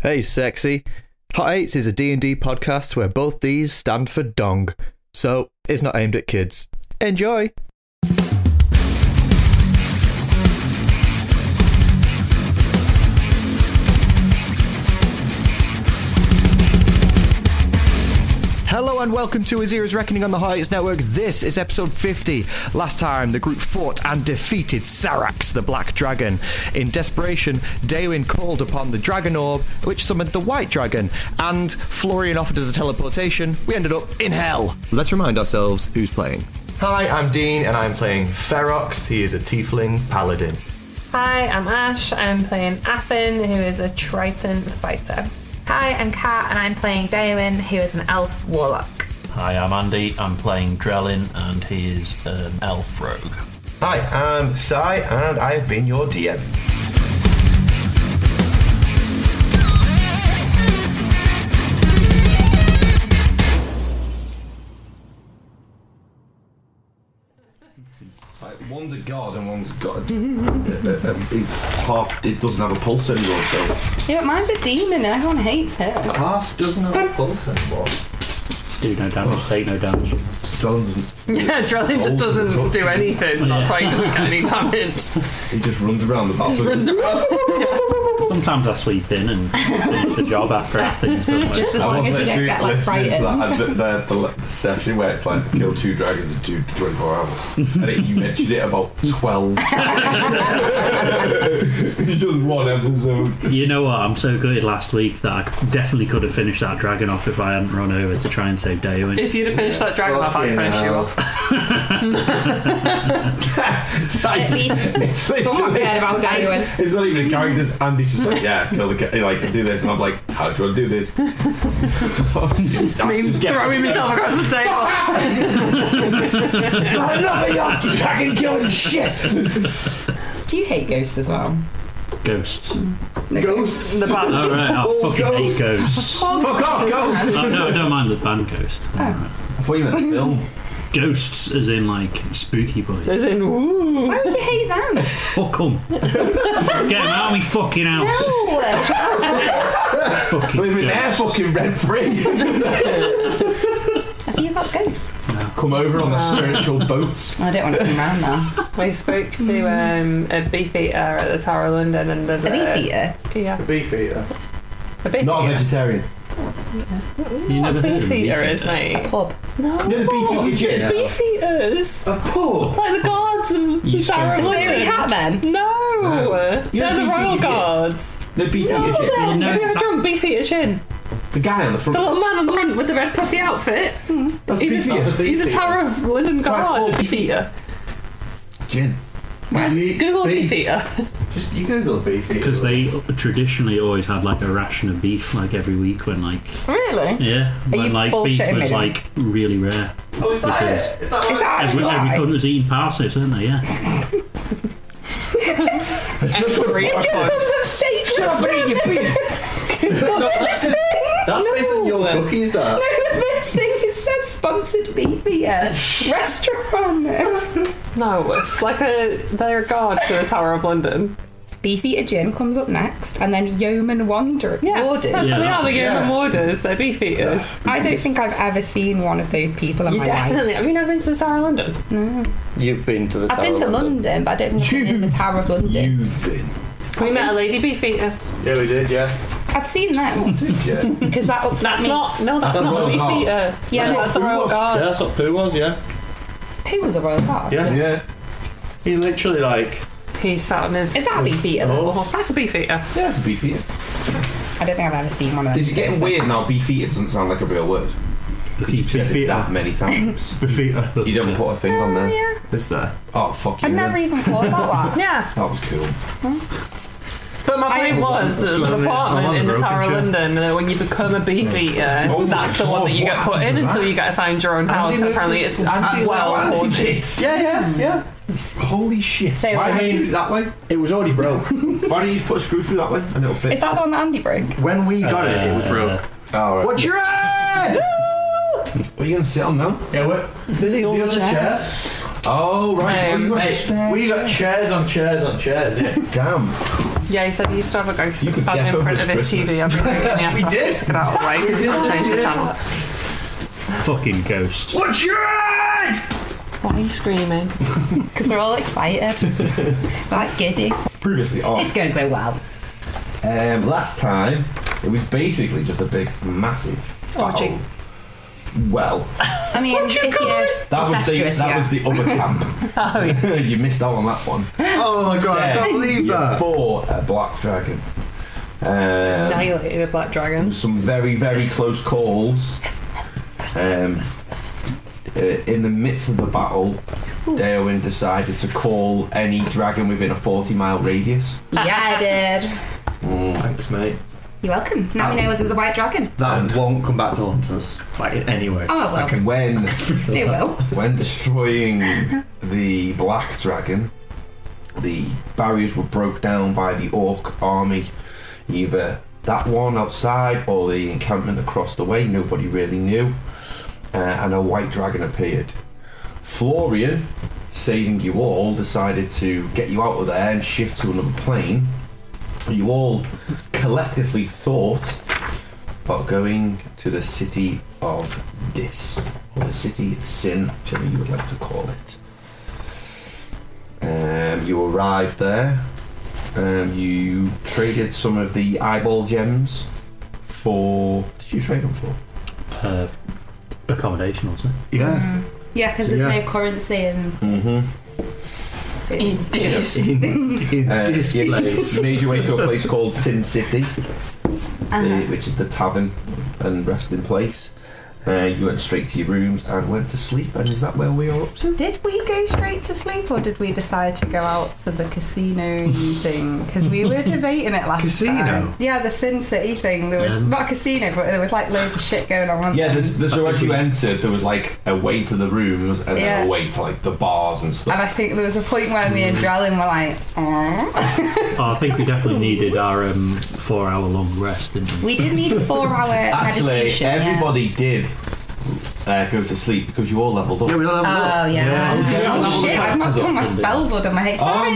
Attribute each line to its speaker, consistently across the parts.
Speaker 1: Hey, sexy. Hot Eights is a D&D podcast where both D's stand for dong, so it's not aimed at kids. Enjoy! Hello and welcome to Azira's Reckoning on the High Heights Network. This is episode 50. Last time, the group fought and defeated Sarax the Black Dragon. In desperation, Daewin called upon the Dragon Orb, which summoned the White Dragon, and Florian offered us a teleportation. We ended up in hell. Let's remind ourselves who's playing. Hi, I'm Dean, and I'm playing Ferox. He is a Tiefling Paladin.
Speaker 2: Hi, I'm Ash. I'm playing Athen, who is a Triton fighter.
Speaker 3: Hi, I'm Kat, and I'm playing Damon, who is an elf warlock.
Speaker 4: Hi, I'm Andy. I'm playing Drellin, and he is
Speaker 5: um,
Speaker 4: an elf rogue.
Speaker 6: Hi, uh, I'm Sai, Um, and I've been your DM. One's a god and one's got a, a- a- a- half. It doesn't have a pulse anymore. So
Speaker 7: Yeah, mine's a demon and everyone hates him.
Speaker 6: half doesn't have a pulse anymore.
Speaker 5: Do no damage, take no damage.
Speaker 6: John doesn't.
Speaker 7: Yeah, Drellin just doesn't do anything. That's why he doesn't get any damage.
Speaker 6: He just runs around the battlefield.
Speaker 7: Runs around.
Speaker 5: Sometimes I sweep in and finish the job after Athens. Don't
Speaker 3: Just
Speaker 5: I?
Speaker 3: as long as you don't get like
Speaker 6: listening to
Speaker 3: frightened.
Speaker 6: that advert there, the, le- the session where it's like kill two dragons in two, 24 hours. And it, you mentioned it about 12 times. Just one episode.
Speaker 5: You know what? I'm so good last week that I definitely could have finished that dragon off if I hadn't run over to try and save Daewin.
Speaker 7: If you'd have finished that dragon off, I'd finish you off.
Speaker 3: At least
Speaker 6: It's, it's,
Speaker 3: someone
Speaker 6: like-
Speaker 3: cared about Damon.
Speaker 6: it's not even a character. Andy's just like, yeah, kill the ca- like do this, and I'm like, how do I do this? I mean,
Speaker 7: Throwing myself across the table.
Speaker 6: Not enough of your dragon killing shit.
Speaker 7: Do you hate ghosts as well?
Speaker 5: Ghosts.
Speaker 6: Ghosts.
Speaker 7: The bad.
Speaker 5: All right, I
Speaker 6: Oh,
Speaker 5: fucking hate ghosts.
Speaker 2: Oh,
Speaker 6: Fuck off, ghosts.
Speaker 5: Oh, no, I don't mind the band Ghost. All right.
Speaker 6: I thought you meant film.
Speaker 5: Ghosts, as in like spooky boys.
Speaker 7: As in, ooh.
Speaker 3: Why would you hate them?
Speaker 5: Fuck 'em. Get 'em out of me fucking house. Fucking
Speaker 6: Living there,
Speaker 5: ghosts.
Speaker 6: fucking rent free.
Speaker 3: Have you got ghosts?
Speaker 6: Come over on the spiritual boats.
Speaker 7: I don't want to come around now.
Speaker 2: We spoke to um, a beef eater at the Tower of London, and there's
Speaker 3: A
Speaker 2: a,
Speaker 3: beef eater.
Speaker 2: Yeah,
Speaker 1: Beef eater.
Speaker 2: a beef
Speaker 6: Not a
Speaker 2: eater.
Speaker 6: vegetarian.
Speaker 5: You never
Speaker 2: What
Speaker 5: heard
Speaker 2: beef
Speaker 5: of
Speaker 2: eater
Speaker 5: beef
Speaker 2: is, mate?
Speaker 3: Pub.
Speaker 2: No,
Speaker 6: Yeah, the beef eater gin.
Speaker 2: beef eaters,
Speaker 6: A pub.
Speaker 2: like the guards of
Speaker 5: You
Speaker 2: the Tower of
Speaker 5: spoke-
Speaker 3: Very
Speaker 2: London.
Speaker 3: cat then.
Speaker 2: No,
Speaker 6: You know
Speaker 2: they're the
Speaker 6: beef eater
Speaker 2: royal
Speaker 6: gin?
Speaker 2: guards.
Speaker 6: The beef eater gin.
Speaker 5: You know
Speaker 2: Have you ever
Speaker 5: that-
Speaker 2: drunk beef eater gin?
Speaker 6: The guy on the
Speaker 2: The
Speaker 6: front.
Speaker 2: little man on the front with the red puffy outfit.
Speaker 6: That's
Speaker 2: He's
Speaker 6: beef
Speaker 2: a,
Speaker 6: eater.
Speaker 2: he's a Tower of London
Speaker 6: That's
Speaker 2: guard.
Speaker 6: called
Speaker 2: Beef eater.
Speaker 6: Gin.
Speaker 2: Google beef eater.
Speaker 1: Just you Google beef eater.
Speaker 5: Because they traditionally always had like a ration of beef like every week when like
Speaker 2: Really?
Speaker 5: yeah when
Speaker 3: you
Speaker 5: like beef
Speaker 3: bullshitting me?
Speaker 5: was like really rare.
Speaker 1: Oh, is that it? Is that
Speaker 3: Is that
Speaker 5: Every,
Speaker 3: actually
Speaker 5: every
Speaker 3: why?
Speaker 5: country was eating parsnips, weren't they? Yeah.
Speaker 3: Just comes on stage. Shut up, eat your beef.
Speaker 1: That's based on your cookies, that.
Speaker 3: The first thing it says sponsored beef eater restaurant.
Speaker 2: No, it's like a they're a guard to the Tower of London.
Speaker 3: Beef eater gin comes up next, and then yeoman wanderer
Speaker 2: Yeah,
Speaker 3: warders.
Speaker 2: that's what they
Speaker 5: Yeah.
Speaker 2: are. They give them orders. They're beef eaters.
Speaker 3: I don't think I've ever seen one of those people in
Speaker 2: You
Speaker 3: my life.
Speaker 2: definitely. Have you never been to the Tower of London?
Speaker 1: You've been to the
Speaker 3: I've been to London, but I don't think I've been in the Tower of London.
Speaker 6: You've been.
Speaker 2: We met a lady beef eater.
Speaker 1: Yeah, we did, yeah.
Speaker 3: I've seen that one
Speaker 6: Yeah.
Speaker 3: because that upset
Speaker 2: That's
Speaker 3: me.
Speaker 2: not. No, that's,
Speaker 6: That's
Speaker 2: not
Speaker 6: the
Speaker 2: a
Speaker 6: Royal
Speaker 2: beef
Speaker 6: Guard.
Speaker 2: eater. Yeah, that's the Royal
Speaker 6: Who
Speaker 2: Guard.
Speaker 1: Yeah, that's what poo was, yeah.
Speaker 3: Who was a royal guard?
Speaker 1: Yeah.
Speaker 6: Yeah.
Speaker 1: He literally, like,
Speaker 2: He sat on his.
Speaker 3: Is that a beef eater?
Speaker 2: Oh, that's a beef eater.
Speaker 6: Yeah, it's a beef eater.
Speaker 3: I don't think I've ever seen one of those.
Speaker 6: Is it getting weird now? Beef eater doesn't sound like a real word.
Speaker 5: If you
Speaker 6: Said
Speaker 5: took
Speaker 6: it that many times.
Speaker 1: Befita.
Speaker 5: the-
Speaker 6: You don't put a thing on there.
Speaker 3: Oh, Yeah.
Speaker 1: This there.
Speaker 6: Oh fuck you.
Speaker 3: I've never
Speaker 6: man.
Speaker 3: even thought about that.
Speaker 2: Yeah,
Speaker 6: That was cool.
Speaker 2: but my
Speaker 3: I-
Speaker 2: point was that there's an apartment in the Tower of London that when you become a beef eater,
Speaker 6: Oh
Speaker 2: that's
Speaker 6: my
Speaker 2: the one that you
Speaker 6: God,
Speaker 2: get put in
Speaker 6: what?
Speaker 2: until you get assigned your own house. and Oh, apparently, it's uh, well
Speaker 6: Wow,
Speaker 2: ordered.
Speaker 6: shit. Yeah, yeah, yeah. Holy shit.
Speaker 3: So-
Speaker 6: Why
Speaker 3: I
Speaker 6: did you do it that way?
Speaker 8: It was already broke.
Speaker 6: Why don't you just put a screw through that way and it'll fit?
Speaker 3: Is that the one that Andy broke?
Speaker 8: When we got it, it was broke.
Speaker 6: Oh, right.
Speaker 8: What's your head?
Speaker 6: What are you going to sit on now?
Speaker 8: Yeah, what? Did he
Speaker 2: over
Speaker 8: a
Speaker 2: there?
Speaker 8: chair?
Speaker 6: Oh, right.
Speaker 2: Um,
Speaker 6: oh, you got
Speaker 9: Hey,
Speaker 6: spare.
Speaker 9: we got chairs on chairs on chairs. Yeah.
Speaker 6: Damn.
Speaker 2: Yeah, he said he used to have a ghost
Speaker 6: You
Speaker 2: that
Speaker 6: could get
Speaker 2: standing in
Speaker 6: over
Speaker 2: front of his
Speaker 6: this
Speaker 2: TV every night and he had
Speaker 9: We
Speaker 2: to ask
Speaker 9: did.
Speaker 2: him to get out of the way because he would change the channel.
Speaker 5: Fucking ghost.
Speaker 9: What's your
Speaker 6: Ah!
Speaker 2: Why are you screaming?
Speaker 3: Because we're all excited. like giddy.
Speaker 6: Previously oh. on.
Speaker 3: It's going so well.
Speaker 6: Um, last time, it was basically just a big, massive
Speaker 9: Oh,
Speaker 2: Orgy.
Speaker 6: battle. Well,
Speaker 3: I mean, if you
Speaker 6: that was the that
Speaker 3: yeah. Oh,
Speaker 6: was the other camp. you missed out on that one.
Speaker 9: Oh my god, I can't believe that.
Speaker 6: For a black dragon. Um,
Speaker 4: Annihilated a black dragon.
Speaker 6: some very very close calls. Um, uh, in the midst of the battle, Darwin decided to call any dragon within a forty mile radius.
Speaker 3: yeah, I did.
Speaker 9: Thanks, mate.
Speaker 3: You're welcome. Now we know there's a white dragon.
Speaker 9: That
Speaker 6: And-
Speaker 9: won't come back to haunt us. Like in any way.
Speaker 3: Oh, well.
Speaker 6: And when
Speaker 3: Do well.
Speaker 6: when destroying the black dragon, the barriers were broke down by the orc army, either that one outside or the encampment across the way. Nobody really knew, uh, and a white dragon appeared. Florian, saving you all, decided to get you out of there and shift to another plane. You all collectively thought about going to the city of Dis, or the city of Sin, whichever you would like to call it. Um, you arrived there. Um, you traded some of the eyeball gems for. Did you trade them for?
Speaker 5: Uh, accommodation, wasn't it?
Speaker 9: Yeah.
Speaker 3: Yeah, because there's
Speaker 9: Yeah.
Speaker 3: no currency and.
Speaker 4: He's dis.
Speaker 9: In, in
Speaker 6: Uh,
Speaker 9: this
Speaker 6: you-
Speaker 9: place.
Speaker 6: You made your way to a place called Sin City, uh,
Speaker 3: Uh-huh.
Speaker 6: which is the tavern and resting place. Uh, you went straight to your rooms and went to sleep. And is that where we are up to?
Speaker 3: Did we go straight to sleep or did we decide to go out to the casino thing? Because we were debating it last
Speaker 9: Casino?
Speaker 3: time. Yeah, the Sin City thing. There was
Speaker 5: Um,
Speaker 3: not a casino, but there was like loads of shit going on. wasn't
Speaker 6: Yeah,
Speaker 3: there?
Speaker 6: there's, there's so as you entered, there was like a way to the rooms and
Speaker 3: Yeah.
Speaker 6: then a way to like the bars and stuff.
Speaker 3: And I think there was a point where me and Drellin were like, "Aw."
Speaker 5: Oh, I think we definitely needed our um, four hour long rest, didn't we?
Speaker 3: we did need a four hour
Speaker 6: Actually,
Speaker 3: meditation. yeah.
Speaker 6: everybody did uh, go to sleep because you all leveled up.
Speaker 9: Yeah, we all have a look.
Speaker 3: Oh, yeah.
Speaker 6: Yeah.
Speaker 3: Oh,
Speaker 6: Yeah.
Speaker 3: shit, I've not done my spells order, mate.
Speaker 6: Oh
Speaker 3: Sorry.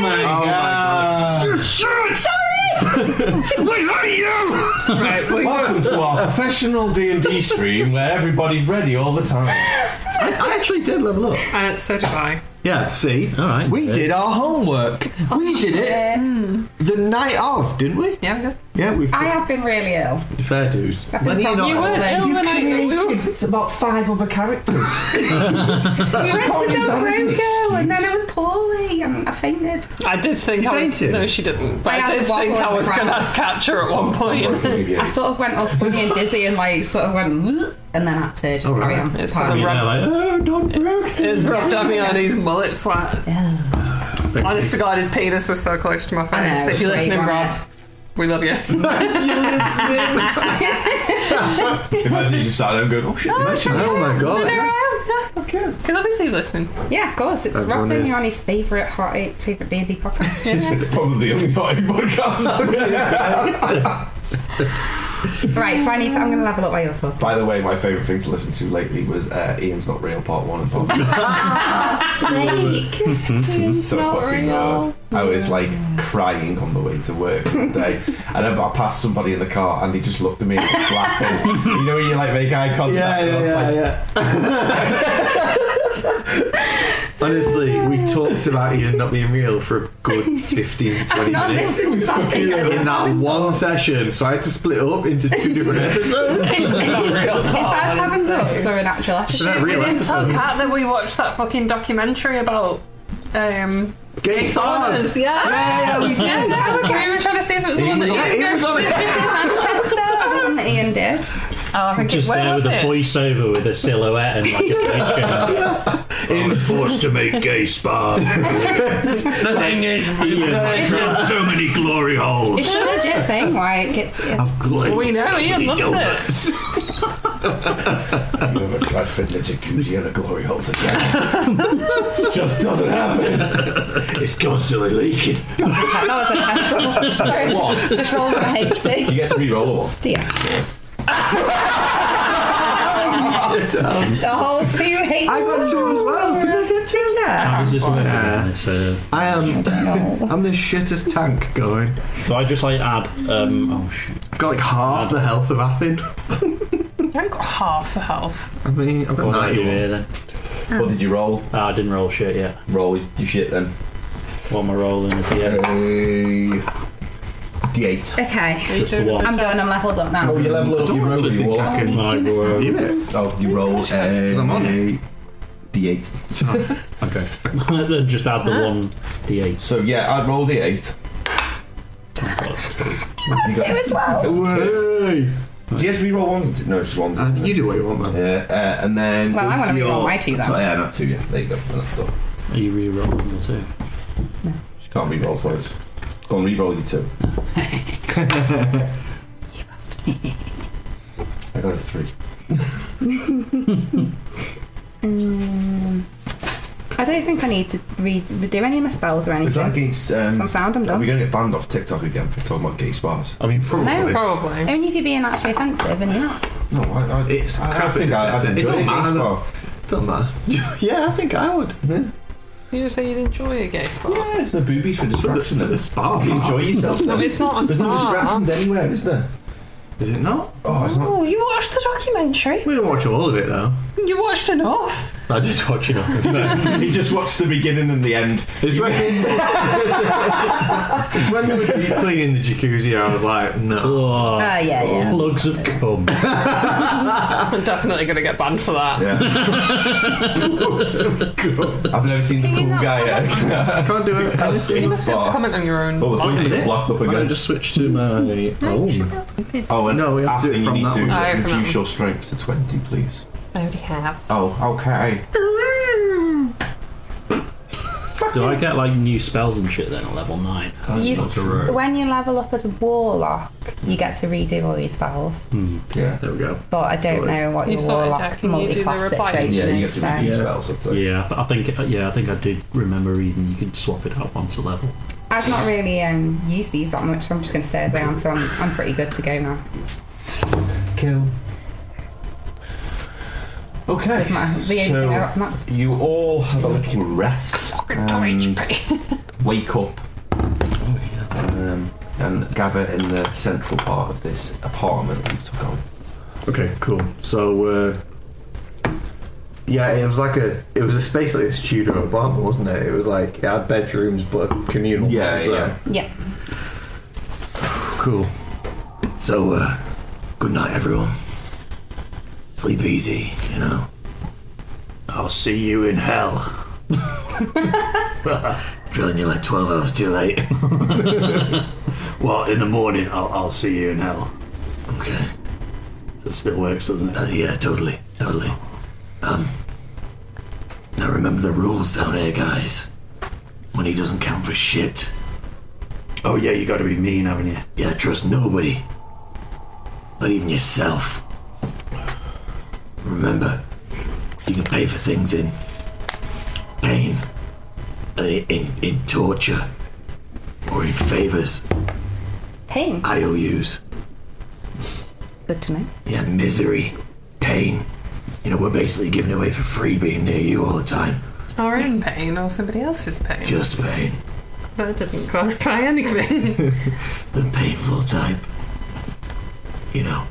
Speaker 9: Oh
Speaker 6: god!
Speaker 2: Right, we
Speaker 6: Welcome to our professional D and D stream where everybody's ready all the time.
Speaker 9: I actually did level up.
Speaker 2: uh, so did I.
Speaker 9: Yeah, see?
Speaker 5: All right.
Speaker 9: We
Speaker 5: Yeah.
Speaker 9: did our homework.
Speaker 3: Oh,
Speaker 9: we did it the night of, didn't we?
Speaker 2: Yeah, we did.
Speaker 9: Yeah, we
Speaker 3: I
Speaker 9: fair,
Speaker 3: have been really ill.
Speaker 9: fair dues. When are you
Speaker 3: You
Speaker 9: not?
Speaker 4: weren't ill the night that we were-
Speaker 6: It's about five other characters.
Speaker 3: We went
Speaker 6: can't
Speaker 3: to
Speaker 6: use that as an
Speaker 3: Delbrunco and then I was poorly and I fainted.
Speaker 2: I did think
Speaker 9: You
Speaker 2: I was.
Speaker 9: fainted?
Speaker 2: No, she didn't. But
Speaker 3: I
Speaker 2: I,
Speaker 3: had
Speaker 2: did
Speaker 3: to wobble
Speaker 2: think I
Speaker 3: on
Speaker 2: was
Speaker 3: the
Speaker 2: going to
Speaker 3: ground.
Speaker 2: catch her at
Speaker 6: Oh,
Speaker 2: one point.
Speaker 3: I
Speaker 6: That's
Speaker 3: sort of went all funny and dizzy and like sort of went "Ugh," and then had to just
Speaker 9: Oh,
Speaker 3: carry on.
Speaker 2: It's 'cause I'm
Speaker 5: You
Speaker 2: right.
Speaker 5: know, like, oh, don't broke.
Speaker 2: It was rubbed on me on his mullet sweat.
Speaker 5: uh,
Speaker 2: Honest to God, his penis was so close to my
Speaker 3: I know,
Speaker 2: face. if you're
Speaker 3: straight
Speaker 2: listening,
Speaker 3: right.
Speaker 2: Rob, we love you.
Speaker 6: Imagine you just sat there and going, "Oh shit!"
Speaker 9: Oh my god.
Speaker 2: Because obviously he's listening.
Speaker 3: Yeah, of course. It's
Speaker 9: Everyone
Speaker 3: Rob Downey
Speaker 9: is.
Speaker 3: on his favourite hot eight favourite D and D podcast.
Speaker 6: It's probably the only naughty podcast.
Speaker 3: right, so I need to I'm gonna level up while you're talking.
Speaker 6: By the way, my favourite thing to listen to lately was uh, Ian's Not Real Part 1 and Part 2.
Speaker 3: Sake.
Speaker 6: It's so
Speaker 4: Not
Speaker 6: fucking
Speaker 4: real.
Speaker 6: good. I was like crying on the way to work today. and then I passed somebody in the car and they just looked at me and was laughing. you know when you like make eye contact?
Speaker 9: Yeah,
Speaker 6: and I
Speaker 9: yeah,
Speaker 6: was
Speaker 9: yeah,
Speaker 6: like,
Speaker 9: yeah. Honestly, we talked about Ian not being real for a good 15 to 20
Speaker 3: Not
Speaker 9: minutes.
Speaker 3: this is something
Speaker 9: in that one session, so I had to split it up into two different episodes.
Speaker 3: If that happens up, so an actual
Speaker 9: So
Speaker 3: episode.
Speaker 9: that real
Speaker 2: we didn't tell
Speaker 9: episode.
Speaker 2: Kat that we watched that fucking documentary about. Um,
Speaker 9: Gay
Speaker 2: saunas. Yeah.
Speaker 9: Yeah, yeah, we did.
Speaker 2: yeah, Oh, no, we were trying to see if it was the one that you
Speaker 9: It
Speaker 2: guys
Speaker 9: was-
Speaker 3: Manchester, the one that Ian did.
Speaker 2: Oh, okay.
Speaker 5: Just
Speaker 2: Where
Speaker 5: there
Speaker 2: was
Speaker 5: with a
Speaker 2: it?
Speaker 5: voiceover with a silhouette and like a face going. I was forced to make gay spa. the thing is, Ian, I drilled so many glory holes.
Speaker 3: It's a legit thing. Like it's
Speaker 9: I've glazed
Speaker 2: We know,
Speaker 9: so
Speaker 2: Ian
Speaker 9: many
Speaker 2: loves it.
Speaker 9: donuts.
Speaker 6: You ever tried fiddling a jacuzzi in a glory hole together? just doesn't happen.
Speaker 9: It's constantly leaking.
Speaker 3: that was a test roll. Sorry,
Speaker 6: One.
Speaker 3: just roll my
Speaker 6: Oh, You
Speaker 3: HP.
Speaker 6: get to re roll a one.
Speaker 3: Dear.
Speaker 10: The whole two hate.
Speaker 9: I got two as well. Did I get two?
Speaker 10: Yeah.
Speaker 5: How is this working?
Speaker 9: Yeah.
Speaker 5: It's, uh,
Speaker 9: I am. I'm the shittest tank going.
Speaker 5: do I just like add? Um, oh shoot!
Speaker 9: I've got like half the health of Athen.
Speaker 2: You haven't got half the health.
Speaker 9: I mean, I've got
Speaker 5: What do I do
Speaker 9: 91.
Speaker 5: here then?
Speaker 9: Oh.
Speaker 6: What did you roll?
Speaker 5: Ah, I didn't roll shit yet.
Speaker 6: Roll your shit then.
Speaker 5: What am I rolling at the end?
Speaker 6: A
Speaker 9: Uh,
Speaker 6: D8.
Speaker 3: Okay.
Speaker 5: Just the one.
Speaker 3: I'm done. I'm leveled up now.
Speaker 6: Oh, you level up. You roll your wall.
Speaker 9: can
Speaker 5: My word.
Speaker 9: do it.
Speaker 6: Oh, you roll a
Speaker 9: I'm on
Speaker 6: D8. Oh.
Speaker 9: Okay.
Speaker 5: then just add the one d8.
Speaker 6: So yeah, I rolled D8. You got,
Speaker 3: as well.
Speaker 9: Way.
Speaker 6: yes, we roll ones. and two- No, it's just ones.
Speaker 9: Uh,
Speaker 6: isn't it?
Speaker 9: you do what you want,
Speaker 6: Uh,
Speaker 9: man.
Speaker 6: uh, and then.
Speaker 10: Well, I
Speaker 6: go
Speaker 10: wanna
Speaker 6: for
Speaker 10: re-roll
Speaker 6: your-
Speaker 10: my two then.
Speaker 6: So, yeah, not two. Yeah, there you go. And that's done.
Speaker 5: Are you re-rolling your two?
Speaker 6: You can't re-roll twice. Go on, re-roll your two. I got a three.
Speaker 3: I don't think I need to read, do any of my spells or
Speaker 6: Is that
Speaker 3: anything.
Speaker 6: against? Um,
Speaker 3: Some sound, I'm
Speaker 6: Are we
Speaker 3: done.
Speaker 6: going to get banned off TikTok again for talking about gay spas?
Speaker 9: I mean, probably.
Speaker 3: No.
Speaker 2: Probably.
Speaker 3: Only if you're being actually offensive and you're not.
Speaker 6: No, I, I,
Speaker 9: It's
Speaker 6: I, I
Speaker 9: crap
Speaker 6: think I, I'd
Speaker 9: intensive. It
Speaker 6: enjoy
Speaker 9: don't
Speaker 6: a
Speaker 9: matter.
Speaker 6: gay spa.
Speaker 9: Doesn't matter. yeah, I think I would.
Speaker 2: You just say you'd enjoy a gay spa.
Speaker 6: Yeah, there's no boobies for distraction.
Speaker 9: For the
Speaker 6: There's
Speaker 9: spa.
Speaker 6: enjoy yourself.
Speaker 2: No,
Speaker 6: Then.
Speaker 2: it's not a
Speaker 6: There's no
Speaker 2: spa.
Speaker 6: distractions anywhere, is there?
Speaker 9: Is it not?
Speaker 6: Oh, it's not.
Speaker 2: Oh, you watched the documentary.
Speaker 9: We don't watch all of it though.
Speaker 2: You watched enough.
Speaker 9: I did watch enough.
Speaker 6: he just watched the beginning and the end.
Speaker 9: It's when, it's when they were deep cleaning the jacuzzi, I was like, no.
Speaker 5: Oh,
Speaker 3: Oh, yeah, yeah.
Speaker 5: plugs have come.
Speaker 2: I'm definitely gonna get banned for that.
Speaker 6: Yeah. I've never seen the
Speaker 4: Can you
Speaker 6: cool
Speaker 4: not-
Speaker 6: guy yet.
Speaker 9: Can't do it.
Speaker 6: At a gay
Speaker 2: You must be able to
Speaker 6: spa.
Speaker 2: comment on your own.
Speaker 6: Oh, the
Speaker 5: Oh,
Speaker 6: thing
Speaker 5: yeah.
Speaker 6: got blocked up
Speaker 9: I
Speaker 6: again.
Speaker 9: just switched to my own.
Speaker 6: Oh, and
Speaker 9: No, we have to
Speaker 6: Athen,
Speaker 9: do
Speaker 6: you
Speaker 9: it from that
Speaker 6: need to
Speaker 9: one.
Speaker 2: Oh, from that
Speaker 6: reduce
Speaker 2: one.
Speaker 6: your strength to 20, please.
Speaker 4: I already have.
Speaker 6: Oh, okay.
Speaker 5: Do I get like new spells and shit then at level nine?
Speaker 9: Oh,
Speaker 3: You,
Speaker 5: That's a row.
Speaker 3: when you level up as a warlock, you get to redo all your spells.
Speaker 6: Yeah.
Speaker 9: There we go.
Speaker 3: But I don't know what
Speaker 2: You
Speaker 3: your
Speaker 2: sorted
Speaker 3: warlock
Speaker 2: that, can you do the
Speaker 3: multi-class
Speaker 2: reply?
Speaker 3: situation
Speaker 6: Yeah, you get
Speaker 3: is.
Speaker 6: to
Speaker 3: so-
Speaker 6: reduce
Speaker 9: Yeah.
Speaker 6: spells, that's it.
Speaker 5: Yeah, I think uh, yeah, I think I did remember reading you could swap it out once a level.
Speaker 3: I've not really um, used these that much, so I'm just going to stay as I am, so I'm, I'm pretty good to go now.
Speaker 6: Kill. Okay.
Speaker 3: My, the only thing I got
Speaker 6: So
Speaker 3: from that was
Speaker 6: you all have a little rest. and wake up. Um, and gather in the central part of this apartment that you took on.
Speaker 9: Okay, cool. So, uh, yeah, it was like a, it was a space like a studio apartment, wasn't it? It was like it had bedrooms, but a communal. one
Speaker 6: Yeah,
Speaker 9: as well.
Speaker 6: yeah.
Speaker 3: Yeah.
Speaker 9: Cool. So, uh, good night, everyone. Sleep easy, you know.
Speaker 5: I'll see you in hell.
Speaker 9: Drilling you like 12 hours too late.
Speaker 5: Well, in the morning, I'll, I'll see you in hell.
Speaker 9: okay.
Speaker 5: It still works, doesn't it?
Speaker 9: Uh, yeah, totally, totally. Um, now remember the rules down here, guys. Money doesn't count for shit.
Speaker 5: Oh yeah, you got to be mean, haven't you?
Speaker 9: Yeah, trust nobody. Not even yourself. Remember, you can pay for things in pain, and in, in, in torture, or in favours,
Speaker 3: Pain.
Speaker 9: IOUs.
Speaker 3: Good to know.
Speaker 9: Yeah, misery, pain. You know, we're basically giving away for free being near you all the time.
Speaker 2: Our own pain or somebody else's pain.
Speaker 9: Just pain.
Speaker 2: That didn't clarify anything.
Speaker 9: The painful type. You know.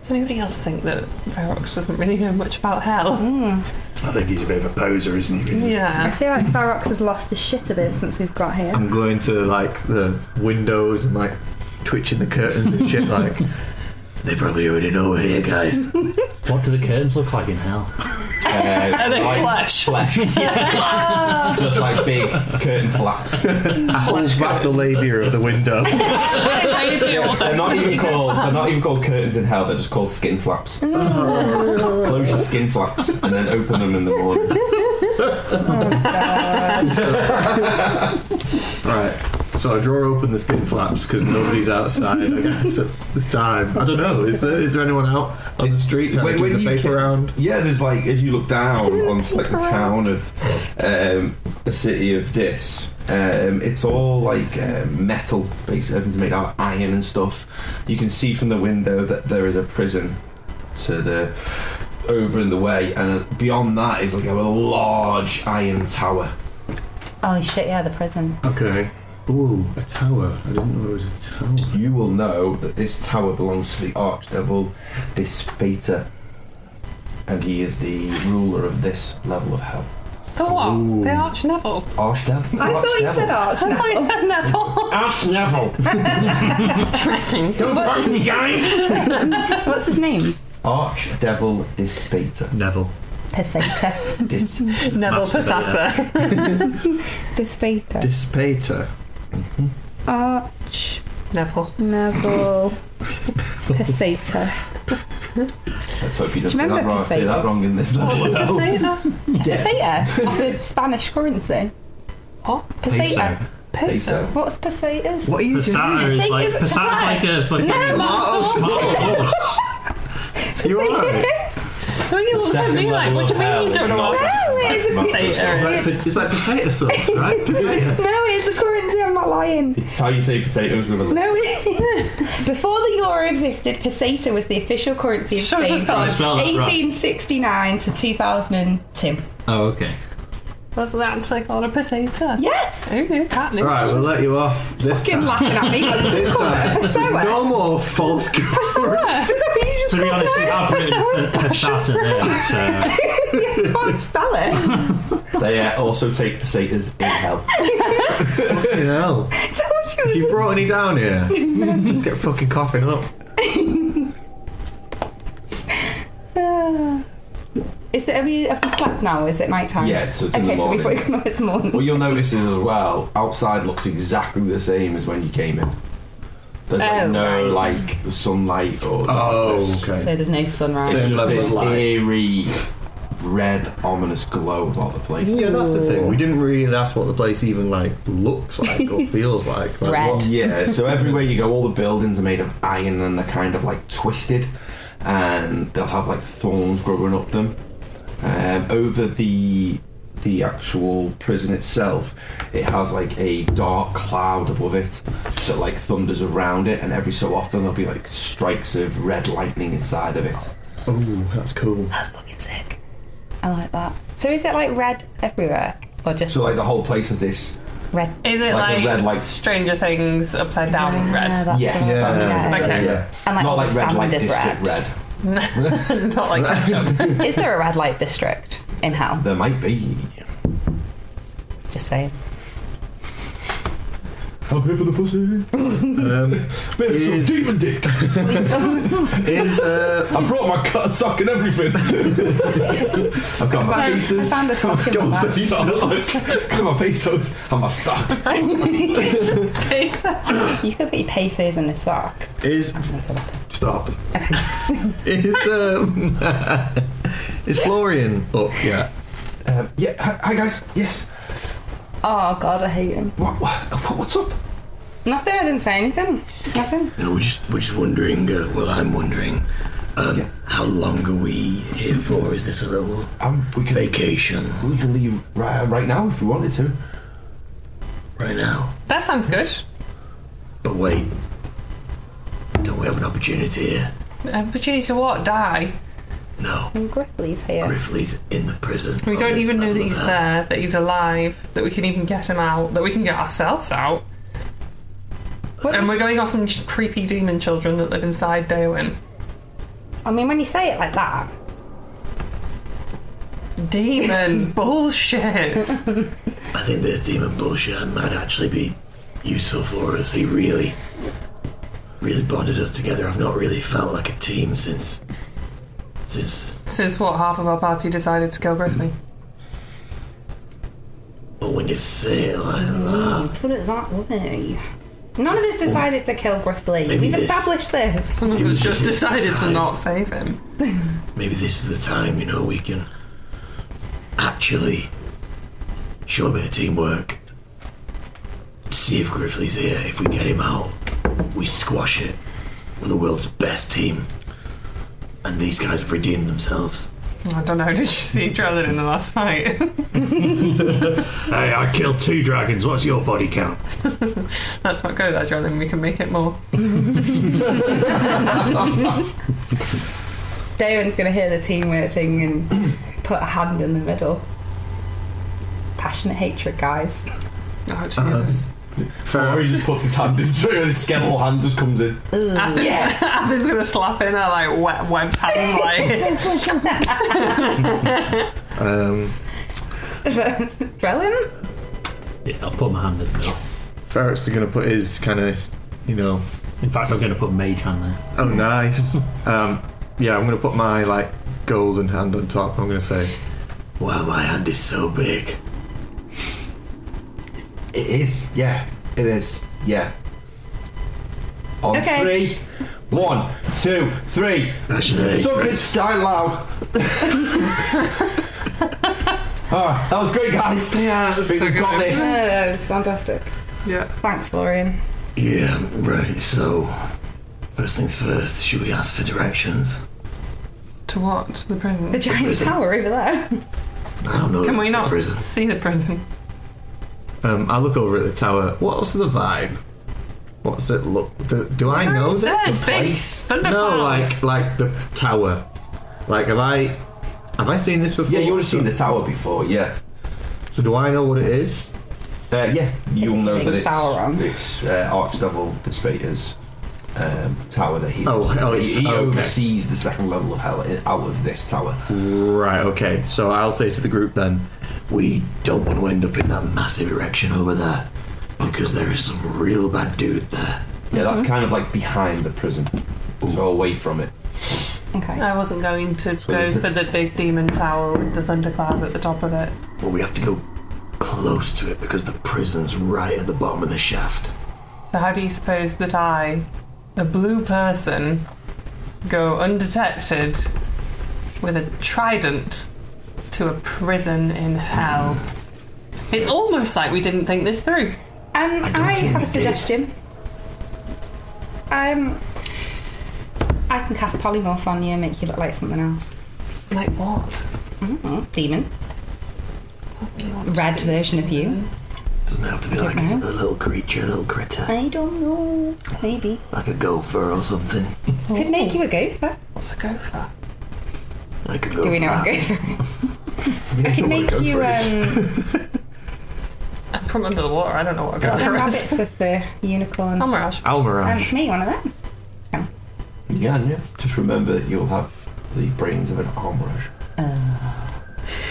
Speaker 2: Does anybody else think that Ferox doesn't really know much about hell?
Speaker 6: Mm.
Speaker 5: I think he's a bit of a poser, isn't he?
Speaker 3: I
Speaker 2: Yeah.
Speaker 3: feel like Farox has lost his shit a bit since we've got here.
Speaker 9: I'm going to like the windows and like twitching the curtains and shit like they probably already know we're here guys
Speaker 5: What do the curtains look like in hell?
Speaker 6: Uh, like
Speaker 2: flesh.
Speaker 6: just like big curtain flaps.
Speaker 9: I hold back the labia of the window
Speaker 6: They're not even called. They're not even called curtains in hell. They're just called skin flaps. Close your skin flaps and then open them in the morning.
Speaker 9: right so I draw open the skin flaps because nobody's outside I guess at the time I don't know is there is there anyone out on the street
Speaker 6: When-
Speaker 9: when,
Speaker 6: when
Speaker 9: the
Speaker 6: you
Speaker 9: paper
Speaker 6: ca-
Speaker 9: round
Speaker 6: Yeah, there's like as you look down onto like the town of um, the city of this. Um, it's all like uh, metal, basically. Everything's made out of iron and stuff. You can see from the window that there is a prison to the over in the way, and uh, beyond that is like a large iron tower.
Speaker 3: Oh shit, yeah, the prison.
Speaker 9: Okay. Ooh, a tower. I didn't know it was a tower.
Speaker 6: You will know that this tower belongs to the Archdevil, this Feta, and he is the ruler of this level of hell.
Speaker 2: The what? The Arch Neville.
Speaker 6: Archdevil.
Speaker 11: I thought you said arch now.
Speaker 2: I said Neville.
Speaker 5: Ash Neville. Don't fuck me, guy.
Speaker 3: What's his name?
Speaker 6: Archdevil Dispater.
Speaker 9: Neville.
Speaker 3: Peseta.
Speaker 6: Dis-
Speaker 2: Neville
Speaker 5: That's about
Speaker 2: Passata.
Speaker 3: Despater.
Speaker 9: Dispater.
Speaker 3: Arch
Speaker 2: Neville.
Speaker 3: Neville Peseta.
Speaker 6: Let's hope you don't
Speaker 3: Do you
Speaker 6: say that
Speaker 3: remember
Speaker 6: wrong. Say that
Speaker 3: Pesetas?
Speaker 6: wrong in this
Speaker 11: Oh,
Speaker 6: level. of hell.
Speaker 2: Passata.
Speaker 3: Peseta? Of the Spanish currency.
Speaker 2: What?
Speaker 3: Peseta.
Speaker 6: Peso.
Speaker 3: What's pesetas?
Speaker 9: What are you
Speaker 5: Passata is
Speaker 3: Say-
Speaker 5: like
Speaker 3: is it
Speaker 5: Passata's
Speaker 3: Passata?
Speaker 5: like a fucking
Speaker 2: Marcel.
Speaker 5: smart horse.
Speaker 9: doing? You are.
Speaker 2: Don't you look at me like, what do you mean you don't know?
Speaker 9: It's
Speaker 2: Potato.
Speaker 9: like, it's like potato sauce, right? Potato.
Speaker 11: No, it's a currency. I'm not lying.
Speaker 6: It's how you say potatoes with a
Speaker 11: No,
Speaker 6: no.
Speaker 3: Before the euro existed, peseta was the official currency of
Speaker 2: Show us
Speaker 3: Spain
Speaker 2: the spelling.
Speaker 3: from
Speaker 5: Spell that right.
Speaker 3: 1869 to 2002.
Speaker 5: Oh, okay.
Speaker 2: Was that actually called a potato?
Speaker 11: yes.
Speaker 2: Who knew that? Knew.
Speaker 9: Alright, we'll let you off this
Speaker 11: Fucking
Speaker 9: time.
Speaker 11: laughing at me. What's
Speaker 9: This
Speaker 11: it called?
Speaker 9: time.
Speaker 11: A Pessoa.
Speaker 9: No more false
Speaker 11: Is that what you just
Speaker 5: To be
Speaker 11: called
Speaker 5: honest, we
Speaker 11: it?
Speaker 5: have
Speaker 11: Pessoa?
Speaker 5: written Passata there. uh, So.
Speaker 11: You can't spell it.
Speaker 6: They uh, also take potatoes in hell.
Speaker 9: You know,
Speaker 11: I told you.
Speaker 9: if you brought any down here, just get fucking coughing up.
Speaker 3: Is it, have we, have we slept now? Is it night time?
Speaker 6: Yeah, it's, it's in
Speaker 3: Okay,
Speaker 6: the
Speaker 3: so we've
Speaker 6: morning.
Speaker 3: woken up this morning.
Speaker 6: What you'll notice is as well, outside looks exactly the same as when you came in. There's like
Speaker 3: Oh,
Speaker 6: no like sunlight or
Speaker 9: Oh,
Speaker 6: darkness.
Speaker 9: okay.
Speaker 3: So there's no sunrise.
Speaker 9: So-
Speaker 6: It's
Speaker 9: Same
Speaker 6: just
Speaker 9: level
Speaker 6: this
Speaker 9: of light.
Speaker 6: eerie red ominous glow about the place.
Speaker 9: Yeah, that's the thing. We didn't really ask what the place even like looks like or feels like. like
Speaker 3: Red.
Speaker 9: what-
Speaker 6: Yeah, so everywhere you go, all the buildings are made of iron and they're kind of like twisted, and they'll have like thorns growing up them. Um, over the the actual prison itself, it has like a dark cloud above it that like thunders around it, and every so often there'll be like strikes of red lightning inside of it.
Speaker 9: Ooh, that's cool.
Speaker 3: That's fucking sick. I like that. So is it like red everywhere? Or just
Speaker 6: So like the whole place is this
Speaker 3: red?
Speaker 2: Is it
Speaker 6: like,
Speaker 2: like,
Speaker 6: a red light.
Speaker 2: Stranger Things upside down
Speaker 3: Ah,
Speaker 2: red?
Speaker 3: that's
Speaker 6: Yes.
Speaker 3: the one,
Speaker 9: Yeah.
Speaker 3: yeah.
Speaker 2: Okay.
Speaker 9: Yeah.
Speaker 3: And like all
Speaker 6: Not
Speaker 3: the
Speaker 6: like red light
Speaker 3: sand is
Speaker 6: district
Speaker 3: red.
Speaker 6: red.
Speaker 2: Not like ketchup.
Speaker 3: Is there a red light district in hell?
Speaker 6: There might be.
Speaker 3: Just saying.
Speaker 6: I'm here for the pussy.
Speaker 9: Um,
Speaker 6: Bit
Speaker 9: Yes.
Speaker 6: demon dick.
Speaker 9: is uh,
Speaker 6: I brought my cut, sock, and everything. I've got my
Speaker 3: I
Speaker 6: pieces.
Speaker 3: found a sock in
Speaker 6: Got
Speaker 3: the
Speaker 6: my
Speaker 3: back.
Speaker 6: pesos. Got my pesos and my sock.
Speaker 3: You could put your pesos in a sock.
Speaker 9: is stop? is um, is Florian up? Yeah.
Speaker 6: Um, yeah, hi, hi guys. Yes.
Speaker 3: Oh god, I hate him.
Speaker 6: What, what, what- what's up?
Speaker 3: Nothing. I didn't say anything. Nothing.
Speaker 9: No, we're just we're just wondering. Uh, well, I'm wondering. Um, How long are we here for? Is this a little
Speaker 6: Um, we can
Speaker 9: vacation
Speaker 6: we can leave right, right now if we wanted to.
Speaker 9: right now?
Speaker 2: that sounds good.
Speaker 9: But wait, don't we have an opportunity here?
Speaker 2: Um, but you need to what? Die?
Speaker 9: No,
Speaker 3: And Griffley's here.
Speaker 9: Griffley's in the prison.
Speaker 2: We
Speaker 9: on
Speaker 2: don't
Speaker 9: this
Speaker 2: even know that
Speaker 9: level
Speaker 2: he's
Speaker 9: of uh, hell.
Speaker 2: there, that he's alive, that we can even get him out, that we can get ourselves out.
Speaker 3: What
Speaker 2: and
Speaker 3: is-
Speaker 2: we're going off some ch- creepy demon children that live inside Darwin.
Speaker 3: I mean, when you say it like that,
Speaker 2: Demon bullshit.
Speaker 9: I think this demon bullshit might actually be useful for us. He really, really bonded us together. I've not really felt like a team since, since
Speaker 2: Since what half of our party decided to kill Griffley.
Speaker 9: well, when you say it like that,
Speaker 3: put it that way. None of us decided to kill Griffley.
Speaker 9: Maybe
Speaker 3: We've
Speaker 9: this-
Speaker 3: established this.
Speaker 2: Some of
Speaker 9: was
Speaker 2: us just
Speaker 9: just
Speaker 2: decided to
Speaker 9: time.
Speaker 2: not save him.
Speaker 9: maybe this is the time. You know, we can actually show a bit of teamwork. See if Griffley's here. If we get him out, we squash it. We're the world's best team, and these guys have redeemed themselves.
Speaker 2: I don't know. Did you see Drellin in the last fight?
Speaker 5: Hey, I killed two dragons. What's your body count?
Speaker 2: Let's not go there, Drellin. We can make it more.
Speaker 3: Daywin's going to hear the teamwork thing and put a hand in the middle. Passionate hatred, guys.
Speaker 9: Uh,
Speaker 2: Oh,
Speaker 6: Or he just puts his hand in through and his skeletal hand just comes in.
Speaker 2: Athens, Athens gonna slap in her like wet web hand like
Speaker 6: Um,
Speaker 3: Drellin?
Speaker 5: Yeah, I'll put my hand in the middle.
Speaker 12: Ferret's going to put his kind of, you know.
Speaker 5: In fact, I'm going to put mage hand there.
Speaker 12: Oh, nice. um, yeah, I'm going to put my like golden hand on top. I'm going to say,
Speaker 9: "Wow, my hand is so big."
Speaker 6: It is, yeah. It is, yeah. On
Speaker 13: Okay.
Speaker 6: three. One, two, three.
Speaker 9: very
Speaker 6: Something
Speaker 9: great.
Speaker 6: die loud. Ah, that was great, guys.
Speaker 2: Yeah,
Speaker 6: We
Speaker 2: so
Speaker 6: got
Speaker 2: good.
Speaker 6: this.
Speaker 3: Oh, fantastic.
Speaker 2: Yeah.
Speaker 3: Thanks, Florian.
Speaker 9: Yeah, right. So, first things first, should we ask for directions?
Speaker 2: To what? To the prison.
Speaker 3: The giant tower over there.
Speaker 9: I don't know.
Speaker 2: Can
Speaker 9: if
Speaker 2: we
Speaker 9: it's the
Speaker 2: not
Speaker 9: Prison.
Speaker 2: see the prison?
Speaker 12: um, I look over at the tower. What's the vibe? What's it look? Do, do I know
Speaker 2: It
Speaker 12: this?
Speaker 2: says big
Speaker 6: place.
Speaker 5: Oh,
Speaker 2: thundercloud.
Speaker 12: No, like like the tower. Like have I have I seen this before?
Speaker 6: Yeah, you would have seen the tower before, yeah.
Speaker 12: So do I know what it is?
Speaker 6: Uh, yeah, you'll know that
Speaker 3: giving
Speaker 6: it's,
Speaker 3: Sauron?
Speaker 6: it's uh, Archdevil Despater's um, tower that he
Speaker 12: Oh,
Speaker 6: lives in.
Speaker 12: oh, it's-
Speaker 6: he, he
Speaker 12: oh, okay.
Speaker 6: oversees the second level of hell i- out of this tower.
Speaker 12: Right. Okay. So I'll say to the group then.
Speaker 9: We don't want to end up in that massive erection over there because there is some real bad dude there.
Speaker 6: Yeah, that's
Speaker 2: Mm-hmm.
Speaker 6: kind of like behind the prison, so away from it.
Speaker 3: Okay.
Speaker 2: I wasn't going to go
Speaker 6: there's the-
Speaker 2: for the big demon tower with the thundercloud at the top of it.
Speaker 9: Well, we have to go close to it because the prison's right at the bottom of the shaft.
Speaker 2: So how do you suppose that I, a blue person, go undetected with a trident to a prison in hell? It's almost like we didn't think this through.
Speaker 3: Um,
Speaker 9: don't
Speaker 3: I,
Speaker 9: think
Speaker 3: have
Speaker 9: we
Speaker 3: a
Speaker 9: did.
Speaker 3: suggestion. Um, I can cast polymorph on you and make you look like something else.
Speaker 2: Like what?
Speaker 3: Mm, Demon. Red version of you.
Speaker 9: Doesn't have to be like a, a little creature, a little critter,
Speaker 3: I don't know. Maybe.
Speaker 9: like a gopher or something.
Speaker 3: Could make you a gopher.
Speaker 2: What's a gopher?
Speaker 9: Like a gopher.
Speaker 3: Do we know what a gopher is? I could make you um,
Speaker 2: I'm from under the water. I don't know what a
Speaker 3: the
Speaker 2: gopher is.
Speaker 3: rabbits with the unicorn. Um,
Speaker 2: Almirage.
Speaker 12: Almirage.
Speaker 3: make one of them.
Speaker 6: Yeah, yeah. Just remember that you'll have the brains of an armorage.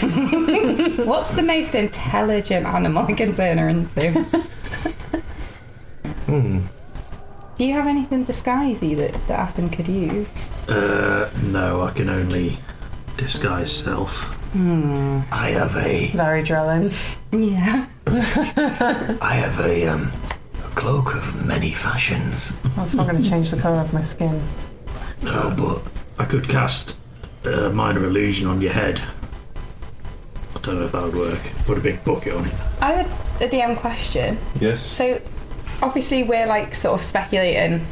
Speaker 3: What's the most intelligent animal I can turn her into? hmm.
Speaker 6: Hmm.
Speaker 3: Do you have anything disguisey that, that Athen could use?
Speaker 5: Uh, no, I can only disguise self.
Speaker 9: I have a,
Speaker 2: Very drilling.
Speaker 3: Yeah.
Speaker 9: I have a um, a cloak of many fashions.
Speaker 2: That's not going to change the colour of my skin.
Speaker 9: No, but
Speaker 5: I could cast a minor illusion on your head. I don't know if that would work. Put a big bucket on it.
Speaker 3: I have a, a DM question.
Speaker 6: Yes.
Speaker 3: So, obviously, we're like sort of speculating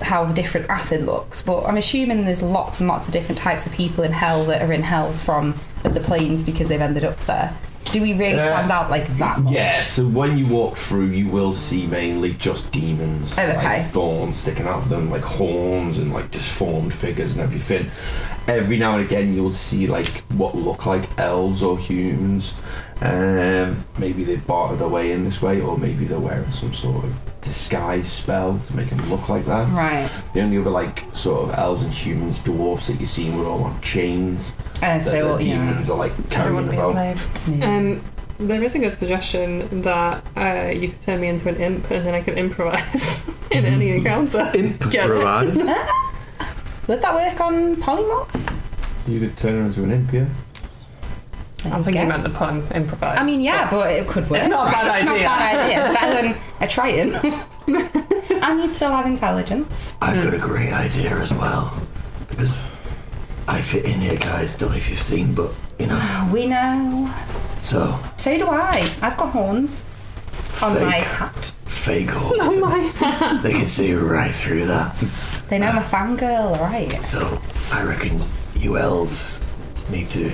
Speaker 3: how different Athen looks, but I'm assuming there's lots and lots of different types of people in hell that are in hell from the planes because they've ended up there. Do we really
Speaker 6: Uh,
Speaker 3: stand out like that much?
Speaker 6: Yeah, so when you walk through, you will see mainly just demons.
Speaker 3: Oh, okay.
Speaker 6: Like thorns sticking out of them, like horns and like disformed figures and everything. Every now and again, you'll see like what look like elves or humans. Um, maybe they've bartered their way in this way, or maybe they're wearing some sort of disguise spell to make them look like that.
Speaker 3: Right.
Speaker 6: The only other like sort of elves and humans, dwarfs that you've seen were all on chains.
Speaker 3: Uh,
Speaker 6: that
Speaker 3: so,
Speaker 6: the
Speaker 3: you know.
Speaker 6: demons are like carrying about.
Speaker 5: Mm.
Speaker 14: Um, there is a good suggestion that uh, you could turn me into an imp and then I can improvise in any
Speaker 5: Mm.
Speaker 14: encounter. Get it?
Speaker 12: Improvise.
Speaker 3: Would that work on polymorph?
Speaker 6: You could turn her into an imp, yeah.
Speaker 2: I'm thinking you meant the pun improvise.
Speaker 3: I mean, yeah, but it could work.
Speaker 2: It's not a bad
Speaker 3: It's not a
Speaker 2: idea.
Speaker 3: bad idea. It's better than a Triton. and you'd still have intelligence.
Speaker 9: I've got a
Speaker 3: Hmm.
Speaker 9: great idea as well because I fit in here, guys. Don't know if you've seen, but you know.
Speaker 3: We know.
Speaker 9: So
Speaker 3: So do I. I've got horns on
Speaker 9: fake,
Speaker 3: my hat.
Speaker 9: fake horns. They can see right through that.
Speaker 3: They know I'm a fangirl, right?
Speaker 9: So I reckon you elves need to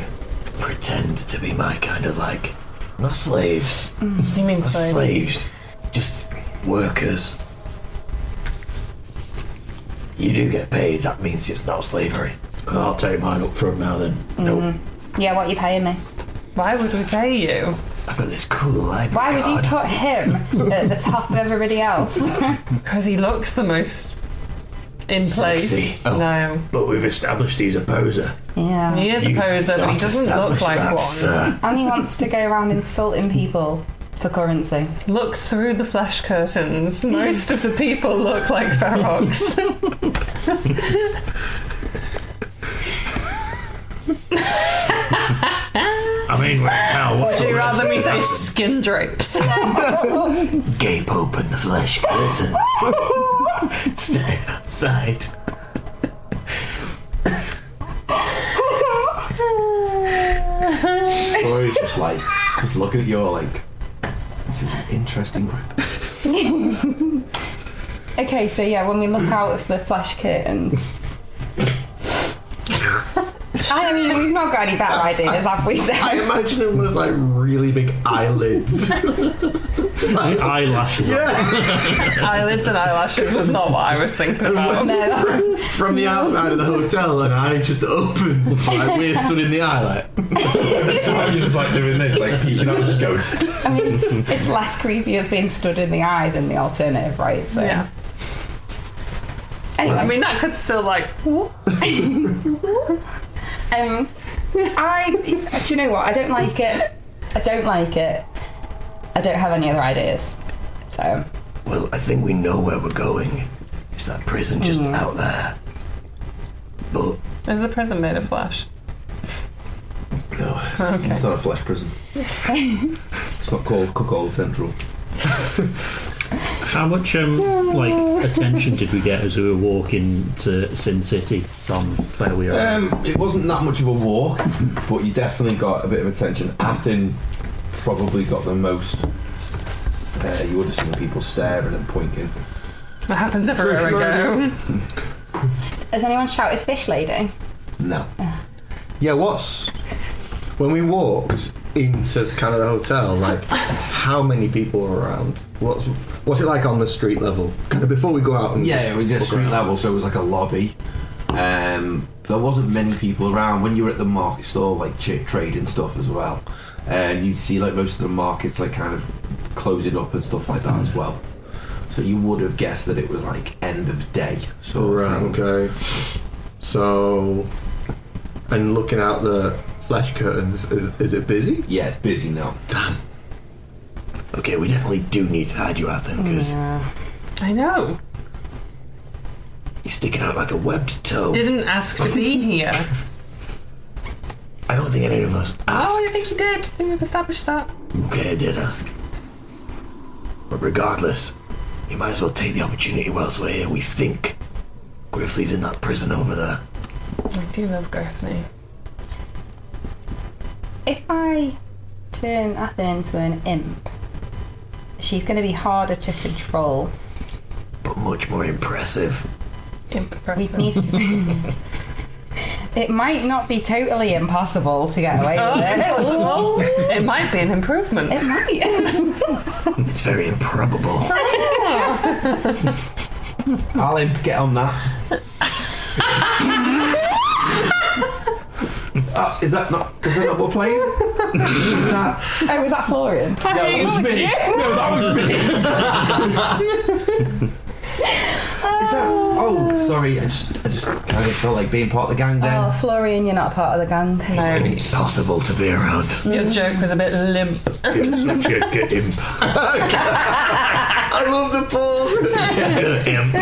Speaker 9: pretend to be my kind of like not slaves,
Speaker 2: Do you mean
Speaker 9: not
Speaker 2: slaves?
Speaker 9: slaves, just workers. You do get paid. That means it's not slavery.
Speaker 5: I'll take mine up front now then.
Speaker 3: Mhm.
Speaker 2: Mm-hmm.
Speaker 3: Yeah, what you paying me?
Speaker 2: Why would we pay you?
Speaker 9: I've got this cool library.
Speaker 3: Why would you put him at the top of everybody else?
Speaker 2: Because he looks the most in place.
Speaker 5: Sexy.
Speaker 2: Oh. No.
Speaker 5: But we've established he's a poser.
Speaker 3: Yeah.
Speaker 2: He is a
Speaker 5: You've
Speaker 2: poser, but he
Speaker 5: not
Speaker 2: doesn't look
Speaker 5: established
Speaker 2: like
Speaker 5: that,
Speaker 2: one.
Speaker 5: sir.
Speaker 3: and he wants to go around insulting people for currency.
Speaker 2: Look through the flesh curtains. Most of the people look like Ferox.
Speaker 5: I mean, well, now
Speaker 2: Would
Speaker 5: what's
Speaker 2: you
Speaker 5: all
Speaker 2: rather me
Speaker 5: this
Speaker 2: say
Speaker 5: about?
Speaker 2: skin drapes?
Speaker 9: Gape open the flesh curtains. Stay outside.
Speaker 6: Corey's just like, just looking at you all like, this is an interesting group.
Speaker 3: okay, so yeah, when we look out of the flesh curtains. I mean, we've not got any better ideas, have we? So.
Speaker 12: I imagine him with like really big eyelids. like
Speaker 5: eyelashes.
Speaker 2: Eyelids and eyelashes was not what I was thinking about.
Speaker 12: from, from the outside of the hotel, and I just opened. Like, we're stood in the eye, like.
Speaker 6: You're just like doing this, like, you can just go.
Speaker 3: I mean, it's less creepy as being stood in the eye than the alternative, right? So.
Speaker 2: Yeah.
Speaker 3: Anyway.
Speaker 2: I mean, that could still like.
Speaker 3: Um, I do you know what? I don't like it. I don't like it. I don't have any other ideas. So
Speaker 9: Well, I think we know where we're going. It's that prison just
Speaker 2: Mm.
Speaker 9: out there. But
Speaker 2: Is the prison made of flesh?
Speaker 6: No,
Speaker 2: Okay.
Speaker 6: it's not a flesh prison. It's not called Cuckold Central.
Speaker 5: How much um, like attention did we get as we were walking to Sin City from where we are?
Speaker 6: Um, it wasn't that much of a walk, but you definitely got a bit of attention. Athen probably got the most. Uh, you would have seen people staring and pointing.
Speaker 2: That happens everywhere I go.
Speaker 3: has anyone shouted "fish lady"?
Speaker 6: No.
Speaker 12: Yeah, what's when we walked into kind of the hotel? Like, how many people were around? What's what's it like on the street level? Kind of before we go out and
Speaker 6: Yeah, it was just
Speaker 12: walk
Speaker 6: street
Speaker 12: around.
Speaker 6: level, so it was like a lobby. Um, there wasn't many people around when you were at the market store, like ch- trading stuff as well. And you'd see like most of the markets like kind of closing up and stuff like that as well. So you would have guessed that it was like end of day. So
Speaker 12: Right. Okay. So, and looking out the flesh curtains, is, is it busy?
Speaker 6: Yeah, it's busy now.
Speaker 12: Damn.
Speaker 9: okay, we definitely do need to hide you, Athen, because
Speaker 2: I know.
Speaker 9: you're sticking out like a webbed toe.
Speaker 2: Didn't ask to be here.
Speaker 9: I don't think any of us asked.
Speaker 2: Oh, I think you did. I think we've established that.
Speaker 9: Okay, I did ask. But regardless, you might as well take the opportunity whilst we're here. We think Griffley's in that prison over there.
Speaker 2: I do love Gaffney.
Speaker 3: If I turn Athen into an imp, she's going to be harder to control.
Speaker 9: But much more impressive.
Speaker 3: We need to. It might not be totally impossible to get away with it.
Speaker 2: Oh, impossible. It might be an improvement.
Speaker 3: It might.
Speaker 9: It's very improbable.
Speaker 6: Alan, get on that. Ah, is that not? Is that not what we're playing? Is that?
Speaker 3: oh, was that Florian?
Speaker 6: No, that was me. No, that was me. Is that? Oh, sorry. I just, I just kind of felt like being part of the gang then.
Speaker 3: Oh, Florian, you're not part of the gang.
Speaker 9: Impossible to be around.
Speaker 2: Your joke was a bit limp.
Speaker 5: Such a good imp.
Speaker 12: I love the pause.
Speaker 5: Good imp.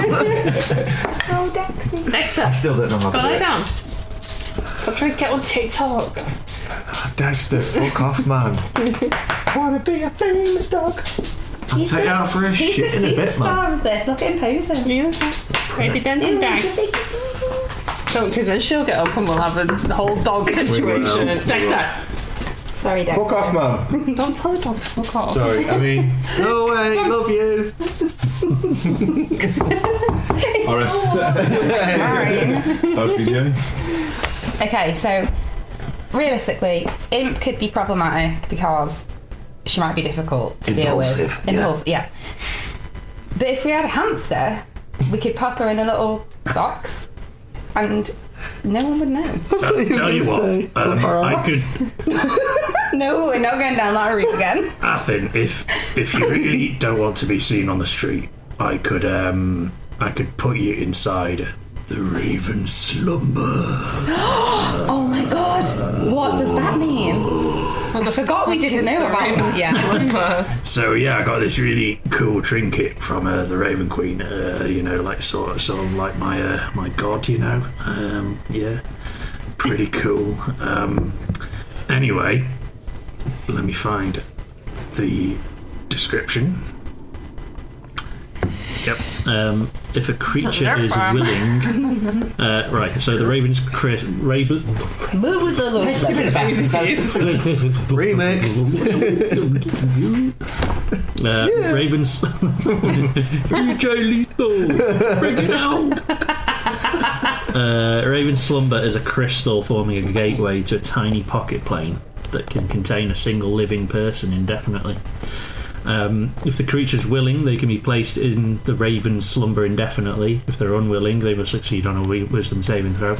Speaker 3: Oh, Dexy.
Speaker 14: Next
Speaker 6: I
Speaker 14: up,
Speaker 6: still don't know how
Speaker 14: go
Speaker 6: to do
Speaker 14: lie
Speaker 6: it.
Speaker 14: down. Stop trying to get on TikTok.
Speaker 12: Dexter, fuck off, man.
Speaker 6: Wanna be a famous dog?
Speaker 12: I'll take you out for a
Speaker 3: He's
Speaker 12: shit
Speaker 3: the
Speaker 12: in a bit, man.
Speaker 3: superstar of this. Look at him posing.
Speaker 14: Ready, then, then, then.
Speaker 2: Mm. Don't, because then she'll get up and we'll have a whole dog situation.
Speaker 12: We will.
Speaker 2: Dexter,
Speaker 3: Sorry, Dex.
Speaker 12: Fuck off, man.
Speaker 2: don't tell the dog to fuck off.
Speaker 12: Sorry, I mean, no way, love you.
Speaker 6: Or else- How's it going?
Speaker 3: Okay, so realistically, imp could be problematic because she might be difficult to deal
Speaker 9: Impulsive,
Speaker 3: with.
Speaker 9: yeah.
Speaker 3: Impulsive, yeah. But if we had a hamster, we could pop her in a little box and No one would know.
Speaker 5: Tell, tell you what, um, I could.
Speaker 3: no, we're not going down that route again.
Speaker 5: Athen, if if you really don't want to be seen on the street, I could um I could put you inside the Raven Slumber.
Speaker 3: oh my god! What does that mean? I forgot we didn't know about that. Yeah.
Speaker 5: So yeah, I got this really cool trinket from uh, the Raven Queen. Uh, you know, like sort of, sort of like my uh, my god. You know, um, yeah, pretty cool. Um, anyway, let me find the description. Yep. Um, if a creature is willing, uh, right. So the Raven's cri- Raven.
Speaker 12: Remix.
Speaker 5: Uh, Ravens. DJ Lethal! Bring it out! Uh, Raven's slumber is a crystal forming a gateway to a tiny pocket plane that can contain a single living person indefinitely. Um, if the creature's willing, they can be placed in the Raven's slumber indefinitely. If they're unwilling, they must succeed on a wi- wisdom saving throw.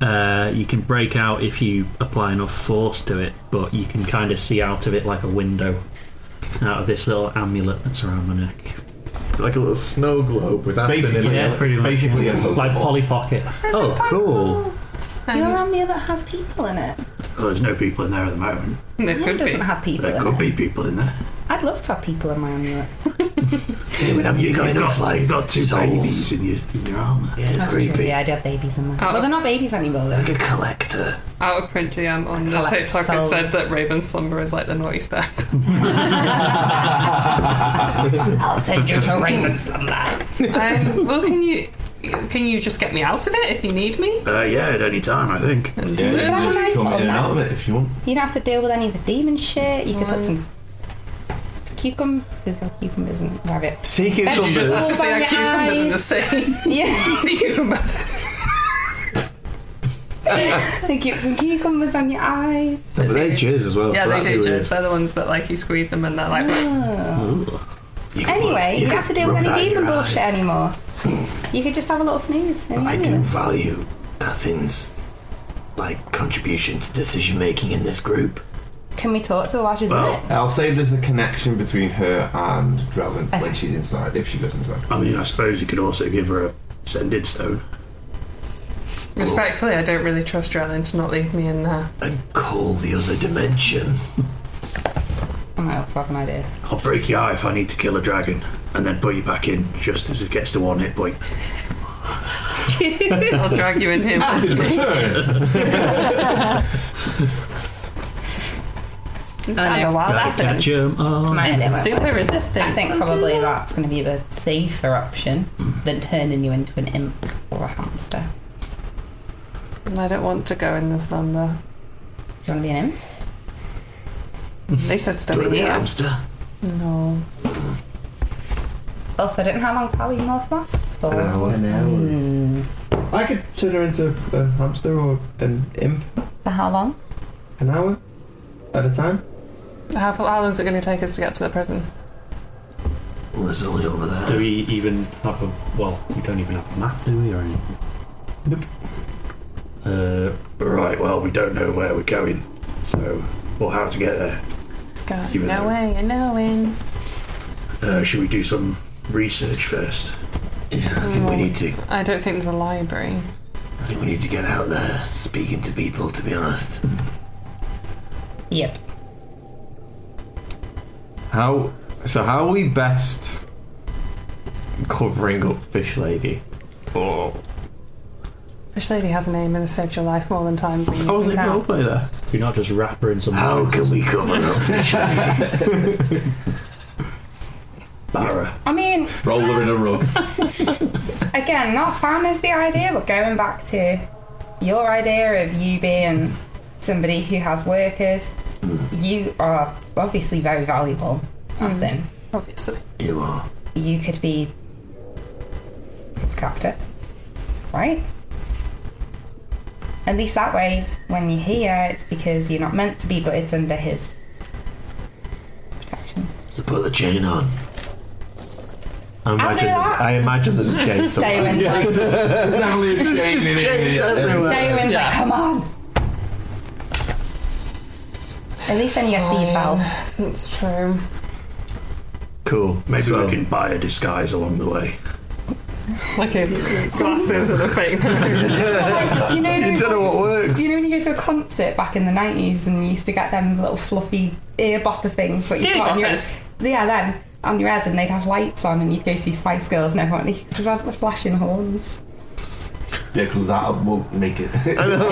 Speaker 5: Uh, you can break out if you apply enough force to it, but you can kind of see out of it like a window out of this little amulet that's around my neck.
Speaker 12: Like a little snow globe with that
Speaker 5: Basically, yeah, pretty much. yeah. like Polly Pocket.
Speaker 12: Oh, cool.
Speaker 3: You're on the that has people in it.
Speaker 5: Well, Oh, there's no people in there at the moment.
Speaker 3: There Yeah, it could be. doesn't have people
Speaker 5: There
Speaker 3: in
Speaker 5: could
Speaker 3: it.
Speaker 5: be people in there.
Speaker 3: I'd love to have people in my amulet.
Speaker 5: You've
Speaker 9: got enough, like,
Speaker 5: you've got two
Speaker 9: souls.
Speaker 5: babies in your, in your armor.
Speaker 9: Yeah, it's
Speaker 3: That's
Speaker 9: creepy.
Speaker 3: true. Yeah, I do have babies in my.
Speaker 2: Oh.
Speaker 3: Well, they're not babies anymore. Though.
Speaker 9: Like a collector.
Speaker 2: Out of print GM on the
Speaker 3: Collect
Speaker 2: TikTok
Speaker 3: souls.
Speaker 2: has said that Raven Slumber is like the naughty spec.
Speaker 3: I'll send you to Raven's slumber.
Speaker 2: um, well, can you can you just get me out of it if you need me?
Speaker 5: Uh, yeah, at any time, I think.
Speaker 3: Yeah, you can just come in and out of
Speaker 6: it if you want.
Speaker 3: You don't have to deal with any of the demon shit. You could
Speaker 2: No.
Speaker 3: put some cucumbers, or cucumbers and rabbit.
Speaker 12: Sea
Speaker 2: She just has to
Speaker 3: Vegetables
Speaker 2: say
Speaker 3: on
Speaker 2: our
Speaker 3: your
Speaker 2: cucumbers in the
Speaker 3: eyes.
Speaker 2: sea.
Speaker 3: Yeah,
Speaker 2: sea cucumbers.
Speaker 3: they keep some cucumbers on your eyes.
Speaker 12: But they jizz as well.
Speaker 2: yeah,
Speaker 12: so
Speaker 2: they
Speaker 12: that'd
Speaker 2: do
Speaker 12: be
Speaker 2: jizz. They're the ones that like you squeeze them and they're like.
Speaker 3: Anyway, you,
Speaker 9: you
Speaker 3: don't
Speaker 9: could
Speaker 3: have to deal with
Speaker 9: rub
Speaker 3: any
Speaker 9: that in
Speaker 3: demon
Speaker 9: your
Speaker 3: bullshit
Speaker 9: eyes.
Speaker 3: anymore. You could just have a little snooze. in the
Speaker 9: I do
Speaker 3: amulet.
Speaker 9: value Athens' like contribution to decision making in this group.
Speaker 3: Can we talk to Elijah's well,
Speaker 6: I'll say there's a connection between her and Drellin when she's inside, if she goes inside.
Speaker 5: I mean, I suppose you could also give her a sending stone.
Speaker 2: Respectfully, I don't really trust Drellin to not leave me in there.
Speaker 9: Call the other dimension.
Speaker 3: I might also have an idea.
Speaker 5: I'll break your eye if I need to kill a dragon, and then put you back in just as it gets to one hit point.
Speaker 2: I'll drag you in here. with me.
Speaker 3: I know what
Speaker 5: Gotta
Speaker 3: that's an-
Speaker 5: catch 'em all.
Speaker 3: My idea won't
Speaker 2: super
Speaker 3: work.
Speaker 2: resistant.
Speaker 3: I think probably that's going to be the safer option than turning you into an imp or a hamster.
Speaker 2: And I don't want to go in the slumber.
Speaker 3: Do you want to be an imp?
Speaker 2: They said
Speaker 9: Do you
Speaker 2: stuff
Speaker 9: want to be
Speaker 2: here.
Speaker 9: a hamster?
Speaker 2: No.
Speaker 3: Also, I didn't have long polymorph lasts for.
Speaker 6: An hour. An hour.
Speaker 3: Hmm.
Speaker 6: I could turn her into a hamster or an imp.
Speaker 3: For how long?
Speaker 6: An hour at a time.
Speaker 2: How, how long is it going to take us to get to the prison?
Speaker 9: Well, there's only over there.
Speaker 5: Do we even have a. Well, we don't even have a map, do we, or anything?
Speaker 6: Nope.
Speaker 5: Uh, right, well, we don't know where we're going, so. Or how to get there.
Speaker 2: God,
Speaker 5: Even
Speaker 2: no
Speaker 5: though-
Speaker 2: way, I know in.
Speaker 5: Uh, should we do some research first?
Speaker 9: Yeah, I think we need to.
Speaker 2: I don't think there's a library.
Speaker 9: I think we need to get out there, speaking to people. To be honest,
Speaker 3: Yep.
Speaker 12: How? So how are we best covering up Fish Lady? Oh,
Speaker 2: Fish Lady has a name and has saved your life more than times than you
Speaker 12: I wasn't
Speaker 2: can
Speaker 12: even
Speaker 2: count.
Speaker 12: roleplay there.
Speaker 5: You're not just wrap her in some.
Speaker 9: how can we cover up Fish Lady?
Speaker 5: Barra.
Speaker 3: I mean,
Speaker 6: Roll her in a rug.
Speaker 3: again, not a fan of the idea, but going back to your idea of you being somebody who has workers, you are obviously very valuable, Nothing.
Speaker 2: Obviously.
Speaker 9: you are.
Speaker 3: You could be its captor, right? At least that way, when you're here, it's because you're not meant to be, but it's under his protection.
Speaker 9: So put the chain on.
Speaker 12: I imagine, there's,
Speaker 3: that.
Speaker 12: I imagine there's a chain somewhere.
Speaker 3: Daywin's like- There's
Speaker 6: definitely a chain
Speaker 12: Just
Speaker 6: in it,
Speaker 12: chains
Speaker 6: yeah.
Speaker 12: everywhere.
Speaker 3: Daywin's
Speaker 12: Yeah.
Speaker 3: like, come on. At least then you get to be yourself.
Speaker 2: That's true.
Speaker 9: Cool. Maybe
Speaker 12: So-
Speaker 9: we can buy a disguise along the way.
Speaker 2: Like a glasses and a fake.
Speaker 3: Like, you know, those-
Speaker 12: works.
Speaker 3: You know when you go to a concert back in the nineties and you used to get them little fluffy ear bopper things what you
Speaker 2: Ear
Speaker 3: put on your
Speaker 2: boppers?
Speaker 3: Yeah, them on your head and they'd have lights on and you'd go see Spice Girls and everyone would have flashing horns.
Speaker 6: Yeah, because that won't make it. I
Speaker 12: know,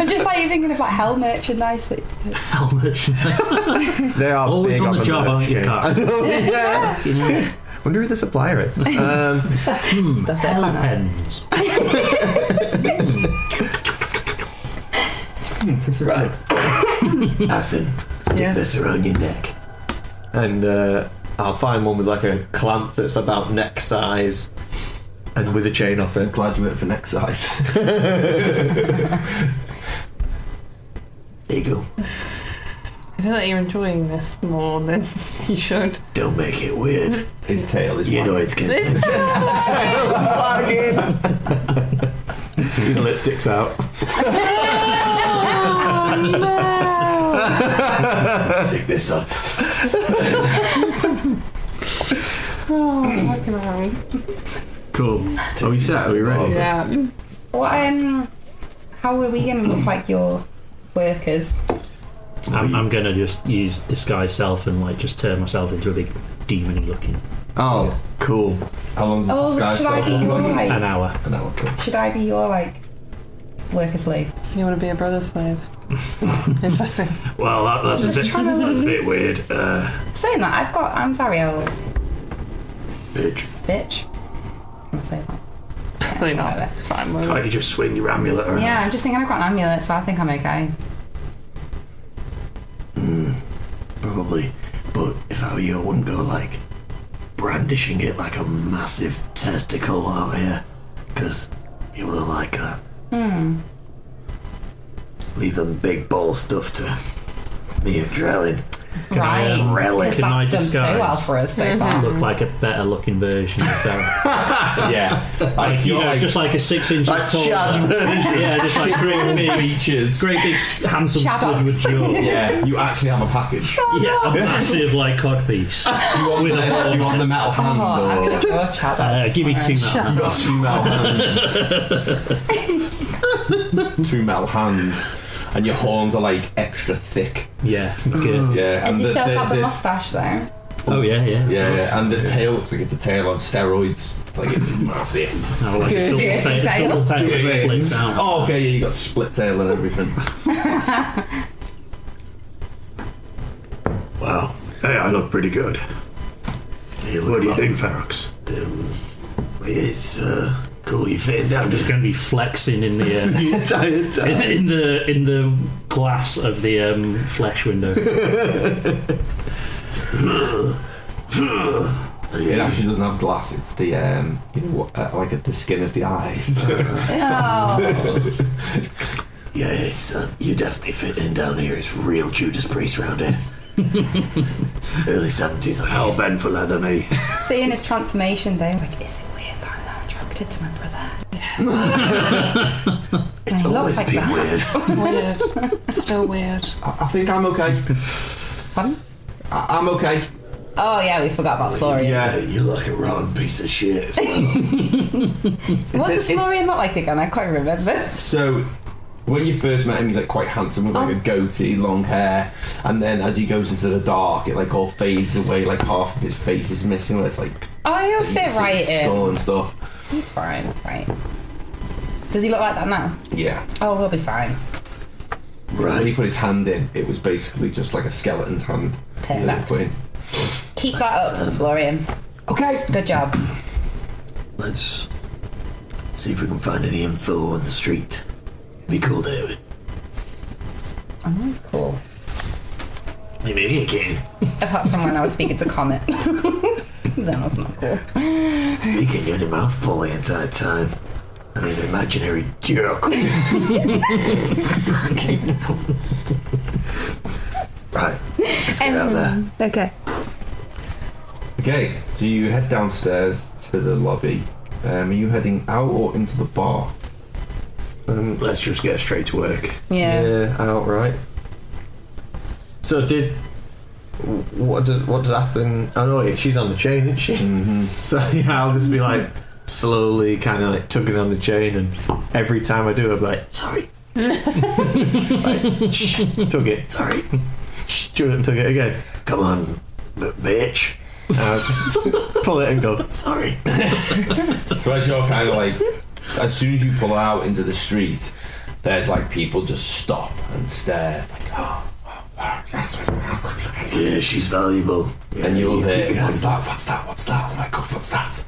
Speaker 3: I'm just like thinking of like hell merchandise that
Speaker 5: Hell merchandise.
Speaker 12: they are
Speaker 5: Always
Speaker 12: big
Speaker 5: on the job,
Speaker 12: merch
Speaker 5: aren't you,
Speaker 12: game.
Speaker 5: Carl?
Speaker 12: I know,
Speaker 5: Yeah. You know.
Speaker 12: yeah. Wonder who the supplier is. Um,
Speaker 3: stuff that
Speaker 5: Hell pens.
Speaker 12: right. Athen,
Speaker 9: stick Yes. this around
Speaker 12: your neck. And uh, I'll find one with like a clamp that's about neck size and with a chain off it.
Speaker 6: Glad you went for neck size.
Speaker 9: There you go.
Speaker 2: I feel like you're enjoying this more than you should.
Speaker 9: Don't make it weird.
Speaker 6: His tail is
Speaker 9: You know it's gonna
Speaker 2: This
Speaker 12: His lip sticks out.
Speaker 9: stick this up.
Speaker 2: Oh, fucking hell.
Speaker 12: Cool. Are we set? Are we ready?
Speaker 2: Yeah.
Speaker 3: What um how are we gonna look like your workers?
Speaker 5: I'm, I'm gonna just use disguise self and like just turn myself into a big demony looking.
Speaker 12: Oh, cool.
Speaker 6: How long does
Speaker 3: Oh,
Speaker 6: disguise
Speaker 3: should I
Speaker 6: self
Speaker 3: be
Speaker 6: look
Speaker 3: your like
Speaker 5: An hour.
Speaker 6: An hour. cool.
Speaker 3: should I be your like worker slave?
Speaker 2: You want to be a brother slave? Interesting.
Speaker 9: Well, that, that's a
Speaker 3: Just
Speaker 9: bit.
Speaker 3: trying to
Speaker 9: That's a
Speaker 3: look-
Speaker 9: bit weird. Uh,
Speaker 3: Saying that, I've got I'm sorry, I was
Speaker 9: bitch,
Speaker 3: bitch. Can't say that.
Speaker 2: Probably not. Fine.
Speaker 9: can't you just swing your amulet around?
Speaker 3: Yeah, I'm just thinking I've got an amulet, so I think I'm okay.
Speaker 9: Probably, but if I were you, I wouldn't go like brandishing it like a massive testicle out here, because people don't like that.
Speaker 3: Hmm.
Speaker 9: Leave them big ball stuff to me and Drellin.
Speaker 5: Can I, um,
Speaker 9: Drellin.
Speaker 5: can I disguise? Mm-hmm. Look like a better looking version of that.
Speaker 6: yeah,
Speaker 5: like you know, just like a six inches
Speaker 6: Like
Speaker 5: tall.
Speaker 6: Chad version.
Speaker 5: yeah, just like great big
Speaker 6: features,
Speaker 5: great big s- handsome
Speaker 6: Chad
Speaker 5: stud with jaw.
Speaker 6: Yeah, you actually have a package.
Speaker 5: Yeah, a massive like Uh, codpiece.
Speaker 6: Do you want,
Speaker 5: With
Speaker 6: the,
Speaker 5: a
Speaker 6: do you want the metal
Speaker 3: Oh,
Speaker 6: hand or?
Speaker 5: Uh, give me two
Speaker 6: You got
Speaker 5: now.
Speaker 6: two metal hands. two metal hands, and your horns are like extra thick.
Speaker 5: Yeah, Mm.
Speaker 6: good. Yeah,
Speaker 3: Does
Speaker 6: and
Speaker 3: he
Speaker 6: the-
Speaker 3: still
Speaker 6: the-
Speaker 3: have the
Speaker 6: the-
Speaker 3: mustache though?
Speaker 5: Oh yeah, yeah.
Speaker 6: Yeah, yeah, and the tail looks like it's a tail on steroids. It's like it's massive.
Speaker 5: Oh, like a double
Speaker 3: Yeah,
Speaker 5: tail,
Speaker 3: tail.
Speaker 5: double tail
Speaker 6: Two
Speaker 5: split
Speaker 6: wings.
Speaker 5: down.
Speaker 6: Oh, okay, yeah, you got split tail and everything.
Speaker 9: Wow. Hey, I look pretty good. what do you think, Ferox? it's uh, cool. You fit in down.
Speaker 5: Um, I'm just going to be flexing in the uh,
Speaker 12: The entire time.
Speaker 5: in, in the in the glass of the um, flesh window.
Speaker 6: It actually doesn't have glass. It's the um, you know, what, uh, like at the skin of the eyes.
Speaker 9: Yeah, it's, uh, you definitely fit in down here. It's real Judas Priest round here. It's early 70s. Like, I'll bend for leather, me.
Speaker 3: Seeing his transformation though, like, is it weird that I'm now attracted to my brother?
Speaker 9: It's
Speaker 3: He
Speaker 9: always
Speaker 3: looks like
Speaker 9: been
Speaker 3: that.
Speaker 9: weird.
Speaker 2: It's weird. Still weird.
Speaker 6: I, I think I'm okay.
Speaker 3: Pardon?
Speaker 6: I, I'm okay.
Speaker 3: Oh yeah, we forgot about Florian.
Speaker 9: Yeah, you look a rotten piece of shit. as well.
Speaker 3: What
Speaker 6: It's-
Speaker 3: does
Speaker 6: it's-
Speaker 3: Florian look like again? I can't remember.
Speaker 6: So, when you first met him, he's like quite handsome with like a goatee, long hair, and then as he goes into the dark, it like all fades away. Like half of his face is missing. Where it's like
Speaker 3: Oh, he'll
Speaker 6: you can
Speaker 3: fit
Speaker 6: see
Speaker 3: right
Speaker 6: his skull
Speaker 3: in.
Speaker 6: and stuff.
Speaker 3: He's fine, right? Does he look like that now?
Speaker 6: Yeah.
Speaker 3: Oh, we'll be fine.
Speaker 6: When he put his hand in, it was basically just like a skeleton's hand. that he
Speaker 3: Perfect.
Speaker 6: put in.
Speaker 3: Keep that up, Florian.
Speaker 6: Okay.
Speaker 3: Good job.
Speaker 9: Let's see if we can find any info on the street. Be cool, David.
Speaker 3: I'm always cool.
Speaker 9: Maybe again.
Speaker 3: Apart from when I was speaking to Comet. that was not cool.
Speaker 9: Speaking, you had your mouth full the entire time. And he's an imaginary jerk. right, let's get out there.
Speaker 3: Okay.
Speaker 6: Okay, so you head downstairs to the lobby. Um, are you heading out or into the bar?
Speaker 12: Um,
Speaker 9: Let's just get straight to work.
Speaker 3: Yeah.
Speaker 12: Yeah, out, right. So did wh- what does what does Athen? Oh no, yeah, she's on the chain, isn't she? Mm-hmm. So yeah, I'll just be like slowly, kind of like tugging on the chain, and every time I do, I'm like, sorry, like, shh, tug it, sorry, shh, do it, and tug it again.
Speaker 9: Come on, b- bitch.
Speaker 12: I'll pull it and go.
Speaker 9: Sorry.
Speaker 6: So as you're kind of like, as soon as you pull out into the street, there's like people just stop and stare. Like, oh, oh, that's what that's what-"
Speaker 9: Yeah, she's valuable.
Speaker 6: And you'll
Speaker 9: Yeah,
Speaker 6: hear,
Speaker 9: keep your
Speaker 6: what's
Speaker 9: hands,
Speaker 6: that? What's that? What's that? Oh my god, what's that?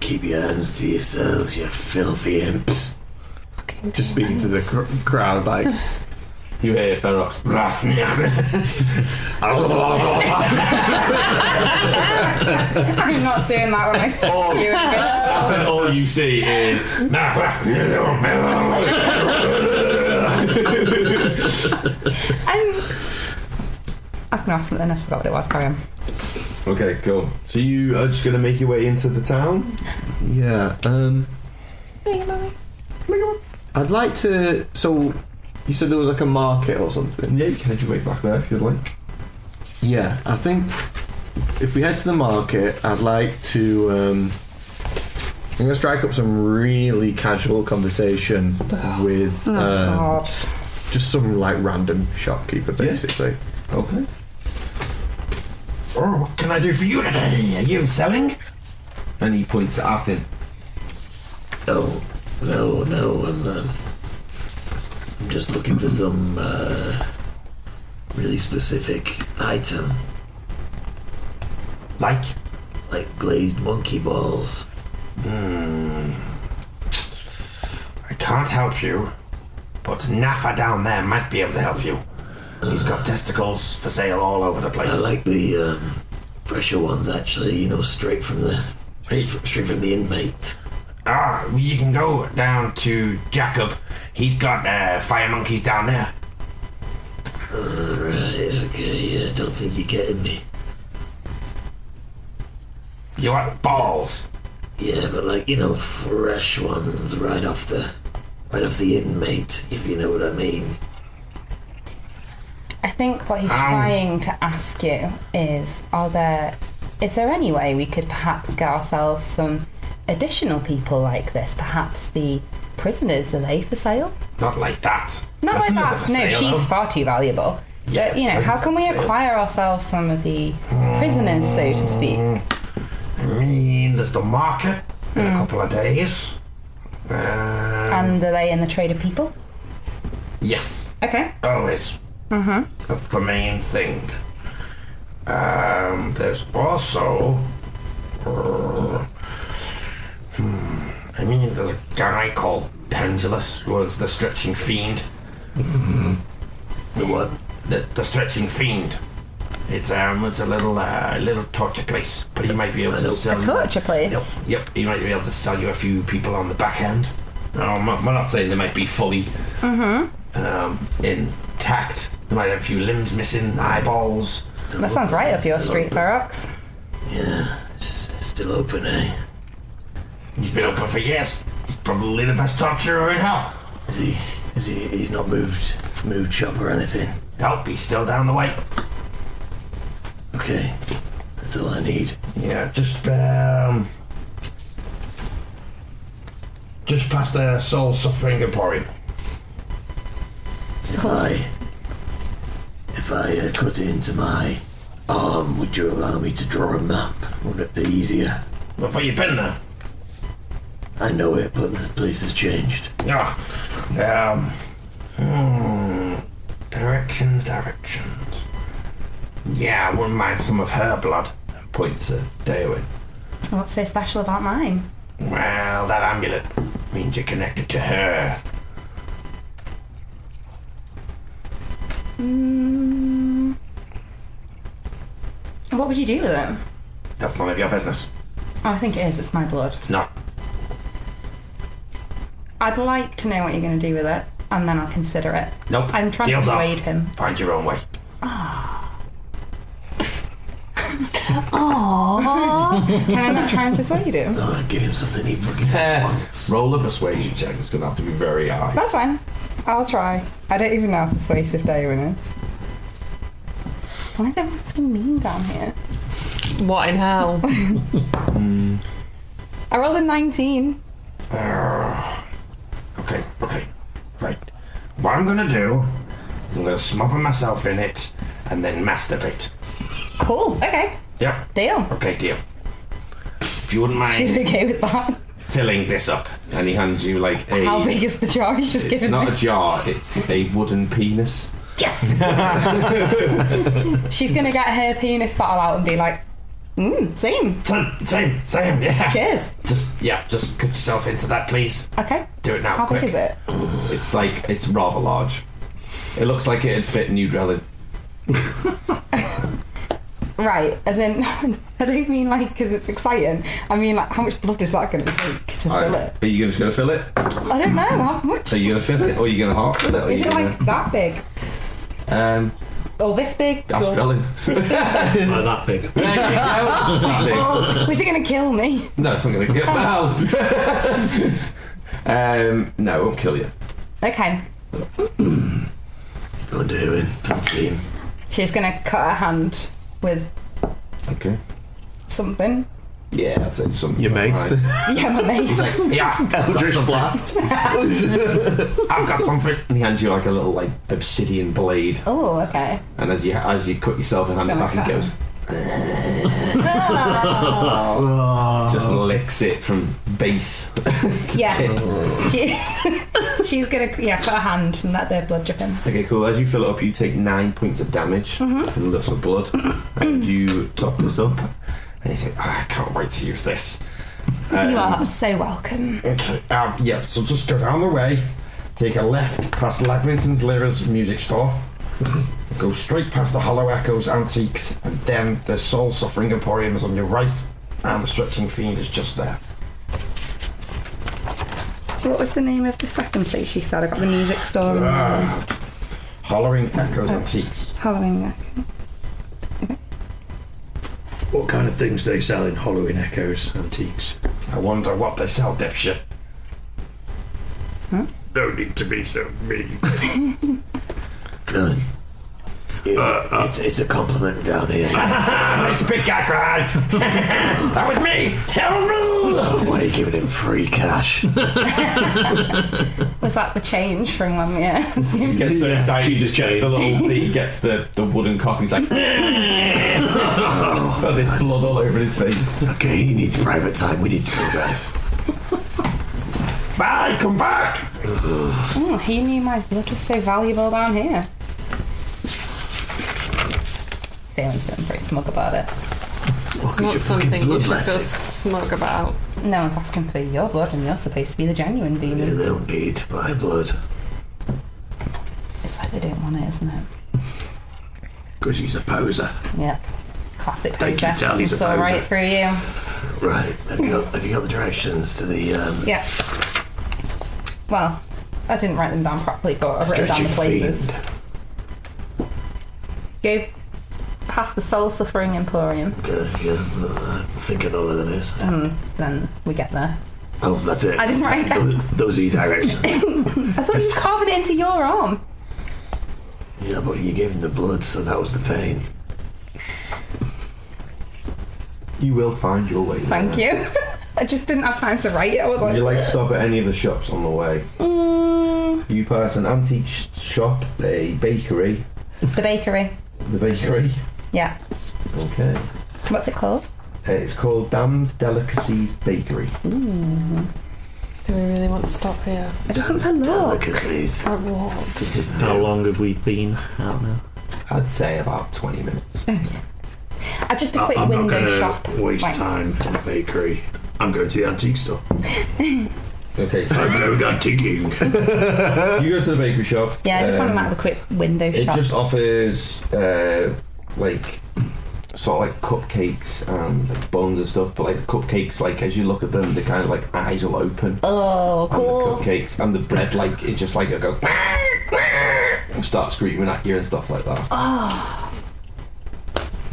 Speaker 9: keep your hands to yourselves, you filthy imps.
Speaker 12: Just speaking to the cr- crowd, like
Speaker 6: You hear Ferox.
Speaker 3: I'm not doing that when I speak to you.
Speaker 6: and all you see is.
Speaker 3: Um, I was going to ask something, I forgot what it was. Carry on.
Speaker 6: okay, cool. So you are just gonna make your way into the town.
Speaker 12: yeah. Um, I'd like to. So you said there was like a market or something.
Speaker 6: Yeah, you can head your way back there if you'd like.
Speaker 12: Yeah, I think if we head to the market, I'd like to. Um, I'm going to strike up some really casual conversation with
Speaker 3: Oh,
Speaker 12: um,
Speaker 3: God.
Speaker 12: just some like random shopkeeper, basically.
Speaker 6: Okay. Oh, what can I do for you today? Are you selling? And he points at Athen.
Speaker 9: No, no, no. I'm, um, I'm just looking for some uh, really specific item,
Speaker 6: Like?
Speaker 9: like glazed monkey balls.
Speaker 6: Hmm. I can't help you, but Nafa down there might be able to help you. He's got testicles for sale all over the place.
Speaker 9: I like the um, fresher ones, actually. You know, straight from the straight from, straight from the inmate.
Speaker 6: Ah, well, you can go down to Jacob. He's got uh, fire monkeys down there.
Speaker 9: Alright, okay, yeah, don't think you're getting me.
Speaker 6: You want balls?
Speaker 9: Yeah, but like, you know, fresh ones right off the right off the inmate, if you know what I mean.
Speaker 3: I think what he's trying to ask you is: Are there, is there any way we could perhaps get ourselves some additional people like this? Perhaps the prisoners are they for sale?
Speaker 6: Not like that.
Speaker 3: Not like
Speaker 6: Prisoners
Speaker 3: that.
Speaker 6: are for
Speaker 3: No,
Speaker 6: sale,
Speaker 3: she's
Speaker 6: though.
Speaker 3: far too valuable.
Speaker 6: Yeah,
Speaker 3: but you know, how
Speaker 6: prisoners
Speaker 3: can we
Speaker 6: are for sale.
Speaker 3: acquire ourselves some of the prisoners, so to speak?
Speaker 6: I mean, there's the market in
Speaker 3: Hmm.
Speaker 6: a couple of days. Uh,
Speaker 3: And are they in the trade of people?
Speaker 6: yes,
Speaker 3: Okay.
Speaker 6: always.
Speaker 3: Mm-hmm.
Speaker 6: That's the main thing. Um, there's also. Uh, hmm, I mean, there's a guy called Pendulous who owns the Stretching Fiend.
Speaker 3: Mm-hmm.
Speaker 9: The what?
Speaker 6: The, the Stretching Fiend. It's um, it's a little uh, little torture place, but he might be able to
Speaker 3: A
Speaker 6: sell.
Speaker 3: torture place.
Speaker 6: Yep, he might be able to sell you a few people on the back end. No, I'm not, I'm not saying they might be fully
Speaker 3: Mm-hmm.
Speaker 6: um, intact. They might have a few limbs missing, eyeballs.
Speaker 3: That sounds right up your street, Ferox.
Speaker 9: eh? Yeah, it's still open, eh?
Speaker 6: He's been open for years. He's probably the best torturer in hell.
Speaker 9: Is he is he he's not moved moved shop or anything?
Speaker 6: Nope, he's still down the way.
Speaker 9: Okay. That's all I need.
Speaker 6: Yeah, just um, just past the soul suffering emporium.
Speaker 9: If I if I uh, cut it into my arm, would you allow me to draw a map? Would it be easier?
Speaker 6: What have you been there?
Speaker 9: I know it, but the place has changed.
Speaker 6: Yeah. Um. Hmm. Directions, directions. Yeah, I wouldn't mind some of her blood. Points at Daewin.
Speaker 3: What's so special about mine?
Speaker 6: Well, that amulet means you're connected to her.
Speaker 3: Mm. What would you do with it?
Speaker 6: That's none of your business.
Speaker 3: Oh, I think it is. It's my blood.
Speaker 6: It's not.
Speaker 3: I'd like to know what you're going to do with it, and then I'll consider it.
Speaker 6: Nope.
Speaker 3: I'm trying
Speaker 6: Deal's
Speaker 3: to
Speaker 6: off.
Speaker 3: persuade him.
Speaker 6: Find your own way.
Speaker 13: Aww. Can I not try and persuade him?
Speaker 6: Oh, give him something he fucking wants. Roll a persuasion check. It's going to have to be very high.
Speaker 3: That's fine. I'll try. I don't even know how persuasive Darwin is. Why is everyone so mean down here?
Speaker 2: What in hell?
Speaker 3: I rolled a 19.
Speaker 6: Arrgh. okay, okay, right. What I'm gonna do, I'm gonna smother myself in it and then masturbate.
Speaker 3: Cool. Okay.
Speaker 6: Yep.
Speaker 3: Deal.
Speaker 6: Okay, deal. If you wouldn't mind
Speaker 3: She's okay with that.
Speaker 6: filling this up, and he hands you like a.
Speaker 3: How big is the jar he's just
Speaker 6: It's
Speaker 3: given
Speaker 6: not
Speaker 3: me?
Speaker 6: a jar. It's a wooden penis.
Speaker 3: She's gonna get her penis bottle out and be like, mmm, same.
Speaker 6: Same, same, same. Yeah.
Speaker 3: Cheers.
Speaker 6: Just yeah, just cut yourself into that, please.
Speaker 3: Okay.
Speaker 6: Do it now.
Speaker 3: How
Speaker 6: quick.
Speaker 3: big is it?
Speaker 6: It's like it's rather large. It looks like it'd fit New Drellin.
Speaker 3: Right, as in, I don't mean like because it's exciting. I mean, like, how much blood is that gonna take to fill it?
Speaker 6: Are you just gonna fill it?
Speaker 3: I don't know, how much?
Speaker 6: Are you gonna fill it, or are you gonna half fill it? Or
Speaker 3: Is
Speaker 6: you
Speaker 3: it
Speaker 6: gonna,
Speaker 3: like that big?
Speaker 6: um,
Speaker 3: Or this big?
Speaker 6: that's
Speaker 3: Or-
Speaker 6: Drellin.
Speaker 5: that big.
Speaker 6: It's that big.
Speaker 3: Oh, is it gonna kill me?
Speaker 6: No, it's not gonna get um, no, it won't kill you.
Speaker 3: Okay.
Speaker 9: Go do it for the team.
Speaker 3: She's gonna cut her hand with
Speaker 6: Okay.
Speaker 3: something.
Speaker 6: Yeah, that's it. Some
Speaker 12: Your mace.
Speaker 3: Yeah, my mace.
Speaker 6: yeah,
Speaker 12: Eldritch
Speaker 6: something.
Speaker 12: blast.
Speaker 6: I've got something. And he hands you like a little like obsidian blade,
Speaker 3: oh, okay.
Speaker 6: and as you as you cut yourself and hand it
Speaker 3: Someone
Speaker 6: back, he
Speaker 3: cut
Speaker 6: goes. Just licks it from base.
Speaker 3: Yeah.
Speaker 6: okay,
Speaker 3: She, she's gonna yeah cut her hand and let the blood drip in.
Speaker 6: cool. As you fill it up, you take nine points of damage
Speaker 3: Mm-hmm.
Speaker 6: and lots of blood, and you top this up. And he's like, "Ah, I can't wait to use this.
Speaker 3: you
Speaker 6: Um,
Speaker 3: are so welcome.
Speaker 6: Okay, um, yeah, so just go down the way, take a left past Lagminton's Lira's music store, go straight past the Hollow Echoes Antiques, and then the Soul Suffering Emporium is on your right, and the Stretching Fiend is just there.
Speaker 3: What was the name of the second place she said? I got the music store.
Speaker 6: Ah, Hollowing Echoes Antiques.
Speaker 3: Halloween.
Speaker 9: What kind of things do they sell in Hollowing Echoes Antiques?
Speaker 6: I wonder what they sell, dipshit.
Speaker 15: No need to be so mean.
Speaker 9: Good. it's, it's a compliment down here.
Speaker 6: Make the big guy cry! that was me! That was
Speaker 9: Why are you giving him free cash?
Speaker 3: Was that the change from when we? Yeah.
Speaker 6: me! He gets so excited, he just gets the little, he gets the, the wooden cock, and he's like, got this blood all over his face.
Speaker 9: okay, he needs private time. We need to go, guys.
Speaker 6: Bye, come back!
Speaker 3: Oh, he knew my blood was so valuable down here. Theon's been very smug about it.
Speaker 14: It's not something you should feel smug about.
Speaker 3: No one's asking for your blood, and you're supposed to be the genuine
Speaker 9: They
Speaker 3: demon.
Speaker 9: don't need my blood.
Speaker 3: It's like they don't want it, isn't it?
Speaker 9: Because he's a poser.
Speaker 3: Yeah. Classic
Speaker 9: They
Speaker 3: poser.
Speaker 9: can tell he's a
Speaker 3: Saw
Speaker 9: poser.
Speaker 3: right through you.
Speaker 9: Right. Have you got, have you got the directions to the um,
Speaker 3: Yeah. Well, I didn't write them down properly, but I've written down the
Speaker 9: stretching
Speaker 3: places.
Speaker 9: fiend?
Speaker 3: Go past the Soul Suffering Emporium,
Speaker 9: Okay, yeah. uh, I think I know where that is.
Speaker 3: and then we get there.
Speaker 9: Oh, that's it.
Speaker 3: Mm. I didn't write it down.
Speaker 9: Those, those are your directions.
Speaker 3: I thought you carved it into your arm.
Speaker 9: yeah, but you gave him the blood, so that was the pain.
Speaker 6: You will find your way.
Speaker 3: Thank you. I just didn't have time to write it. I was
Speaker 6: Would
Speaker 3: like,
Speaker 6: you like to stop at any of the shops on the way?
Speaker 3: mm,
Speaker 6: You pass an antique sh- shop, a bakery,
Speaker 3: the bakery.
Speaker 6: the bakery.
Speaker 3: Yeah.
Speaker 6: Okay.
Speaker 3: What's it called?
Speaker 6: Uh, it's called Damned Delicacies Bakery.
Speaker 14: Do we really want to stop here?
Speaker 3: I just want to look.
Speaker 9: Delicacies.
Speaker 14: At what?
Speaker 9: This is
Speaker 5: How long have we been out now?
Speaker 6: I'd say about 20 minutes.
Speaker 3: I just a
Speaker 9: I-
Speaker 3: quick
Speaker 9: I'm not
Speaker 3: window
Speaker 9: gonna
Speaker 3: shop.
Speaker 9: waste
Speaker 3: Right.
Speaker 9: time in the bakery. I'm going to the antique store.
Speaker 6: Okay, so
Speaker 9: I'm going antiquing.
Speaker 6: you go to the bakery shop.
Speaker 3: Yeah, I just want
Speaker 6: um,
Speaker 3: to have a quick window
Speaker 6: It
Speaker 3: shop.
Speaker 6: just offers uh, like sort of like cupcakes and like buns and stuff, but like the cupcakes, like as you look at them, the kind of like eyes will open.
Speaker 3: Oh,
Speaker 6: and
Speaker 3: cool.
Speaker 6: the cupcakes and the bread like it just like it go and start screaming at you and stuff like that
Speaker 3: Oh.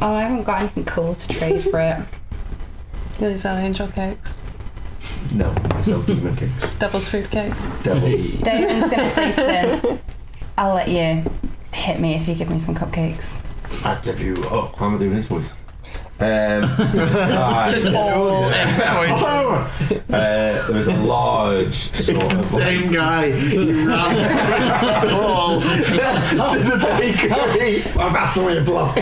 Speaker 3: Oh, I haven't got anything cool to trade for it.
Speaker 2: Lily sell angel cakes.
Speaker 6: No, it's no demon cakes.
Speaker 2: Devil's food cake.
Speaker 6: Devils.
Speaker 3: David's going to say to them, I'll let you hit me if you give me some cupcakes.
Speaker 6: I give you. Oh, how am I doing this voice? Um, I-
Speaker 2: Just all
Speaker 6: Uh, there was a large sort of
Speaker 12: Same guy. He ran from the stall to the bakery.
Speaker 6: I've had some weird blood.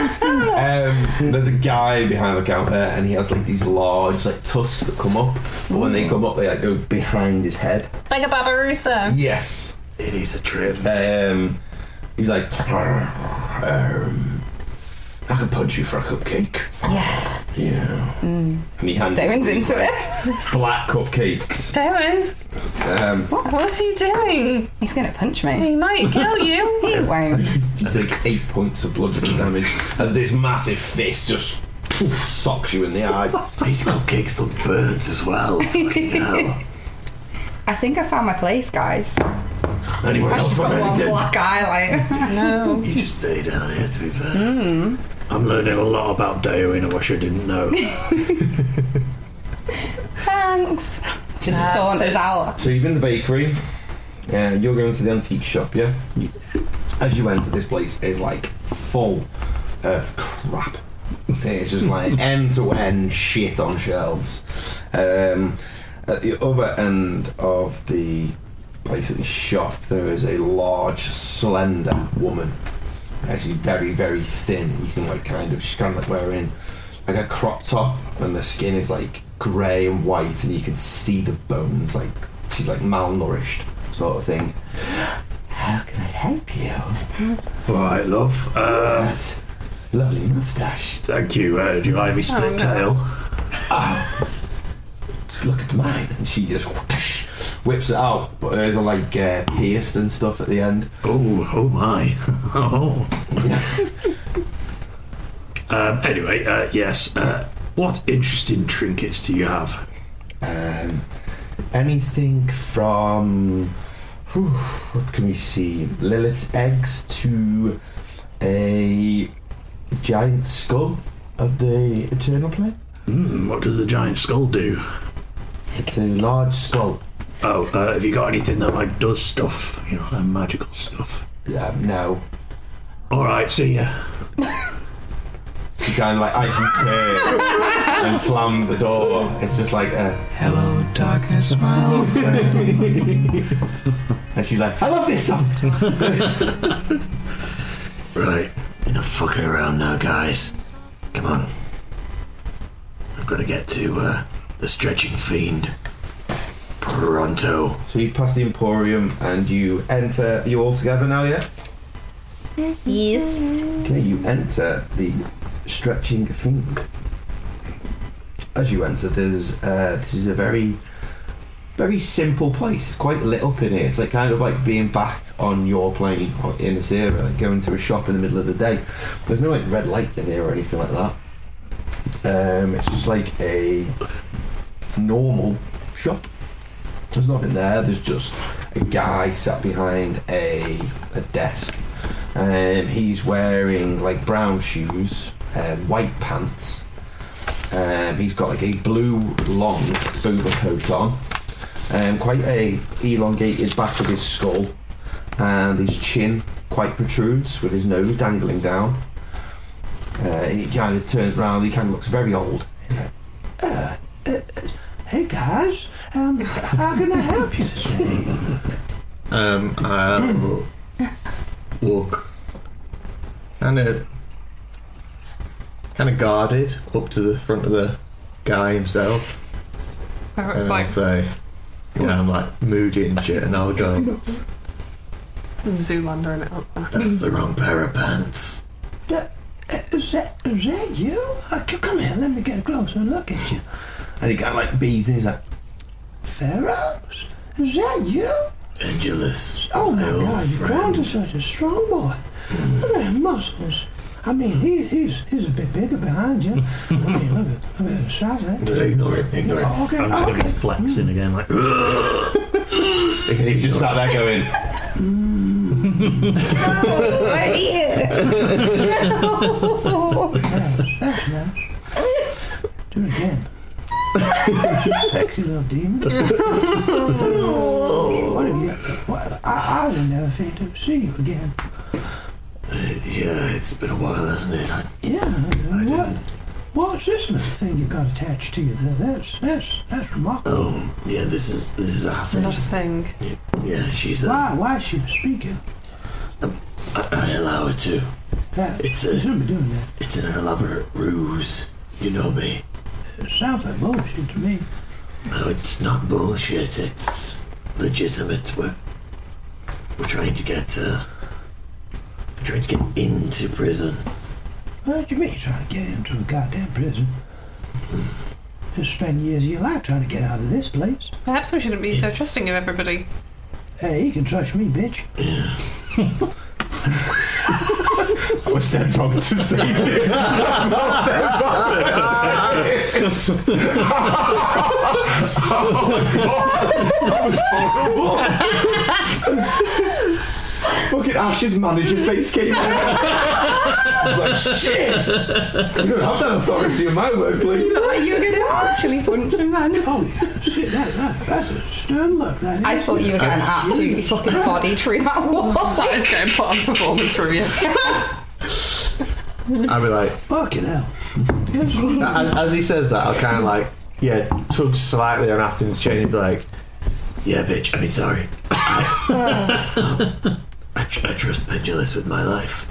Speaker 6: um, there's a guy behind the counter, and he has like these large like tusks that come up, but when they come up, they like go behind his head.
Speaker 4: Like a Barbarossa.
Speaker 6: Yes, it is a trip. Um, he's like, um, I can punch you for a cupcake.
Speaker 3: Yeah.
Speaker 6: Yeah,
Speaker 3: Mm.
Speaker 6: and he hands
Speaker 3: Damon's
Speaker 6: me
Speaker 3: into it.
Speaker 6: black cupcakes.
Speaker 2: Damon,
Speaker 6: Um,
Speaker 2: what, what are you doing?
Speaker 3: He's going to punch
Speaker 2: He
Speaker 3: me.
Speaker 2: might kill you.
Speaker 3: He won't.
Speaker 6: You take eight points of bludgeoning damage as this massive fist just poof, socks you in the eye.
Speaker 9: These cupcakes look burnt as well. Fucking hell.
Speaker 3: I think I found my place, guys.
Speaker 9: Anyone
Speaker 3: I
Speaker 9: else
Speaker 3: just got
Speaker 9: want
Speaker 3: one
Speaker 9: anything?
Speaker 3: black eye, like. no.
Speaker 9: You just stay down here, to be fair.
Speaker 3: Mm.
Speaker 9: I'm learning a lot about Daewin. I wish I didn't know.
Speaker 3: Thanks. Just
Speaker 2: That's
Speaker 3: sawn us
Speaker 2: it.
Speaker 3: out.
Speaker 6: So you've been in the bakery, and you're going to the antique shop, yeah? As you enter, this place is like full of crap. It's just like end to end shit on shelves. Um, at the other end of the place at the shop, there is a large, slender woman. Actually, very, very thin. You can like kind of she's kind of like wearing like a crop top, and the skin is like grey and white, and you can see the bones. Like she's like malnourished, sort of thing. How can I help you?
Speaker 9: All right, love.
Speaker 6: Uh,
Speaker 9: Um,
Speaker 6: Yes. Lovely mustache.
Speaker 9: Thank you. Uh, do you like me split
Speaker 2: Oh, no.
Speaker 9: tail?
Speaker 6: Look at mine, and she just whoosh, whips it out. But there's a like uh, pierced and stuff at the end.
Speaker 9: Oh, oh my. Oh. um, anyway, uh, yes. Uh, what interesting trinkets do you have?
Speaker 6: Um, anything from whew, what can we see? Lilith's eggs to a giant skull of the Eternal Plane.
Speaker 9: Hmm, what does the giant skull do?
Speaker 6: It's a large skull.
Speaker 9: Oh, uh, have you got anything that like does stuff? You know, like magical stuff.
Speaker 6: Um, no.
Speaker 9: All right, see ya.
Speaker 6: She kind of like as you turn and slam the door, it's just like a hello darkness, my old friend. and she's like, I love this song.
Speaker 9: Right, enough fucking around now, guys. Come on. I've got to get to uh, the stretching fiend. Pronto.
Speaker 6: So you pass the Emporium and you enter. You all together now, yeah?
Speaker 3: Yes.
Speaker 6: Okay, you enter the stretching fiend. As you enter, there's uh, this is a very, very simple place. It's quite lit up in here. It's like kind of like being back on your plane or in this era, like going to a shop in the middle of the day. There's no like red lights in here or anything like that. Um, it's just like a normal shop. There's nothing there. There's just a guy sat behind a, a desk. Um, he's wearing like brown shoes, uh, white pants. Um, he's got like a blue long boba coat on, um, quite a elongated back of his skull, and his chin quite protrudes with his nose dangling down. Uh, and he kind of turns round. He kind of looks very old. Uh, uh, hey guys, um, how can I help you today?
Speaker 12: Um, I'll walk kind of kind of guarded up to the front of the guy himself,
Speaker 14: Oh,
Speaker 12: and
Speaker 14: it's
Speaker 12: I'll
Speaker 14: like
Speaker 12: say, you know, I'm like moody and shit, and I'll go,
Speaker 2: Zoolander and it up there.
Speaker 9: That's the wrong pair of pants.
Speaker 6: Is that, is that you? Uh, c- come here, let me get a closer look at you. And he kind of like beads and he's like, Pharaohs? Is that you?
Speaker 9: Angelus.
Speaker 6: Oh my
Speaker 9: old
Speaker 6: god, you've grown to such a strong boy. Look at his muscles. I mean, he, he's he's a bit bigger behind you. I mean, look at, look at the size of that. Oh,
Speaker 9: Ignore it, ignore it.
Speaker 6: Okay,
Speaker 5: I'm just gonna
Speaker 6: okay.
Speaker 5: be flexing again, like.
Speaker 6: He's just sat there going,
Speaker 16: I eat it.
Speaker 9: Do it again. Sexy little demon. what have you got? What? I, I will never fail to see you again.
Speaker 17: Yeah, it's been a while, hasn't it? I-
Speaker 9: Yeah. what? What's this little thing you got attached to you there? That's that's that's remarkable.
Speaker 17: Oh, yeah. This is this is our thing.
Speaker 2: Not a thing.
Speaker 17: Yeah, she's. Uh,
Speaker 9: Why why is she speaking?
Speaker 17: I, I allow her to.
Speaker 9: That
Speaker 17: It's
Speaker 9: you
Speaker 17: a-
Speaker 9: shouldn't be doing that.
Speaker 17: It's an elaborate ruse. You know me.
Speaker 9: It sounds like bullshit to me.
Speaker 17: No, it's not bullshit. It's legitimate. We're we're trying to get uh, we're trying to get into prison.
Speaker 9: What do you mean trying to get into a goddamn prison? Just spend years of your life trying to get out of this place.
Speaker 2: Perhaps we shouldn't be so trusting of everybody.
Speaker 9: Hey, you can trust me, bitch.
Speaker 18: I was dead wrong to say this. I'm not dead wrong to say this.
Speaker 9: That was horrible. Fucking Ash's manager face came out. I was like, shit! You don't have that authority in my workplace.
Speaker 3: You're gonna actually punch him then.
Speaker 9: Oh shit, that, that, that's a stern look. That
Speaker 3: I
Speaker 9: is.
Speaker 3: thought you were getting
Speaker 9: Oh,
Speaker 3: absolutely
Speaker 9: jeez.
Speaker 3: fucking body through that wall.
Speaker 2: That is getting put on performance review.
Speaker 18: I'd be like,
Speaker 9: Fucking hell.
Speaker 18: as, as he says that, I'll kind of like, yeah, tug slightly on Athens' chain and be like,
Speaker 17: Yeah, bitch. I mean, sorry. I, tr- I trust Pendulous with my life.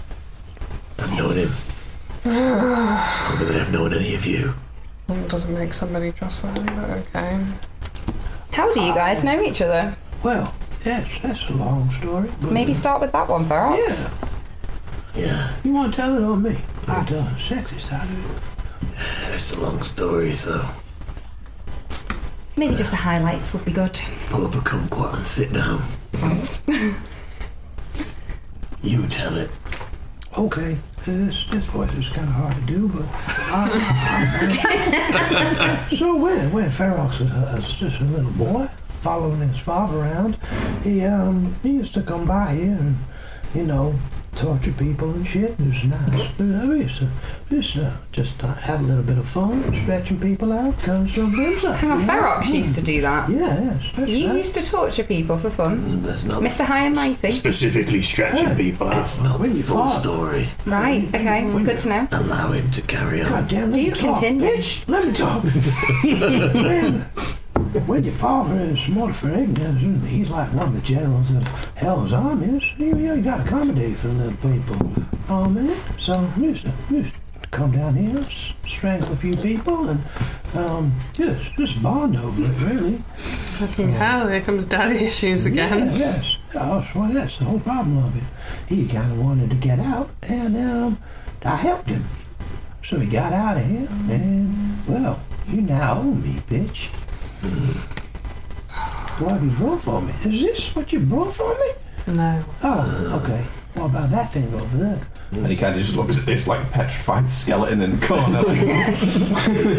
Speaker 17: I've known him longer than I've known any of you.
Speaker 2: That doesn't make somebody trustworthy, but okay.
Speaker 3: How do you guys know each other?
Speaker 9: Well, yes, that's a long story. but-
Speaker 3: Maybe start with that one perhaps.
Speaker 9: Yeah. You want to tell it on me? I tell the sexy side of it.
Speaker 17: It's a long story, so
Speaker 3: Maybe just the highlights would be good.
Speaker 17: pull up a kumquat and sit down. you tell it.
Speaker 9: Okay. This, this voice is kind of hard to do, but I, I- I- so when when Ferox was, uh, was just a little boy, following his father around, he um he used to come by here and you know torture people and shit. It was nice. We used to just uh, just uh, have a little bit of fun, stretching people out, comes from himself.
Speaker 3: Hang on, Ferox used to do that.
Speaker 9: Yeah, Mm, yeah.
Speaker 3: You used to torture people for fun.
Speaker 17: That's not
Speaker 3: Mr. High and Mighty.
Speaker 17: specifically stretching people out. It's not the full story.
Speaker 3: Right, okay, good to know.
Speaker 17: Allow him to carry on.
Speaker 9: God damn, let
Speaker 3: Do
Speaker 9: me
Speaker 3: you
Speaker 9: talk,
Speaker 3: continue?
Speaker 9: bitch. Let me talk. when, when your father is mortified ignorance, and he's like one of the generals of Hell's armies. You, you got to accommodate for the little people. Oh man, so we used to, we used to come down here, s- strangle a few people, and um, just just bond over it, really.
Speaker 2: Fucking hell, here comes daddy issues
Speaker 9: Yeah,
Speaker 2: again.
Speaker 9: yes. Oh, well, that's the whole problem of it. He kind of wanted to get out, and um, I helped him. So he got out of here, and, well, you now owe me, bitch. What have you brought for me? Is this what you brought for me?
Speaker 2: No.
Speaker 9: Oh, okay. What about that thing over there?
Speaker 6: And he kind of just looks at this like petrified skeleton in the corner.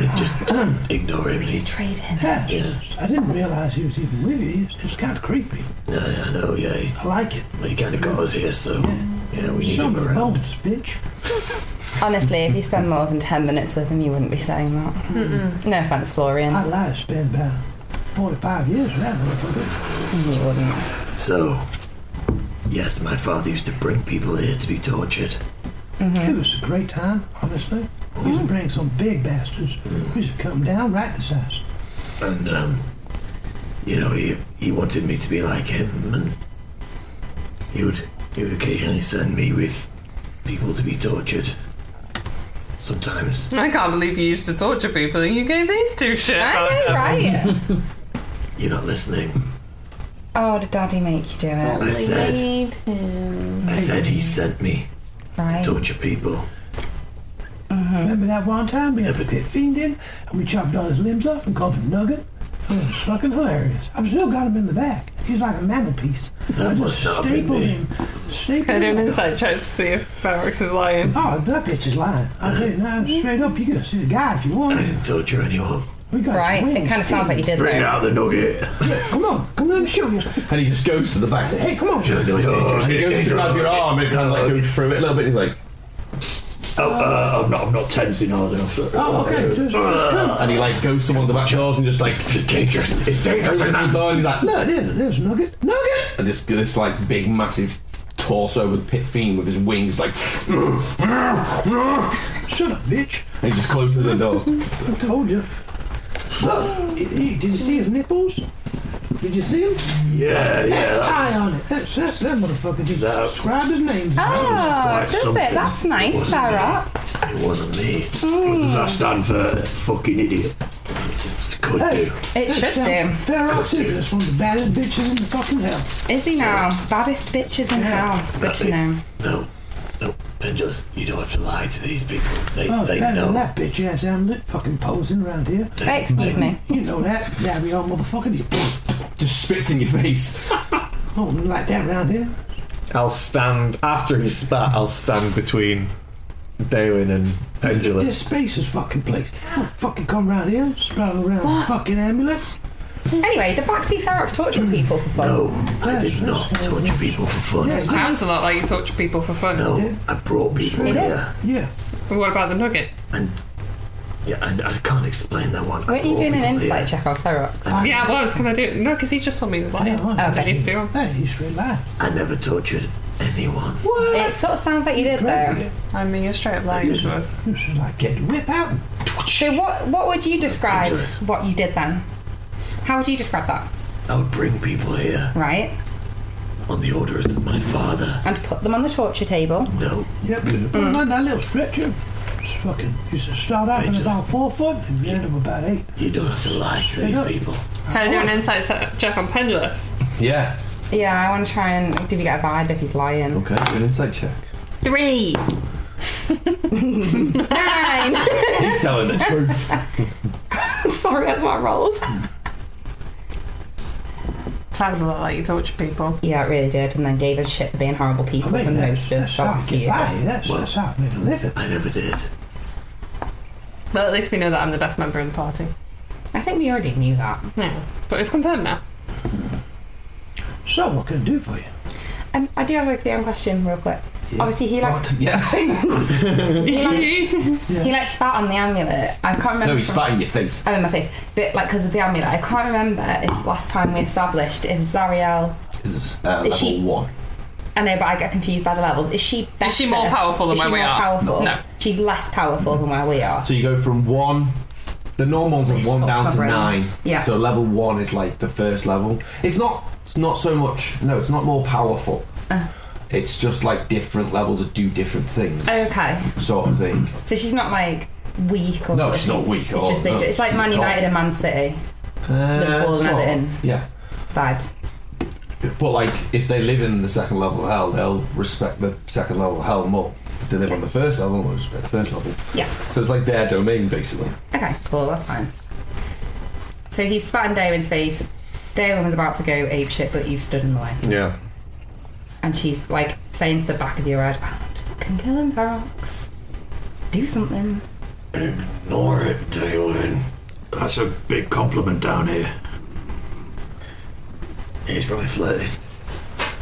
Speaker 6: Like,
Speaker 17: Ignore him. He,
Speaker 3: Trade him.
Speaker 9: Yeah, I didn't realize he was even with you. It's, it's kind of creepy.
Speaker 17: I, I know, yeah. He's,
Speaker 9: I like it.
Speaker 17: he kind of got us here, so yeah, we need
Speaker 9: Some
Speaker 17: him
Speaker 9: of the
Speaker 17: around.
Speaker 9: bones, bitch.
Speaker 3: Honestly, if you spend more than 10 minutes with him, you wouldn't be saying that. No offence, Florian.
Speaker 9: My life's been about 45 years with that motherfucker.
Speaker 3: You wouldn't.
Speaker 17: So, yes, my father used to bring people here to be tortured.
Speaker 9: It was a great time, honestly. We
Speaker 17: Mm-hmm.
Speaker 9: used to bring some big bastards. We used to come down right to size.
Speaker 17: And, um, you know, he, he wanted me to be like him, and he would, he would occasionally send me with people to be tortured. Sometimes.
Speaker 2: I can't believe you used to torture people and you gave these two shit.
Speaker 3: I know, right?
Speaker 17: You're not listening.
Speaker 3: Oh, did daddy make you do
Speaker 9: Oh,
Speaker 3: it?
Speaker 17: I said,
Speaker 19: Need him.
Speaker 17: I said he sent me
Speaker 3: Right.
Speaker 17: torture people.
Speaker 9: Mm-hmm. Remember that one time we had the pit fiend in and we chopped all his limbs off and called him Nugget? It was fucking hilarious. I've still got him in the back. He's like a mammal piece.
Speaker 17: That
Speaker 9: I
Speaker 17: must
Speaker 9: just
Speaker 17: not have been
Speaker 9: stapled
Speaker 17: me.
Speaker 9: him. Stapled
Speaker 2: Can I do an
Speaker 9: him.
Speaker 2: insight check to see if Ferox is lying?
Speaker 3: Mm-hmm.
Speaker 9: Oh, that bitch is lying. I'll tell you now, straight up, you can see the guy if you want.
Speaker 17: I didn't torture anyone.
Speaker 3: right? It kind of sounds like you did
Speaker 9: Bring
Speaker 3: there.
Speaker 9: out the nugget.
Speaker 6: Come on, come on, show you. And he just goes to the back and says, hey, come on.
Speaker 9: No, it's dangerous,
Speaker 6: He
Speaker 9: it's
Speaker 6: goes to
Speaker 9: dangerous.
Speaker 6: grab your arm and it kind of like goes through it a little bit. He's like,
Speaker 9: Oh, uh, I'm, not, I'm not tensing hard enough. Uh,
Speaker 6: Oh, okay. Just, just come. And he like goes to one of the back doors and just like,
Speaker 9: it's dangerous. It's dangerous.
Speaker 6: Opens the door and he's like, look,
Speaker 9: there's, there's a nugget.
Speaker 6: nugget. And this, this like big, massive torso with pit fiend with his wings like, shut up, bitch. And he just closes the door.
Speaker 9: I told you.
Speaker 6: Look, did did you see his nipples? Did you see him?
Speaker 9: Yeah, yeah.
Speaker 6: That's
Speaker 9: that-
Speaker 6: eye on it. That's that's that motherfucker. Just
Speaker 9: That-
Speaker 6: described his name.
Speaker 3: Oh,
Speaker 9: quite
Speaker 3: does it?
Speaker 9: something,
Speaker 3: That's Hmm. nice,
Speaker 9: wasn't
Speaker 3: Sarah.
Speaker 9: It wasn't me. What does that stand for? Fucking idiot. It could do.
Speaker 3: It should do.
Speaker 6: Ferox is one of the baddest bitches in the fucking hell.
Speaker 3: Is he now? Baddest bitches in hell. Good to know.
Speaker 9: No, no, Pendulous, you don't have to lie to these people. They,
Speaker 20: Oh,
Speaker 9: they
Speaker 20: better than
Speaker 9: know.
Speaker 20: that bitch ass Hamlet fucking posing around here.
Speaker 3: Excuse me.
Speaker 20: You know that, Zario motherfucker. You
Speaker 6: Just spits in your face.
Speaker 20: oh, like that round here.
Speaker 12: I'll stand after his spat. I'll stand between Dewin and Pendulum.
Speaker 20: This space is fucking place. Don't fucking come round here, sprouting around with fucking amulets.
Speaker 3: Anyway, the backseat Ferox torturing people for fun.
Speaker 9: I did not torture people for fun.
Speaker 14: Sounds a lot like you torture people for fun.
Speaker 9: No, I brought people
Speaker 14: It
Speaker 9: here.
Speaker 20: Yeah.
Speaker 14: But what about the nugget?
Speaker 9: Yeah, and I can't explain that one. I
Speaker 14: Weren't you
Speaker 9: brought
Speaker 14: doing an
Speaker 9: people
Speaker 14: insight
Speaker 9: here.
Speaker 3: check on Ferox?
Speaker 14: yeah, I was. Can I do it? No, because he just told me he was lying. I didn't need to do it.
Speaker 20: Hey, he's really lying.
Speaker 9: I never tortured anyone.
Speaker 3: It sort of sounds like you did there.
Speaker 14: I mean, you're straight up lying to us.
Speaker 20: like, get the whip out.
Speaker 3: So what what would you describe what you did then? How would you describe that?
Speaker 9: I would bring people here
Speaker 3: Right?
Speaker 9: on the orders of my father.
Speaker 3: And put them on the torture table.
Speaker 9: No.
Speaker 20: Yep. Mm. that little stretcher. It's fucking. You should start out in about four foot and you end up about eight.
Speaker 9: You don't have to lie to these people.
Speaker 14: Can I do an insight se- check on Pendulous?
Speaker 6: Yeah.
Speaker 3: Yeah, I want to try and do we get a vibe if he's lying?
Speaker 6: Okay, do an insight check.
Speaker 3: Three. Nine.
Speaker 6: He's telling the truth.
Speaker 3: Sorry, that's what I rolled.
Speaker 14: Sounds a lot like you torture people.
Speaker 3: Yeah, it really did, and then gave us shit for being horrible people for most of that's cute.
Speaker 20: That's how I made a living.
Speaker 9: I never did.
Speaker 14: Well, at least we know that I'm the best member of the party.
Speaker 3: I think we already knew that.
Speaker 14: Yeah, but it's confirmed now.
Speaker 20: So, what can I do for you?
Speaker 3: Um, I do have a DM question real quick. Obviously, he like he, like he like spat on the amulet. I can't remember.
Speaker 6: No, he
Speaker 3: from-
Speaker 6: spat in your face.
Speaker 3: Oh, in my face. But like because of the amulet, I can't remember if last time we established if Zariel.
Speaker 6: This is uh, level
Speaker 3: Is she-
Speaker 6: one.
Speaker 3: I know, but I get confused by the levels. Is she better?
Speaker 14: Is she more powerful than
Speaker 3: Is she
Speaker 14: where we
Speaker 3: more
Speaker 14: are?
Speaker 3: Powerful?
Speaker 14: No.
Speaker 3: She's less powerful than where we are.
Speaker 6: So you go from one, the normal ones are one
Speaker 3: fuck
Speaker 6: down
Speaker 3: my
Speaker 6: to
Speaker 3: brain.
Speaker 6: nine.
Speaker 3: Yeah.
Speaker 6: So level one is like the first level. It's not. It's not so much. No, it's not more powerful. It's just like different levels that do different things,
Speaker 3: Uh. Okay.
Speaker 6: sort of thing.
Speaker 3: So she's not like weak or.
Speaker 6: No, she's not weak at
Speaker 3: It's
Speaker 6: all,
Speaker 3: just
Speaker 6: no.
Speaker 3: they- it's like
Speaker 6: She's
Speaker 3: Man
Speaker 6: a god.
Speaker 3: United and Man City
Speaker 6: Uh,
Speaker 3: Liverpool and
Speaker 6: sort of,
Speaker 3: Everton.
Speaker 6: Yeah.
Speaker 3: vibes.
Speaker 6: But like, if they live in the second level of hell, they'll respect the second level of hell more. If they live on the first level, they'll respect the first level.
Speaker 3: Yeah.
Speaker 6: So it's like their domain, basically.
Speaker 3: Okay, cool, that's fine. So he spat in Damon's face. Damon was about to go apeshit, but you've stood in the way.
Speaker 12: Yeah.
Speaker 3: And she's like saying to the back of your head, I want to fucking kill him, Ferox. Do something.
Speaker 9: Ignore it, Dewin. That's a big compliment down here. He's probably flirting.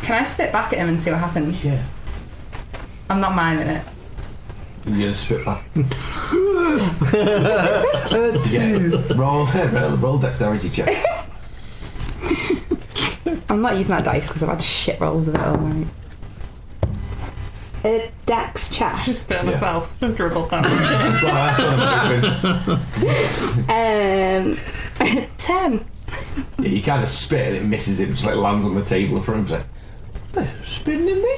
Speaker 3: Can I spit back at him and see what happens? Yeah. I'm not miming it.
Speaker 6: You just spit back. yeah. Roll, roll dexterity check.
Speaker 3: I'm not using that dice because I've had shit rolls of it all night. A dex check.
Speaker 14: Just spit on herself. Don't dribble that much.
Speaker 6: That's what I asked when I was whispering.
Speaker 3: Um, ten.
Speaker 6: Yeah, you kind of spit and it misses him, just like lands on the table in front of him.
Speaker 20: Spitting in me?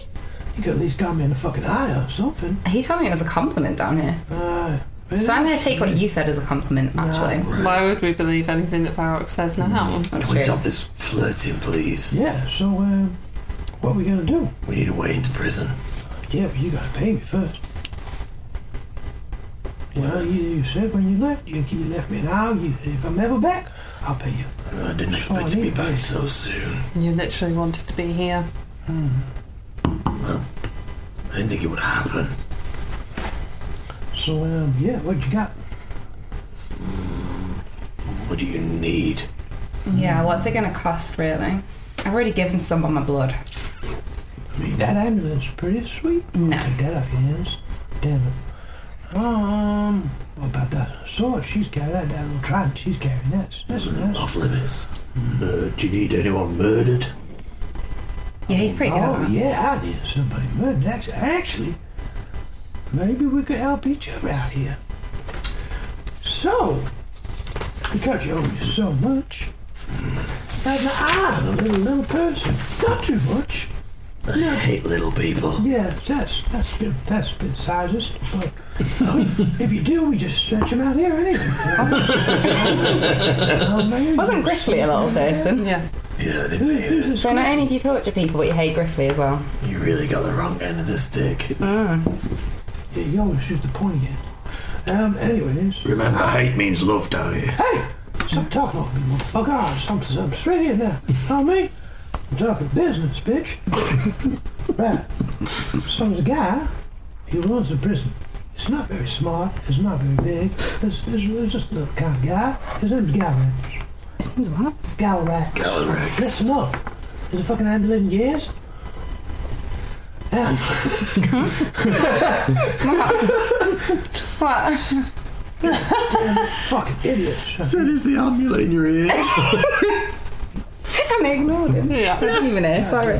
Speaker 20: You could at least got me in the fucking eye or something.
Speaker 3: He told me it was a compliment down here.
Speaker 20: Uh,
Speaker 3: So I'm going to take what you said as a compliment, actually.
Speaker 14: Why would we believe anything that Ferox says now?
Speaker 9: Can we stop this flirting, please?
Speaker 20: yeah, so, um, what are we gonna do?
Speaker 9: We need a way into prison.
Speaker 20: Yeah, but you gotta pay me first. You know, you, you said when you left, you, you left me an hour. You, if I'm ever back, I'll pay you.
Speaker 9: I didn't expect to be back so soon.
Speaker 14: You literally wanted to be here.
Speaker 9: I didn't think it would happen.
Speaker 20: So, um, yeah, what you got?
Speaker 9: What do you need?
Speaker 3: Yeah, what's it going to cost, really? I've already given some of my blood.
Speaker 6: That ambulance is pretty sweet.
Speaker 3: No.
Speaker 6: Take that off your hands. Damn it. Um, what about that sword? She's carrying that, that little trident. She's carrying that. That's nice.
Speaker 9: Off limits. Uh, do you need anyone murdered?
Speaker 3: Yeah, he's pretty good. at
Speaker 6: Oh
Speaker 3: that.
Speaker 6: yeah, I need somebody murdered. Actually, actually, maybe we could help each other out here. So, because you owe me so much, and I'm a little little person, not too much.
Speaker 9: I hate little people.
Speaker 6: Yeah, that's that's been that's been sizes, but if you do, we just stretch them out here anyway. Oh, man.
Speaker 3: Wasn't Griffley a little person?
Speaker 21: Yeah.
Speaker 9: Yeah, they
Speaker 3: So not only do you torture people, but you hate Griffley as well.
Speaker 9: You really got the wrong end of the stick.
Speaker 6: Yeah, you always use the pointy end. Um, anyways,
Speaker 9: Remember, hate means love down here.
Speaker 6: Hey! Stop talking over me, motherfucker. I'm, I'm, I'm straight here now. Tell me? I'm talking business, bitch. right. So there's a guy. He runs the prison. He's not very smart. He's not very big. He's, he's, he's just the kind of guy. His name's Galrax.
Speaker 3: His name's what?
Speaker 6: Galrax.
Speaker 9: Galrax.
Speaker 6: Listen up. He's a fucking ambulance in years. Yeah.
Speaker 3: What?
Speaker 6: fucking idiot.
Speaker 9: That is the amulet in your ears.
Speaker 3: and they ignored him.
Speaker 21: Yeah.
Speaker 3: Didn't even know, sorry.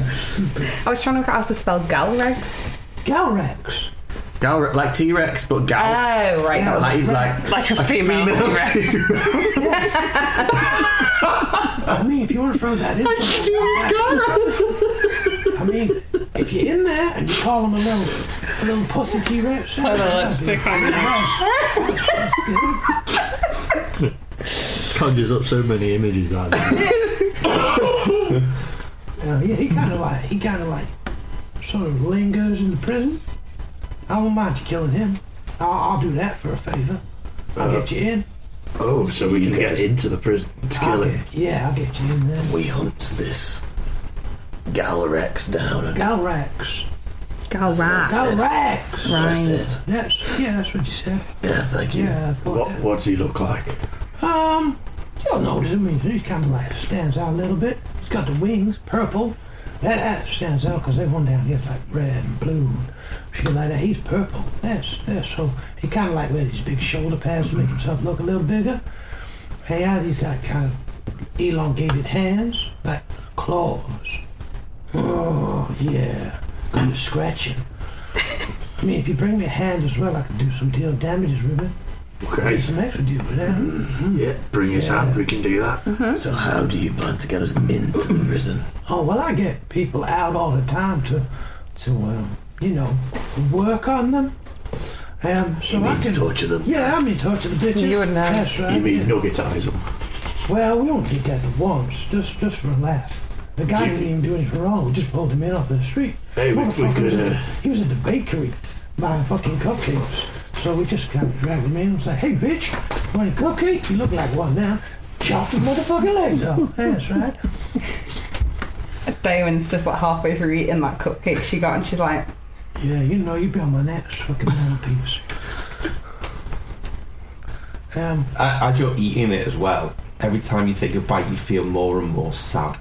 Speaker 3: I was trying to figure out how to spell Galrex.
Speaker 6: Galrex.
Speaker 12: Gal, like T Rex, but gal.
Speaker 3: Oh, right. that was-
Speaker 12: like, like,
Speaker 21: Like a female T-Rex.
Speaker 6: I mean, if you want to throw that in, I mean, if you're in there and you call him a little, a little pussy T Rex,
Speaker 2: Put a lipstick on there.
Speaker 5: Conjures up so many images that day.
Speaker 6: Uh, yeah, he kind of like he kind of like sort of lingers in the prison. I won't mind you killing him. I'll, I'll do that for a favor. I'll
Speaker 9: Uh,
Speaker 6: get you in.
Speaker 9: Oh, so we can get into the prison to kill
Speaker 6: I'll
Speaker 9: him.
Speaker 6: get- yeah, I'll get you in there.
Speaker 9: We hunt this Galarex down. And
Speaker 6: Galrax.
Speaker 3: Galrax.
Speaker 6: Galrax.
Speaker 9: That's what I said.
Speaker 6: That's yeah, that's what you said.
Speaker 9: Yeah, thank you.
Speaker 6: Yeah, but-
Speaker 9: what, what's he look like?
Speaker 6: Um, you'll notice. I mean, he kind of like stands out a little bit. He's got the wings, purple. That, that stands out because everyone down here's like red and blue and shit like that. He's purple. That's that's so. He kind of like wears these big shoulder pads to make himself look a little bigger. Hey, out, he's got kind of elongated hands, like claws. Oh yeah, good at scratching. I mean, if you bring me a hand as well, I can do some deal damages with it.
Speaker 9: Okay.
Speaker 6: Do some extra deal with that.
Speaker 9: Yeah, bring his hand. We can do that. So, how do you plan to get us into the prison?
Speaker 6: Oh well, I get people out all the time to, to um, you know, work on them. Um, so
Speaker 9: He
Speaker 6: I
Speaker 9: means
Speaker 6: can,
Speaker 9: torture them.
Speaker 6: Yeah, I mean torture the bitches.
Speaker 3: You wouldn't know.
Speaker 6: That's right.
Speaker 9: You mean nuggetize them?
Speaker 6: well, we only did that once, just just for a laugh. The guy didn't even do anything wrong. We just pulled him in off the street.
Speaker 9: Hey, we- we
Speaker 6: Motherfucker
Speaker 9: could,
Speaker 6: was at-
Speaker 9: uh,
Speaker 6: He was at the bakery buying fucking cupcakes. So we just kind of dragged him in and was like, "Hey, bitch, want a cupcake? You look like one now." Chop his motherfucking legs off. That's right.
Speaker 3: Damon's just like halfway through eating that cupcake she got, and she's like,
Speaker 6: Yeah, you know, you'd be on my next fucking mouthpiece. Um,
Speaker 22: A- As you're eating it as well, every time you take a bite, you feel more and more sad.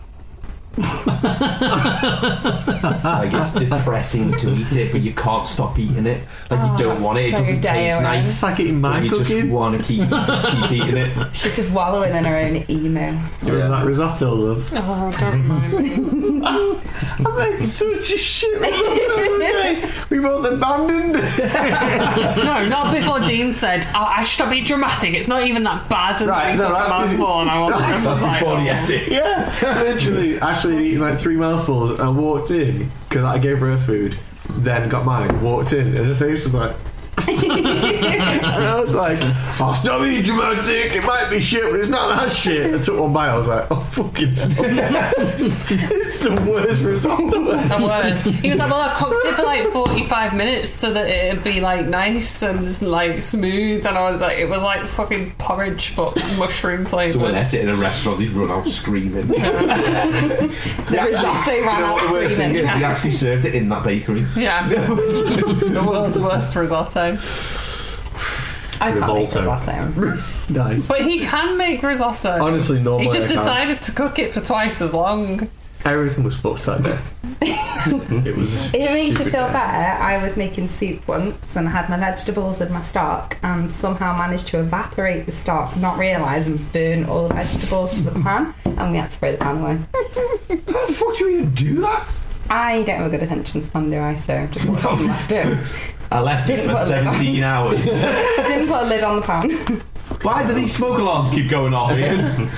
Speaker 22: like it's depressing to eat it, but you can't stop eating it. Like you
Speaker 3: Oh,
Speaker 22: don't want it; it
Speaker 3: so
Speaker 22: doesn't taste
Speaker 3: daring.
Speaker 22: nice.
Speaker 12: It's like eating my
Speaker 22: but you just
Speaker 12: cooking.
Speaker 22: want to keep, keep eating it.
Speaker 3: she's just wallowing in her own emo.
Speaker 12: You remember that risotto, love?
Speaker 2: Oh, don't mind.
Speaker 12: I made such a shit risotto the other day. We both abandoned it.
Speaker 2: No, not before Dean said, oh, I should not be dramatic, it's not even that bad. And
Speaker 12: Right,
Speaker 2: right,
Speaker 12: no,
Speaker 2: no,
Speaker 12: that's
Speaker 2: that's
Speaker 12: because-
Speaker 2: mouthful, and I wasn't I was
Speaker 22: That's
Speaker 2: like,
Speaker 22: before he
Speaker 2: oh.
Speaker 22: ate it.
Speaker 12: yeah, literally. Ashley had eaten like three mouthfuls and I walked in because I gave her her food, then got mine, walked in, and her face was like. and I was like, oh, stop being dramatic. It might be shit, but it's not that shit. I took one bite. I was like, oh, fucking hell. it's the worst risotto ever.
Speaker 2: the worst. He was like, "Well, I cooked it for like forty-five minutes so that it'd be like nice and like smooth." And I was like, "It was like fucking porridge, but mushroom
Speaker 22: Someone
Speaker 2: flavored."
Speaker 22: ate it in a restaurant. He's run out screaming.
Speaker 3: The risotto
Speaker 22: Do you
Speaker 3: ran
Speaker 22: know
Speaker 3: out
Speaker 22: what the worst thing
Speaker 3: screaming.
Speaker 22: is? He actually served it in that bakery.
Speaker 2: Yeah, the world's worst risotto. I can't make
Speaker 23: risotto.
Speaker 24: nice.
Speaker 2: But he can make risotto.
Speaker 24: Honestly, normally
Speaker 2: He just
Speaker 24: I can't.
Speaker 2: decided to cook it for twice as long.
Speaker 24: Everything was fucked that day. it was.
Speaker 3: If it makes you
Speaker 24: stupid
Speaker 3: feel
Speaker 24: day.
Speaker 3: better, I was making soup once and I had my vegetables in my stock and somehow managed to evaporate the stock, not realise and burn all the vegetables to the pan and we had to throw the pan away. How the fuck do you even do that? I don't have a good attention span, do I? So just walked off and left it.
Speaker 6: I left it for
Speaker 3: Didn't put a lid on.
Speaker 6: 17 hours.
Speaker 3: Didn't put a lid on the pan.
Speaker 6: Why did these smoke alarms keep going off, Ian?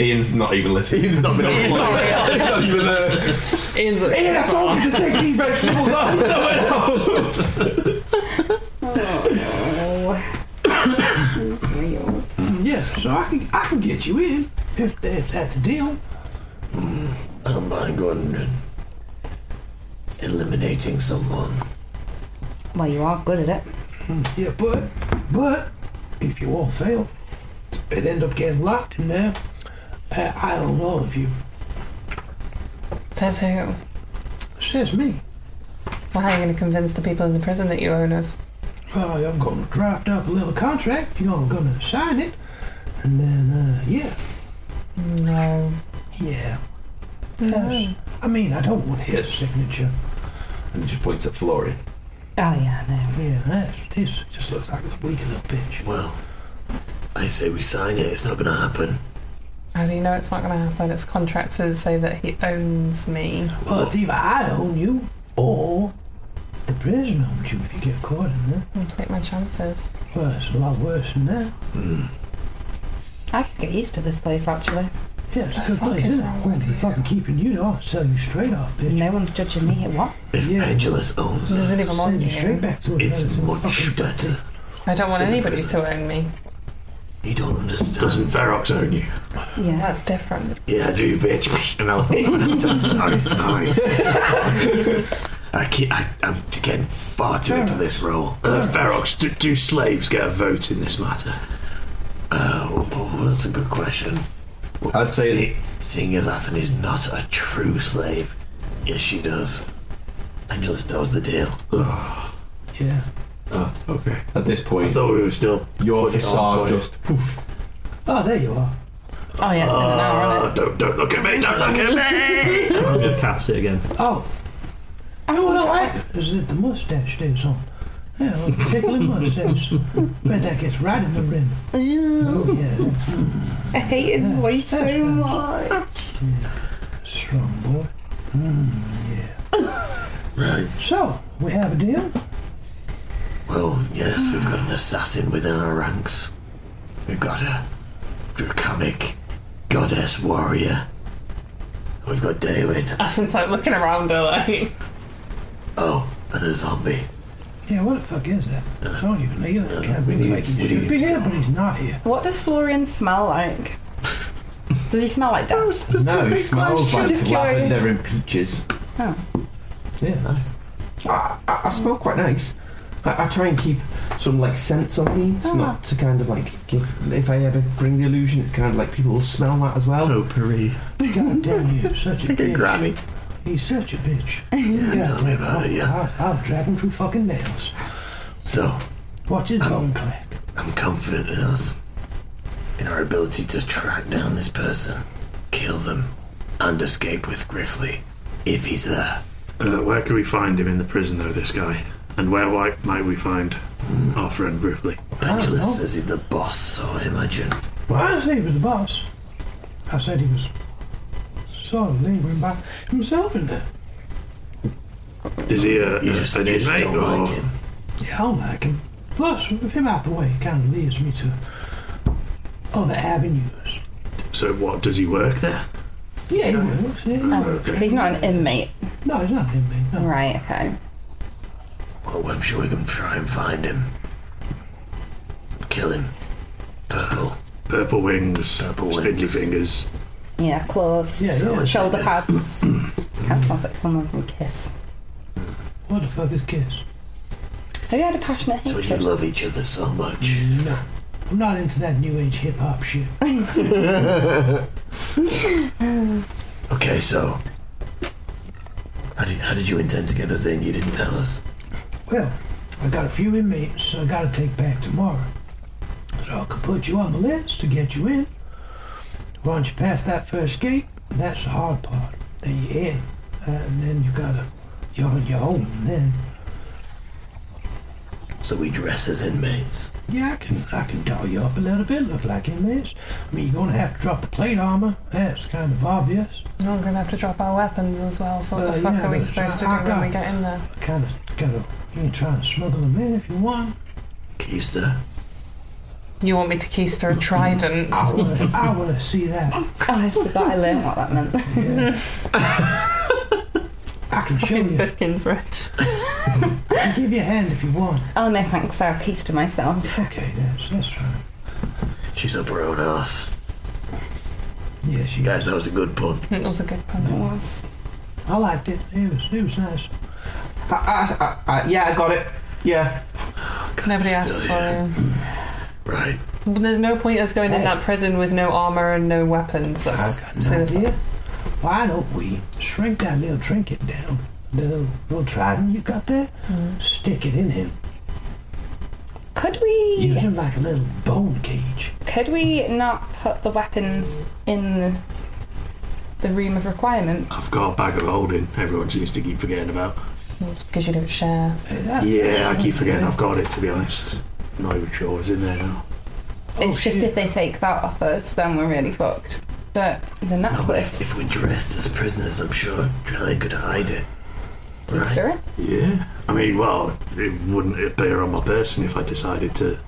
Speaker 6: Ian's not even listening. Ian's not,
Speaker 2: Ian's not real.
Speaker 6: even there.
Speaker 2: Ian's like,
Speaker 6: Ian, I told you to take these vegetables off. No, I don't.
Speaker 3: Oh.
Speaker 12: Yeah, so I can I can get you in if, if that's a deal.
Speaker 9: I don't mind going and eliminating someone.
Speaker 3: Well, you are good at it.
Speaker 12: Yeah, but but if you all fail, it end up getting locked in there. Uh, I own all of you.
Speaker 2: Says who?
Speaker 12: Says me.
Speaker 2: Well, how are you going to convince the people in the prison that you own us?
Speaker 12: Well, "Oh, I'm going to draft up a little contract. You're going to sign it, and then uh, yeah,
Speaker 2: No.
Speaker 12: yeah. Yes. I mean, I don't want his signature.
Speaker 6: And he just points at Florian.
Speaker 3: Oh yeah, no.
Speaker 12: Yeah, that's this just looks like a weak little bitch.
Speaker 9: Well, I say we sign it. It's not going to happen.
Speaker 2: How do you know it's not going to happen? It's contractors say that he owns me.
Speaker 12: Well, it's either I own you or the prison owns you if you get caught in there.
Speaker 2: I'll take my chances.
Speaker 12: Well, it's a lot worse than that.
Speaker 3: I could get used to this place actually.
Speaker 12: Yeah, it's a
Speaker 3: The
Speaker 12: good
Speaker 3: fuck
Speaker 12: place,
Speaker 3: is
Speaker 12: isn't
Speaker 3: wrong
Speaker 12: it? Won't be fucking keeping you to I'll sell you straight off, bitch.
Speaker 3: No one's judging me at what?
Speaker 9: If Pendulous owns
Speaker 2: Doesn't
Speaker 9: us,
Speaker 2: even want
Speaker 12: Send you
Speaker 2: you.
Speaker 12: straight back to
Speaker 9: it's much better.
Speaker 2: I don't want
Speaker 9: Didn't
Speaker 2: anybody
Speaker 9: prison.
Speaker 2: to own me.
Speaker 9: You don't understand. Doesn't Ferox own you?
Speaker 3: Yeah.
Speaker 2: That's different.
Speaker 9: Yeah, I do, bitch. And I'll. sorry, sorry. I keep, I, I'm getting far too into this role. Uh, Ferox, do, do slaves get a vote in this matter? Uh, oh, that's a good question.
Speaker 6: I'd say-
Speaker 9: See- seeing as Athen is not a true slave, yes, she does. Angelus knows the deal.
Speaker 12: Yeah.
Speaker 9: Oh, okay.
Speaker 6: At this point,
Speaker 9: I thought we were still.
Speaker 6: Your
Speaker 9: putting
Speaker 6: facade
Speaker 9: on for it.
Speaker 6: just poof.
Speaker 12: Oh, there you are.
Speaker 2: Oh yeah, it's been an hour, hasn't
Speaker 9: Uh, don't, don't look at me! Don't look at me!
Speaker 23: I'm going to cast it again.
Speaker 12: Oh. Oh, what I like is that the mustache stays on. Yeah, a little tickling mustache. Bet that gets right in the rim. Oh, yeah,
Speaker 3: I hate his voice so much.
Speaker 12: that's strong, boy. Mm,
Speaker 9: Right.
Speaker 12: yeah. So, we have a deal?
Speaker 9: Well, yes, we've got an assassin within our ranks. We've got a draconic goddess warrior. We've got Daywin.
Speaker 2: it? Ethan's like looking around her like,
Speaker 9: Oh, and a zombie. Uh,
Speaker 12: Yeah, what the fuck is that? I don't even know. You look kind of
Speaker 9: we
Speaker 12: looks
Speaker 9: need-
Speaker 12: like
Speaker 9: we
Speaker 12: he should
Speaker 9: need
Speaker 12: be here, but he's not here.
Speaker 3: What does Florian smell like? Does he smell like death?
Speaker 6: No, he smells
Speaker 3: question.
Speaker 6: like
Speaker 3: Just
Speaker 6: lavender
Speaker 3: curious.
Speaker 6: and peaches.
Speaker 3: Oh.
Speaker 12: Yeah, nice.
Speaker 6: I, I, I smell quite nice. I, I try and keep some like scents on me.
Speaker 12: Ah.
Speaker 6: It's not to kind of like give. If I ever bring the illusion, it's kind of like people will smell that as well.
Speaker 9: Potpourri.
Speaker 12: God damn you, such a bitch. He's such a bitch. Yeah,
Speaker 9: tell me about it, yeah.
Speaker 12: I'll, I'll drag him through fucking nails.
Speaker 9: So,
Speaker 12: Watch his bone clack.
Speaker 9: I'm confident in us. In our ability to track down this person, kill them, and escape with Griffley. If he's there.
Speaker 5: Uh, where can we find him in the prison, though, this guy? And where might, might we find our friend Ripley?
Speaker 9: Pendulous says he's the boss, so I imagine.
Speaker 12: Well, I didn't say he was the boss. I said he was sort of lingering by himself in there.
Speaker 5: Is he a,
Speaker 9: You
Speaker 5: a-
Speaker 9: just,
Speaker 5: an
Speaker 9: you just
Speaker 5: inmate?
Speaker 9: don't
Speaker 5: or...
Speaker 9: like him.
Speaker 12: Yeah, I don't like him. Plus, with him out the way, it kind of leads me to other avenues.
Speaker 5: So, what? Does he work there?
Speaker 12: Yeah, he works. Yeah, he works.
Speaker 3: So he's not an inmate.
Speaker 12: No, he's not him, mate. No.
Speaker 3: Right, okay.
Speaker 9: Well, I'm sure we can try and find him. Kill him. Purple.
Speaker 5: Purple wings,
Speaker 9: Purple
Speaker 5: spindly
Speaker 9: wings.
Speaker 5: fingers.
Speaker 3: Yeah, claws,
Speaker 12: Yeah, yeah.
Speaker 3: shoulder pads. kind of sounds like someone from Kiss.
Speaker 12: What the fuck is Kiss?
Speaker 3: Have you had a passionate
Speaker 9: So when you
Speaker 3: hatred?
Speaker 9: love each other so much.
Speaker 12: No. I'm not into that new age hip hop shit.
Speaker 9: Okay, so. How did, how did you intend to get us in? You didn't tell us.
Speaker 12: Well, I got a few inmates I gotta take back tomorrow.
Speaker 9: so I could put you on the list to get you in. Once you pass that first gate, that's the hard part. Then you're in, Uh, and then you gotta, you're on your own. Then
Speaker 25: So we dress as inmates.
Speaker 9: yeah, I can I can doll you up a little bit, look like inmates. I mean, you're gonna have to drop the plate armor. That's kind of obvious.
Speaker 26: No, we're gonna have to drop our weapons as well. So what
Speaker 9: Uh,
Speaker 26: the fuck
Speaker 9: yeah,
Speaker 26: are we
Speaker 9: but
Speaker 26: supposed to do
Speaker 9: I
Speaker 26: when
Speaker 9: got-
Speaker 26: we get in there?
Speaker 9: Kind of, kind of. You can try and smuggle them in if you want.
Speaker 25: Keister.
Speaker 26: You want me to keister a
Speaker 9: Mm-hmm.
Speaker 26: trident?
Speaker 9: I wanna, I wanna see that.
Speaker 3: Oh, I forgot I learned what that meant.
Speaker 9: I can show you.
Speaker 26: Bifkin's rich.
Speaker 9: I'll give you a hand if you want.
Speaker 3: Oh no, thanks. I'll keys to myself.
Speaker 9: Okay, that's that's fine.
Speaker 25: She's up her own ass.
Speaker 9: Yeah, she
Speaker 25: Guys, that was a good pun.
Speaker 26: It was a good pun. It
Speaker 9: Mm-hmm.
Speaker 26: was.
Speaker 9: I liked it. It was it was nice.
Speaker 6: I, I, I, yeah, I got it. Yeah.
Speaker 26: Nobody asked for him.
Speaker 25: Right.
Speaker 26: There's no point us going in that prison with no armor and no weapons. That's
Speaker 9: I got an
Speaker 26: suicide.
Speaker 9: idea. Why don't we shrink that little trinket down? The little, little trident you got there? Stick it in him.
Speaker 3: Could we
Speaker 9: Use him like a little bone cage.
Speaker 3: could we not put the weapons in the, the room of requirement?
Speaker 5: I've got a bag of holding. Everyone seems to keep forgetting about.
Speaker 26: Because you don't share.
Speaker 5: Yeah, I keep forgetting I've got it. To be honest, I'm not even sure it's in there now.
Speaker 3: it's just if they take that off us, then we're really fucked. But the necklace.
Speaker 25: If we dressed as prisoners, I'm sure Drelly could hide it.
Speaker 3: Keister it?
Speaker 5: Yeah, I mean, well, it wouldn't appear on my person if I decided to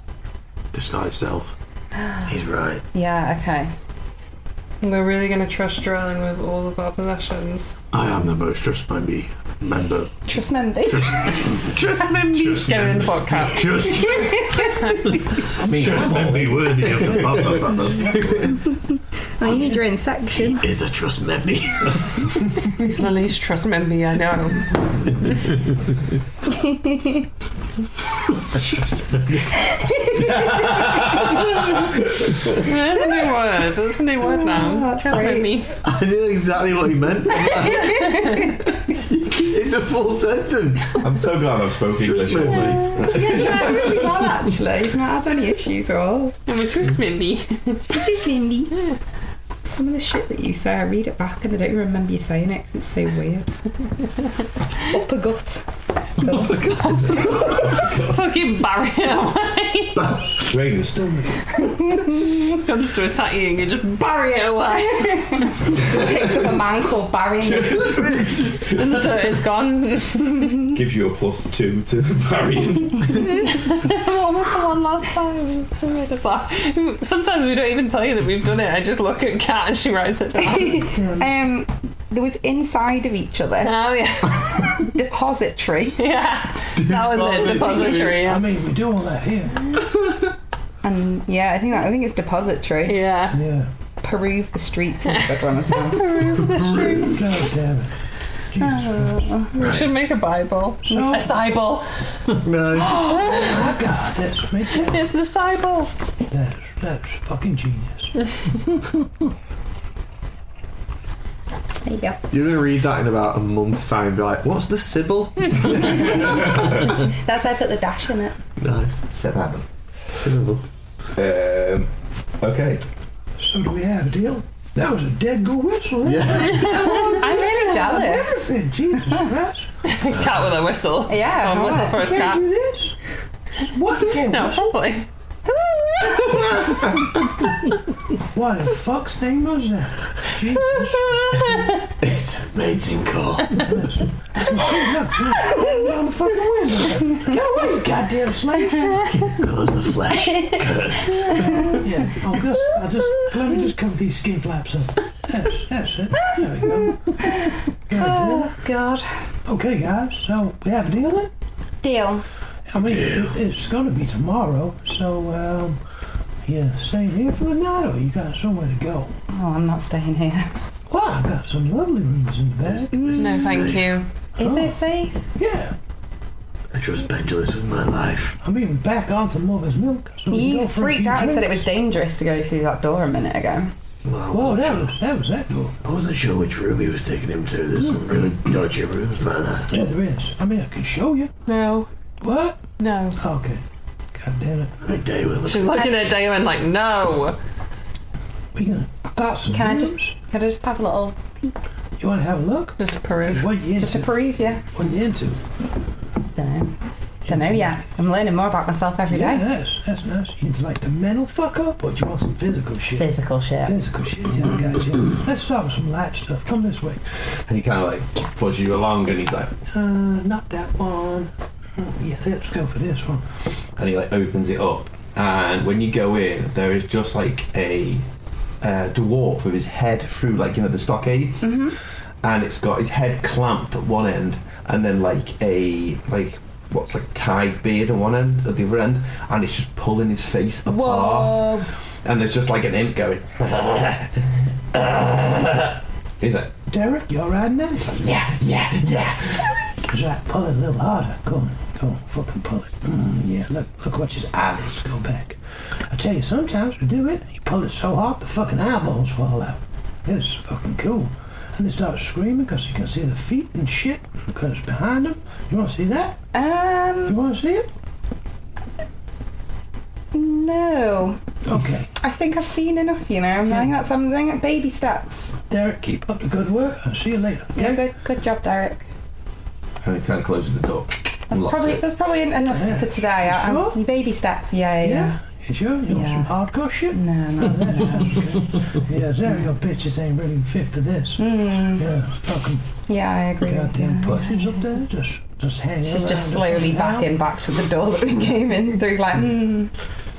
Speaker 5: disguise self.
Speaker 25: He's right.
Speaker 3: Yeah. Okay.
Speaker 2: We're really gonna trust Drellin with all of our possessions.
Speaker 5: I am the most trustworthy member.
Speaker 3: Trust Mendy.
Speaker 2: Trust me.
Speaker 5: Just
Speaker 2: Get her in the
Speaker 5: member.
Speaker 2: podcast.
Speaker 5: Just- Just may be worthy of the blah, blah, blah, blah.
Speaker 3: I need your own section.
Speaker 25: Is a trust member.
Speaker 26: He's the least trust member I know.
Speaker 2: That's a new word. That's a new
Speaker 3: Oh,
Speaker 2: word now.
Speaker 12: That's
Speaker 2: Trust
Speaker 12: great.
Speaker 2: me.
Speaker 12: I knew exactly what he meant. it's a full sentence.
Speaker 6: I'm so glad I've spoken English.
Speaker 3: yeah, you went really well actually. You've not had any issues at all.
Speaker 2: I'm a trust member.
Speaker 3: Which is mainly some of the shit that you say. I read it back and I don't remember you saying it 'cause it's so weird. Upper gut.
Speaker 2: Fucking barrier away.
Speaker 6: Rain is still
Speaker 2: Comes to attack you and you just bury it away.
Speaker 3: Picks up a man called Barry
Speaker 2: and the dirt is gone.
Speaker 6: Give you a plus two to Barry.
Speaker 2: what was the one last time? I just laugh. Sometimes we don't even tell you that we've done it. I just look at Kat and she writes it down.
Speaker 3: um, there was inside of each other.
Speaker 2: Oh yeah,
Speaker 3: depository.
Speaker 2: Yeah, that was it. Depository.
Speaker 9: I
Speaker 2: Yeah.
Speaker 9: mean, we do all that here.
Speaker 3: And Um, yeah, I think that, I think it's depository.
Speaker 2: Yeah.
Speaker 9: Yeah.
Speaker 3: Peru the streets is a good one as well.
Speaker 9: God damn it.
Speaker 2: We should make a Bible. A Bible.
Speaker 12: No.
Speaker 9: Oh my god, that's make that-
Speaker 2: It's the Bible.
Speaker 9: that's that's fucking genius.
Speaker 3: There you go.
Speaker 12: You're going to read that in about a month's time and be like, what's the Sybil?
Speaker 3: That's why I put the dash in it.
Speaker 12: nice.
Speaker 6: Set that one.
Speaker 12: Sybil.
Speaker 6: Um, okay.
Speaker 9: So do we have a deal? That was a dead good whistle.
Speaker 3: I'm really jealous.
Speaker 9: Everything, Jesus Christ.
Speaker 2: Cat with a whistle.
Speaker 3: Yeah,
Speaker 2: One whistle
Speaker 3: right.
Speaker 2: for his
Speaker 9: Can't
Speaker 2: cat.
Speaker 9: do this. What? Can't
Speaker 2: No,
Speaker 9: whistle?
Speaker 2: probably.
Speaker 9: What the fuck's name was that? Jesus.
Speaker 25: It's a mating call.
Speaker 9: Look, see, down the fucking window. Get away, you goddamn slave.
Speaker 25: Close the flesh. Curtains.
Speaker 9: Yeah, I'll just, I'll just, let me just cover these skin flaps up. That's, that's it. There we go. God
Speaker 3: Oh God.
Speaker 9: damn. Okay, guys, so we have a deal then?
Speaker 3: Deal.
Speaker 9: I mean, it, it's going to be tomorrow, so, um, yeah, stay here for the night or you got somewhere to go.
Speaker 3: Oh, I'm not staying here.
Speaker 9: Well, I got some lovely rooms in the back.
Speaker 2: No, thank you.
Speaker 3: Is it safe?
Speaker 9: Yeah,
Speaker 25: I trust pendulous with my life.
Speaker 9: I mean, back onto Mother's Milk. So we can
Speaker 3: You
Speaker 9: go for a
Speaker 3: freaked
Speaker 9: few
Speaker 3: out and said it
Speaker 9: drinks.
Speaker 3: was dangerous to go through that door a minute ago.
Speaker 25: Well, I
Speaker 9: Whoa,
Speaker 25: wasn't
Speaker 9: that
Speaker 25: sure.
Speaker 9: was, that was that door.
Speaker 25: I wasn't sure which room he was taking him to. There's some really dodgy rooms by there.
Speaker 9: Yeah, there is. I mean, I can show you.
Speaker 2: No.
Speaker 9: What?
Speaker 2: No.
Speaker 9: Okay. God damn it.
Speaker 27: She's looking at Damon like, no.
Speaker 9: I got some.
Speaker 3: Can I
Speaker 9: news.
Speaker 3: just can I just have a little
Speaker 9: You want to have a look?
Speaker 27: Just a peruse.
Speaker 9: What you into?
Speaker 3: just to prove, yeah?
Speaker 9: What you into?
Speaker 3: Dunno. Dunno, yeah. I'm learning more about myself every day.
Speaker 9: yeah, that's, that's nice. You into like the mental fuck up, or do you want some physical shit?
Speaker 3: Physical shit.
Speaker 9: Physical shit, yeah, I got you. Let's start with some light stuff. Come this way.
Speaker 6: And he kind of like pushes you along, and he's like,
Speaker 9: Uh, not that one. Mm, Yeah, let's go for this one.
Speaker 6: and he like opens it up. And when you go in, there is just like a uh, dwarf with his head through, like you know, the stockades, and it's got his head clamped at one end, and then like a like what's like tied beard at one end, at the other end, and it's just pulling his face apart. And there's just like an imp going. you know,
Speaker 9: Derek, you alright now? He's like, yeah, yeah, yeah. He's like, pull it a little harder. Go on, go on, fucking pull it. Mm, yeah, look, look, watch his eyelids go back. I tell you, sometimes we do it, you pull it so hard the fucking eyeballs fall out. It's fucking cool. And they start screaming because you can see the feet and shit because behind them. You want to see that?
Speaker 3: Um.
Speaker 9: You want to see it?
Speaker 3: No.
Speaker 9: Okay.
Speaker 3: I think I've seen enough, you know. I'm yeah. that's something at baby steps.
Speaker 9: Derek, keep up the good work. I'll see you later.
Speaker 3: Yeah, good good job, Derek.
Speaker 6: and he kind of closes the door. and
Speaker 3: That's
Speaker 6: locks
Speaker 3: probably
Speaker 6: it.
Speaker 3: that's probably en- enough for today. I, I'm- baby steps, yeah, yeah. yeah.
Speaker 9: You sure? You want
Speaker 3: Yeah. Mm-hmm.
Speaker 9: some hardcore shit?
Speaker 3: No, no.
Speaker 9: Yeah, Zario bitches ain't really fit for this. Yeah, fucking
Speaker 3: Mm. Yeah, I agree.
Speaker 9: goddamn pussies up there, just just hanging.
Speaker 3: She's just
Speaker 9: around.
Speaker 3: slowly backing back to the door that we came in through, like, mm.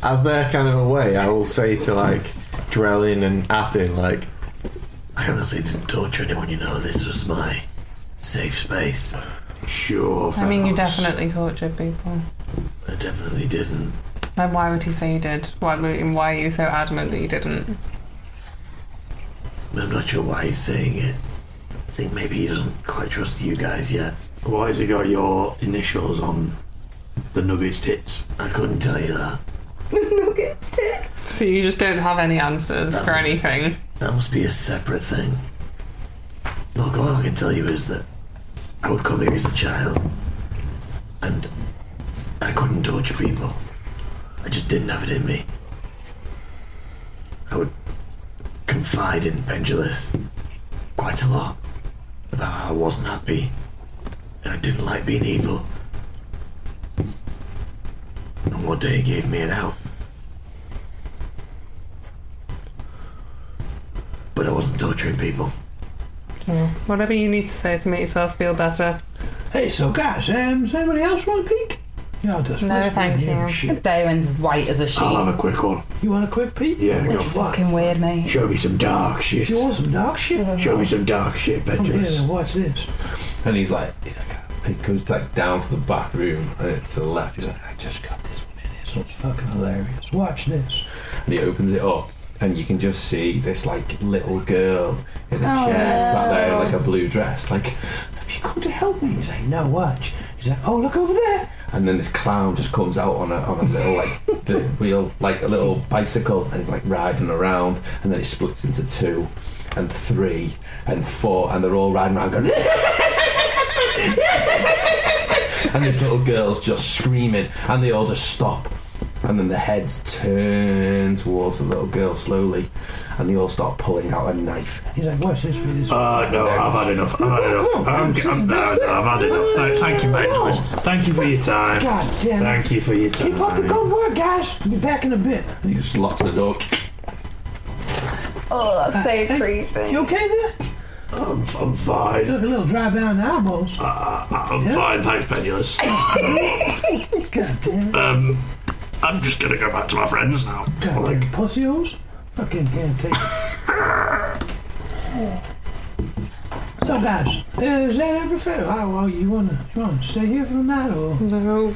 Speaker 28: As they're kind of away, I will say to like Drellin and Athin, like,
Speaker 12: I honestly didn't torture anyone, you know. This was my safe space. Sure.
Speaker 2: I mean, you
Speaker 12: fellas.
Speaker 2: definitely tortured people.
Speaker 12: I definitely didn't.
Speaker 2: Then why would he say you did? Why, would- why are you so adamant that you didn't?
Speaker 12: I'm not sure why he's saying it. I think maybe he doesn't quite trust you guys yet.
Speaker 5: Why has he got your initials on the nugget's tits?
Speaker 12: I couldn't tell you that.
Speaker 2: Nuggets tits. So you just don't have any answers for anything.
Speaker 12: That must be a separate thing. Look, all I can tell you is that I would come here as a child, and I couldn't torture people. I just didn't have it in me. I would confide in Pendulous quite a lot about how I wasn't happy. and I didn't like being evil. And one day it gave me an out. But I wasn't torturing people.
Speaker 2: Whatever you need to say to make yourself feel better.
Speaker 9: Hey, so guys, um, does anybody else want a peek? Yeah, I'll just
Speaker 2: No,
Speaker 9: whisper in
Speaker 2: thank
Speaker 9: here and
Speaker 2: you.
Speaker 9: shit.
Speaker 3: Daywin's white as a sheet.
Speaker 9: Oh,
Speaker 5: I'll have a quick one.
Speaker 9: You want a quick peek?
Speaker 5: Yeah, go
Speaker 3: it's
Speaker 5: for it.
Speaker 3: fucking weird, mate.
Speaker 5: Show me some dark shit.
Speaker 9: You want some dark shit?
Speaker 5: Show me some dark shit,
Speaker 9: Come here
Speaker 5: Benjamin.
Speaker 9: and watch this.
Speaker 6: And he's like, he's like, he goes like down to the back room and it's to the left. He's like, I just got this one in
Speaker 9: This one's fucking hilarious. Watch this.
Speaker 6: And he opens it up and you can just see this like little girl in a
Speaker 9: Oh,
Speaker 6: chair sat there in
Speaker 9: no.
Speaker 6: like a blue dress, like,
Speaker 9: Have you come to help me? He's like, no, watch. He's like, oh, look over there.
Speaker 6: and then this clown just comes out on a on a little like the wheel, like a little bicycle, and he's like riding around, and then it splits into two, and three, and four, and they're all riding around going. and this little girl's just screaming, and they all just stop. And then the heads turn towards the little girl slowly, and they all start pulling out a knife.
Speaker 9: He's like, watch this. Read this.
Speaker 5: Uh, no, I've had enough. I've had enough. I'm, I'm, no, no, I've had enough. Thank, thank you, Benjamin. Thank you for your time.
Speaker 9: God damn it.
Speaker 5: Thank you for your time.
Speaker 9: Keep up the good work, guys. We'll be back in a bit.
Speaker 6: And he just locks the door.
Speaker 29: Oh, that's so
Speaker 9: Hey,
Speaker 29: creepy.
Speaker 9: you okay there?
Speaker 5: I'm, I'm fine.
Speaker 9: Look a little dry behind the eyeballs.
Speaker 5: Uh, I'm
Speaker 9: Yeah?
Speaker 5: fine, thanks, Benulus.
Speaker 9: God damn it.
Speaker 5: Um, I'm just gonna go back to my friends now.
Speaker 9: God damn pussy holes. Fucking can't take it. So guys, uh, is that everything? Oh, well, you wanna you wanna stay here for the night or?
Speaker 2: No.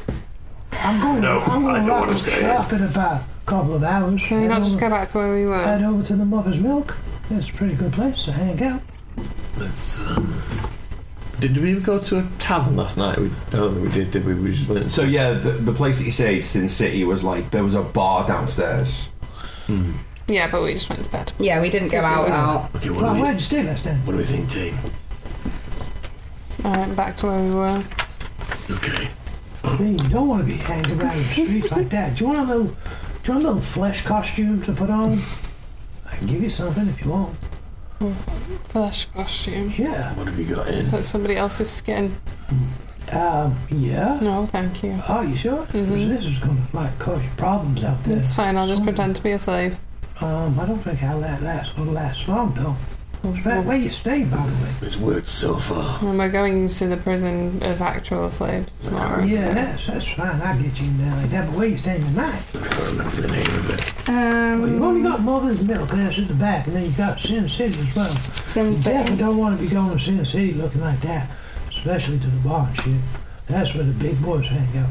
Speaker 9: I'm going.
Speaker 5: No,
Speaker 9: I'm
Speaker 5: I
Speaker 9: going
Speaker 5: don't
Speaker 9: to rock
Speaker 5: wanna
Speaker 9: and
Speaker 5: stay.
Speaker 9: shop in about a couple of hours.
Speaker 2: Can we
Speaker 9: Head
Speaker 2: not just
Speaker 9: over-
Speaker 2: go back to where we were?
Speaker 9: Head over to the Mother's Milk. It's a pretty good place to hang out.
Speaker 12: That's um,
Speaker 28: did we go to a tavern last night? We, I don't think we did, did we? We just went.
Speaker 6: So yeah, the, the place that you say Sin City was like there was a bar downstairs.
Speaker 2: Yeah, but we just went to bed.
Speaker 3: Yeah, we didn't go out. out.
Speaker 12: Okay, what
Speaker 9: Well,
Speaker 12: do,
Speaker 9: where'd
Speaker 12: we,
Speaker 9: you stay last time?
Speaker 12: what do we think, team?
Speaker 2: Alright, back to where we were.
Speaker 12: Okay.
Speaker 9: Man, you don't want to be hanged around the streets like that. Do you want a little, do you want a little flesh costume to put on? I can give you something if you want.
Speaker 2: Flesh costume.
Speaker 9: Yeah.
Speaker 5: What have you got
Speaker 2: Is that somebody else's skin?
Speaker 9: Um, yeah.
Speaker 2: No, thank you.
Speaker 9: Oh, you sure?
Speaker 2: Mhm.
Speaker 9: This is gonna like cause you problems out there.
Speaker 2: It's fine.
Speaker 3: Oh.
Speaker 2: I'll just pretend to be a slave.
Speaker 9: Um, I don't think I'll let that will last long though. Where, where you stay, by the way?
Speaker 12: It's worked so far.
Speaker 2: And we're going to the prison as actual slaves. It's not
Speaker 9: Oh, Yeah, that's, that's fine. I'll get you in there like that. But where you staying tonight?
Speaker 12: I can't remember the name of it.
Speaker 3: Um,
Speaker 9: well, you've only got Mother's Milk, and that's at the back, and then you got Sin City as well.
Speaker 30: Sin
Speaker 9: you
Speaker 30: City.
Speaker 9: definitely don't want to be going to Sin City looking like that, especially to the bar and shit. That's where the big boys hang out.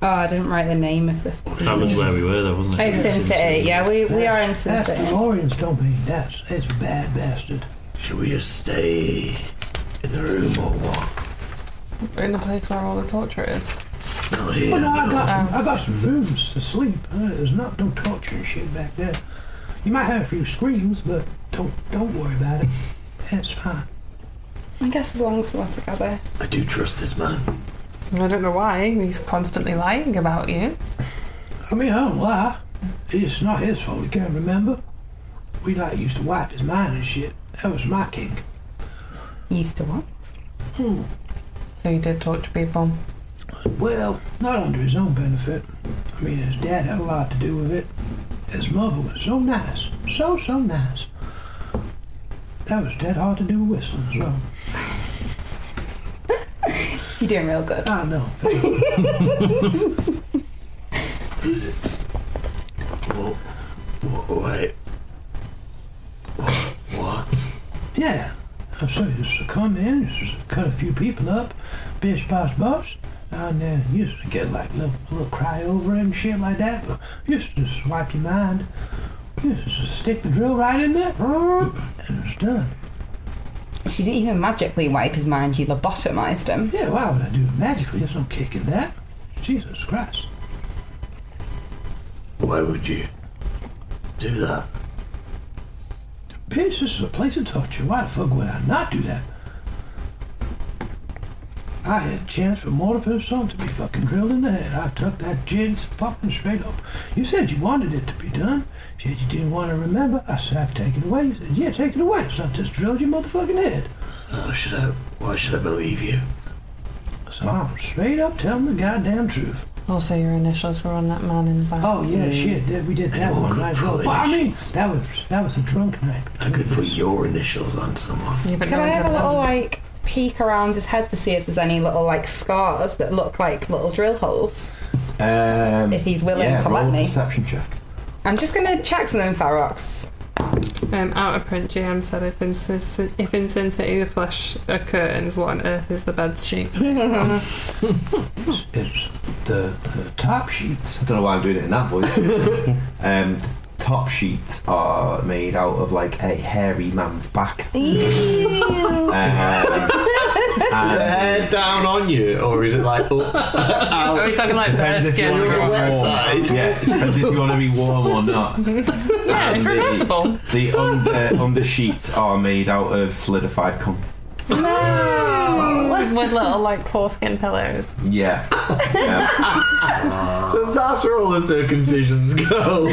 Speaker 3: Oh, I didn't write the name of the.
Speaker 31: That was where we were, though, wasn't it?
Speaker 3: Oh, Sin City. Yeah, we, we are in Sin
Speaker 9: That's
Speaker 3: City.
Speaker 9: DeLoreans don't mean that's it's a bad bastard.
Speaker 12: Should we just stay in the room or what?
Speaker 2: in the place where all the torture is.
Speaker 12: Not here.
Speaker 9: Well, no, I
Speaker 12: no.
Speaker 9: got I got some rooms to sleep. Uh, There's not no torture and shit back there. You might have a few screams, but don't don't worry about it. That's fine.
Speaker 30: I guess as long as we're together.
Speaker 12: I do trust this man.
Speaker 2: I don't know why. He's constantly lying about you.
Speaker 9: I mean, I don't lie. It's not his fault. He can't remember. We like used to wipe his mind and shit. That was my kink.
Speaker 3: Used to what?
Speaker 9: Hmm.
Speaker 2: So you did torture people.
Speaker 9: Well, not under his own benefit. I mean, his dad had a lot to do with it. His mother was so nice, so so nice. That was dead hard to do with whistling as well.
Speaker 3: You're doing real good.
Speaker 9: I know.
Speaker 12: What? What? Wait. What?
Speaker 9: Yeah. I'm sorry, used to come in, used to cut a few people up, bitch boss boss. And then you used to get like little little cry over him, shit like that. But you used to just wipe your mind. You used to just stick the drill right in there, and it's done.
Speaker 3: She didn't even magically wipe his mind. You lobotomized him.
Speaker 9: Yeah, why would I do it magically? There's no kick in that. Jesus Christ.
Speaker 12: Why would you do that?
Speaker 9: Bitch, this is a place of torture. Why the fuck would I not do that? I had a chance for Mortifer's son to be fucking drilled in the head. I took that jig's fucking straight up. You said you wanted it to be done. You said you didn't want to remember. I said, I'd take it away. You said, yeah, take it away. So I just drilled your motherfucking head.
Speaker 12: Oh, should I? Why should I believe you?
Speaker 9: So I'm straight up telling the goddamn truth.
Speaker 2: Also, your initials were on that man in the back.
Speaker 9: Oh, yeah, shit. that- We did that one night. But I mean, that was, that was a drunk night.
Speaker 12: I could put your initials on someone.
Speaker 2: Yeah, but
Speaker 3: Can
Speaker 2: no
Speaker 3: I
Speaker 2: one's
Speaker 3: have a
Speaker 2: ever
Speaker 3: little
Speaker 2: done
Speaker 3: like peek around his head to see if there's any little like scars that look like little drill holes?
Speaker 6: Um,
Speaker 3: If he's willing
Speaker 6: yeah,
Speaker 3: to
Speaker 6: roll
Speaker 3: let
Speaker 6: a
Speaker 3: me.
Speaker 6: perception check.
Speaker 3: I'm just gonna check something, Farox.
Speaker 2: Um, out of print, GM said if in, Sin- if in Sin City the flesh are curtains, what on earth is the bed sheet?
Speaker 9: It's the, the top sheets.
Speaker 6: I don't know why I'm doing it in that voice. um, the top sheets are made out of like a hairy man's back.
Speaker 12: is
Speaker 6: Um,
Speaker 12: the hair down on you, or is it like oh, up?
Speaker 2: Are we talking like bare
Speaker 6: depends if you
Speaker 2: skin?
Speaker 6: want to be warm. Yeah, depends if you want to be warm or not.
Speaker 2: yeah, it's
Speaker 6: And the-
Speaker 2: reversible.
Speaker 6: The under under sheets are made out of solidified cum.
Speaker 2: With, with little like foreskin pillows.
Speaker 6: Yeah.
Speaker 12: So that's where all the circumcisions go.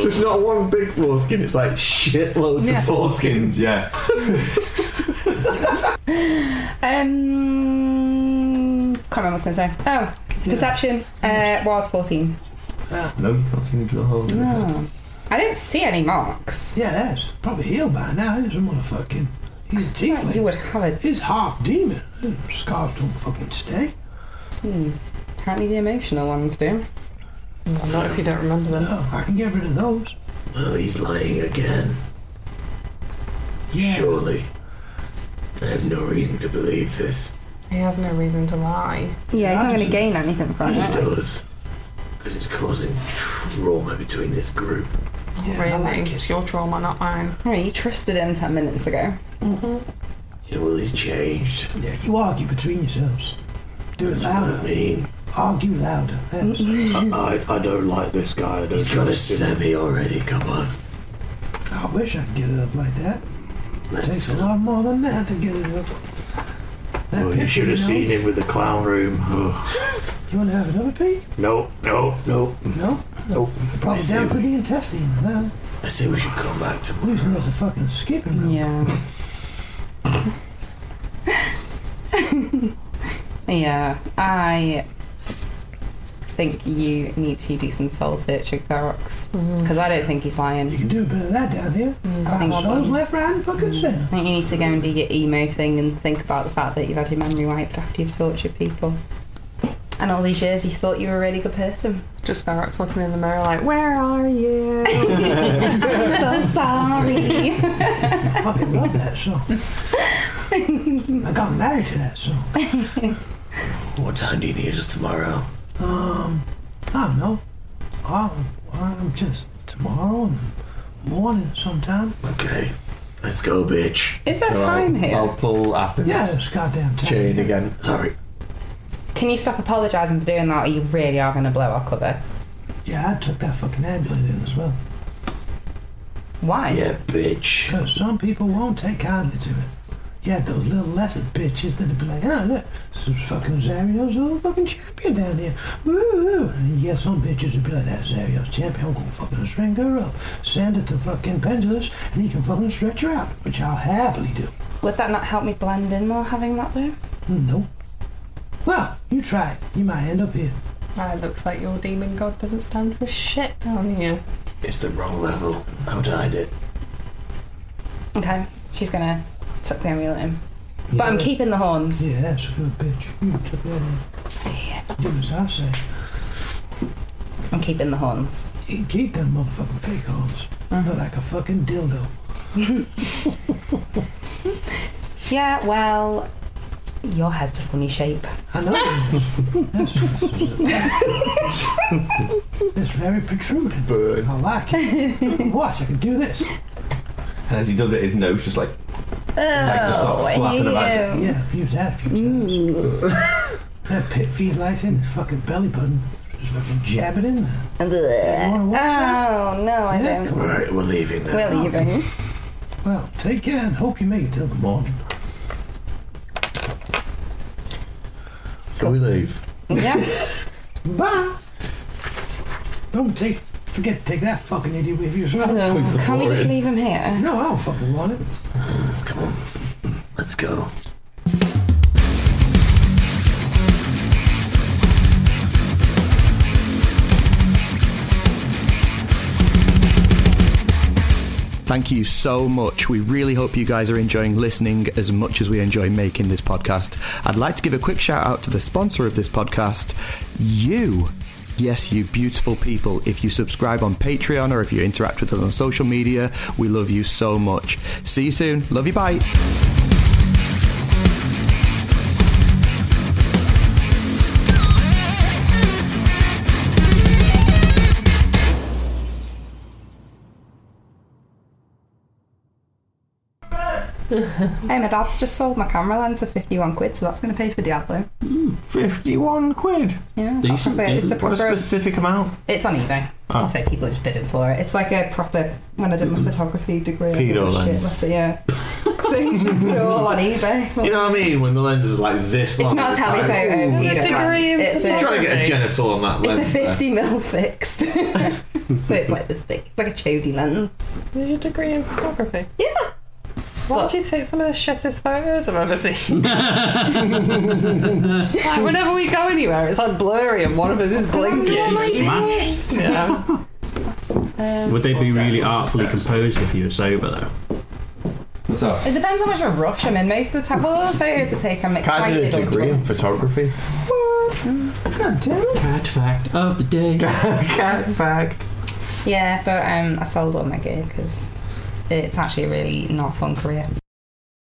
Speaker 12: so it's not one big foreskin, it's like shitloads
Speaker 3: Yeah.
Speaker 12: of foreskins.
Speaker 6: Yeah.
Speaker 3: Um, can't remember what I was gonna say. Oh, perception uh, was 14.
Speaker 6: No, you can't see any drill holes. in it.
Speaker 2: Oh.
Speaker 3: No, I don't see any marks.
Speaker 9: Yeah, that's probably healed by now. He's a motherfucking. He's a tiefling.
Speaker 3: You would have it.
Speaker 9: He's half demon. Scars don't fucking stay.
Speaker 3: Hmm. Apparently the emotional ones do.
Speaker 2: Not if you don't remember them.
Speaker 9: No, I can get rid of those.
Speaker 12: Oh, he's lying again.
Speaker 9: Yeah.
Speaker 12: Surely. I have no reason to believe this.
Speaker 2: He has no reason to lie.
Speaker 3: Yeah, he's
Speaker 2: I
Speaker 3: not going to
Speaker 2: just-
Speaker 3: gain anything from
Speaker 12: He
Speaker 3: it.
Speaker 12: does. Because it's causing trauma between this group.
Speaker 2: really, it's your trauma, not mine.
Speaker 3: Right, you trusted him 10 minutes ago.
Speaker 12: Yeah, well, he's changed.
Speaker 9: Yeah, you argue between yourselves. Do it louder.
Speaker 5: I mean, Mm-hmm.
Speaker 9: Argue louder. That's-
Speaker 5: I, I, I don't like this guy. I don't
Speaker 12: He's got a
Speaker 5: trust him.
Speaker 12: semi already, come on.
Speaker 9: I wish I could get it up like that. It takes
Speaker 12: Let's,
Speaker 9: a lot more than that to get it up.
Speaker 32: Oh, you
Speaker 9: picture
Speaker 32: should have
Speaker 9: knows.
Speaker 32: seen him with the clown room. Oh.
Speaker 9: You want to have another peek?
Speaker 32: No, no, no.
Speaker 9: No?
Speaker 32: Nope.
Speaker 9: Probably
Speaker 32: I
Speaker 9: down
Speaker 32: see.
Speaker 9: to the intestines now.
Speaker 12: I say we should come back to
Speaker 9: Losing us a fucking skipping rope.
Speaker 3: Yeah. yeah, I think you need to do some soul searching, Garox, because I don't think he's lying.
Speaker 9: You can do a bit of that down here.
Speaker 3: I think
Speaker 9: Our
Speaker 3: that's-
Speaker 9: souls left, right, and fucking center.
Speaker 3: I think you need to go and do your emo thing and think about the fact that you've had your memory wiped after you've tortured people. And all these years you thought you were a really good person.
Speaker 2: Just Barracks looking in the mirror like, where are you?
Speaker 3: I'm so sorry.
Speaker 9: I fucking love that song. I got married to that song.
Speaker 12: What time do you need us tomorrow?
Speaker 9: Um, I don't know. I'm, I'm just tomorrow and morning sometime.
Speaker 12: Okay, let's go, bitch.
Speaker 3: Is there time
Speaker 33: I'll,
Speaker 3: here?
Speaker 33: I'll pull Athens
Speaker 9: Yeah, it's goddamn time.
Speaker 33: chain again. Sorry.
Speaker 3: Can you stop apologising for doing that or you really are going to blow our cover?
Speaker 9: Yeah, I took that fucking ambulance in as well.
Speaker 3: Why?
Speaker 12: Yeah, bitch.
Speaker 9: Because some people won't take kindly to it. Yeah, those little lesser bitches that'd be like, oh, look, some fucking Zario's all fucking champion down here. Woo woo. And yeah, some bitches would be like, that Zario's champion. I'm gonna fucking string her up, send her to fucking Pendulous, and he can fucking stretch her out, which I'll happily do.
Speaker 3: Would that not help me blend in more having that though?
Speaker 9: No. Well, you try it. You might end up here.
Speaker 2: Ah, it looks like your demon god doesn't stand for shit down here.
Speaker 12: It's the wrong level. How would I hide it?
Speaker 3: Okay, she's gonna tuck the amulet in. But I'm keeping the horns.
Speaker 9: Yeah, that's a good bitch. You took that in. Do as I say.
Speaker 3: I'm keeping the horns.
Speaker 9: You keep them motherfucking fake horns.
Speaker 3: Mm-hmm.
Speaker 9: They're like a fucking dildo.
Speaker 3: Yeah, well, your head's a funny shape.
Speaker 9: I know. That's, that's, that's very protruding.
Speaker 6: Burn.
Speaker 9: I like it. Watch, I can do this.
Speaker 6: And as he does it, his nose just like Like, just
Speaker 2: Oh,
Speaker 6: start slapping them out.
Speaker 9: Yeah, use that a few times. that pit feed lights in his fucking belly button. Just fucking jab it in there.
Speaker 3: Oh no, Oh, I don't.
Speaker 12: Right, we're leaving now.
Speaker 3: We're leaving.
Speaker 9: Well, take care and hope you make it till the morning.
Speaker 33: So we leave.
Speaker 3: Yeah.
Speaker 9: Bye. Don't take. Forget to take that fucking idiot with you as well.
Speaker 3: Can we just leave him here?
Speaker 9: No, I don't fucking want it.
Speaker 12: Come on, let's go.
Speaker 1: Thank you so much. We really hope you guys are enjoying listening as much as we enjoy making this podcast. I'd like to give a quick shout out to the sponsor of this podcast, you. Yes, you beautiful people. If you subscribe on Patreon or if you interact with us on social media, we love you so much. See you soon. Love you. Bye.
Speaker 3: hey, my dad's just sold my camera lens for 51 quid, so that's gonna pay for Diablo.
Speaker 33: 51 Hmm, quid.
Speaker 3: Yeah, that's a
Speaker 33: Decent.
Speaker 3: bit- it's a
Speaker 33: what a
Speaker 3: proper.
Speaker 33: specific amount.
Speaker 3: It's on eBay.
Speaker 33: Ah.
Speaker 3: So people are just bidding for it. It's like a proper. When I did my photography degree, I
Speaker 33: Mm-hmm. Pedo
Speaker 3: bought
Speaker 33: lens.
Speaker 3: Shit, left it, yeah. so you should put it all on eBay.
Speaker 33: You know what I mean? When the lens is like this long.
Speaker 3: It's not a
Speaker 33: like,
Speaker 3: telephoto.
Speaker 33: ooh.
Speaker 3: you don't have- It's
Speaker 33: I'm trying to get a
Speaker 3: a,
Speaker 33: genital on that
Speaker 3: it's
Speaker 33: lens.
Speaker 3: a
Speaker 33: there.
Speaker 3: 50 mil fixed. so it's like this big. It's like a chody lens.
Speaker 2: Did you degree in photography?
Speaker 3: Yeah.
Speaker 2: Why would you take some of the shittest photos I've ever seen? like, whenever we go anywhere, it's like blurry and one of us is blinking.
Speaker 5: Smashed.
Speaker 2: Yeah.
Speaker 5: Would they be really artfully composed if you were sober, though?
Speaker 6: What's up?
Speaker 3: It depends how much of a rush I'm in. Most of the time, well, all the photos I take, I'm
Speaker 33: Can I do a
Speaker 3: excited. or
Speaker 33: degree in
Speaker 3: drunk.
Speaker 33: photography?
Speaker 9: God damn it.
Speaker 5: Cat fact of the day.
Speaker 33: Cat fact.
Speaker 3: Yeah, but um, I sold all my gear because it's actually a really not fun career.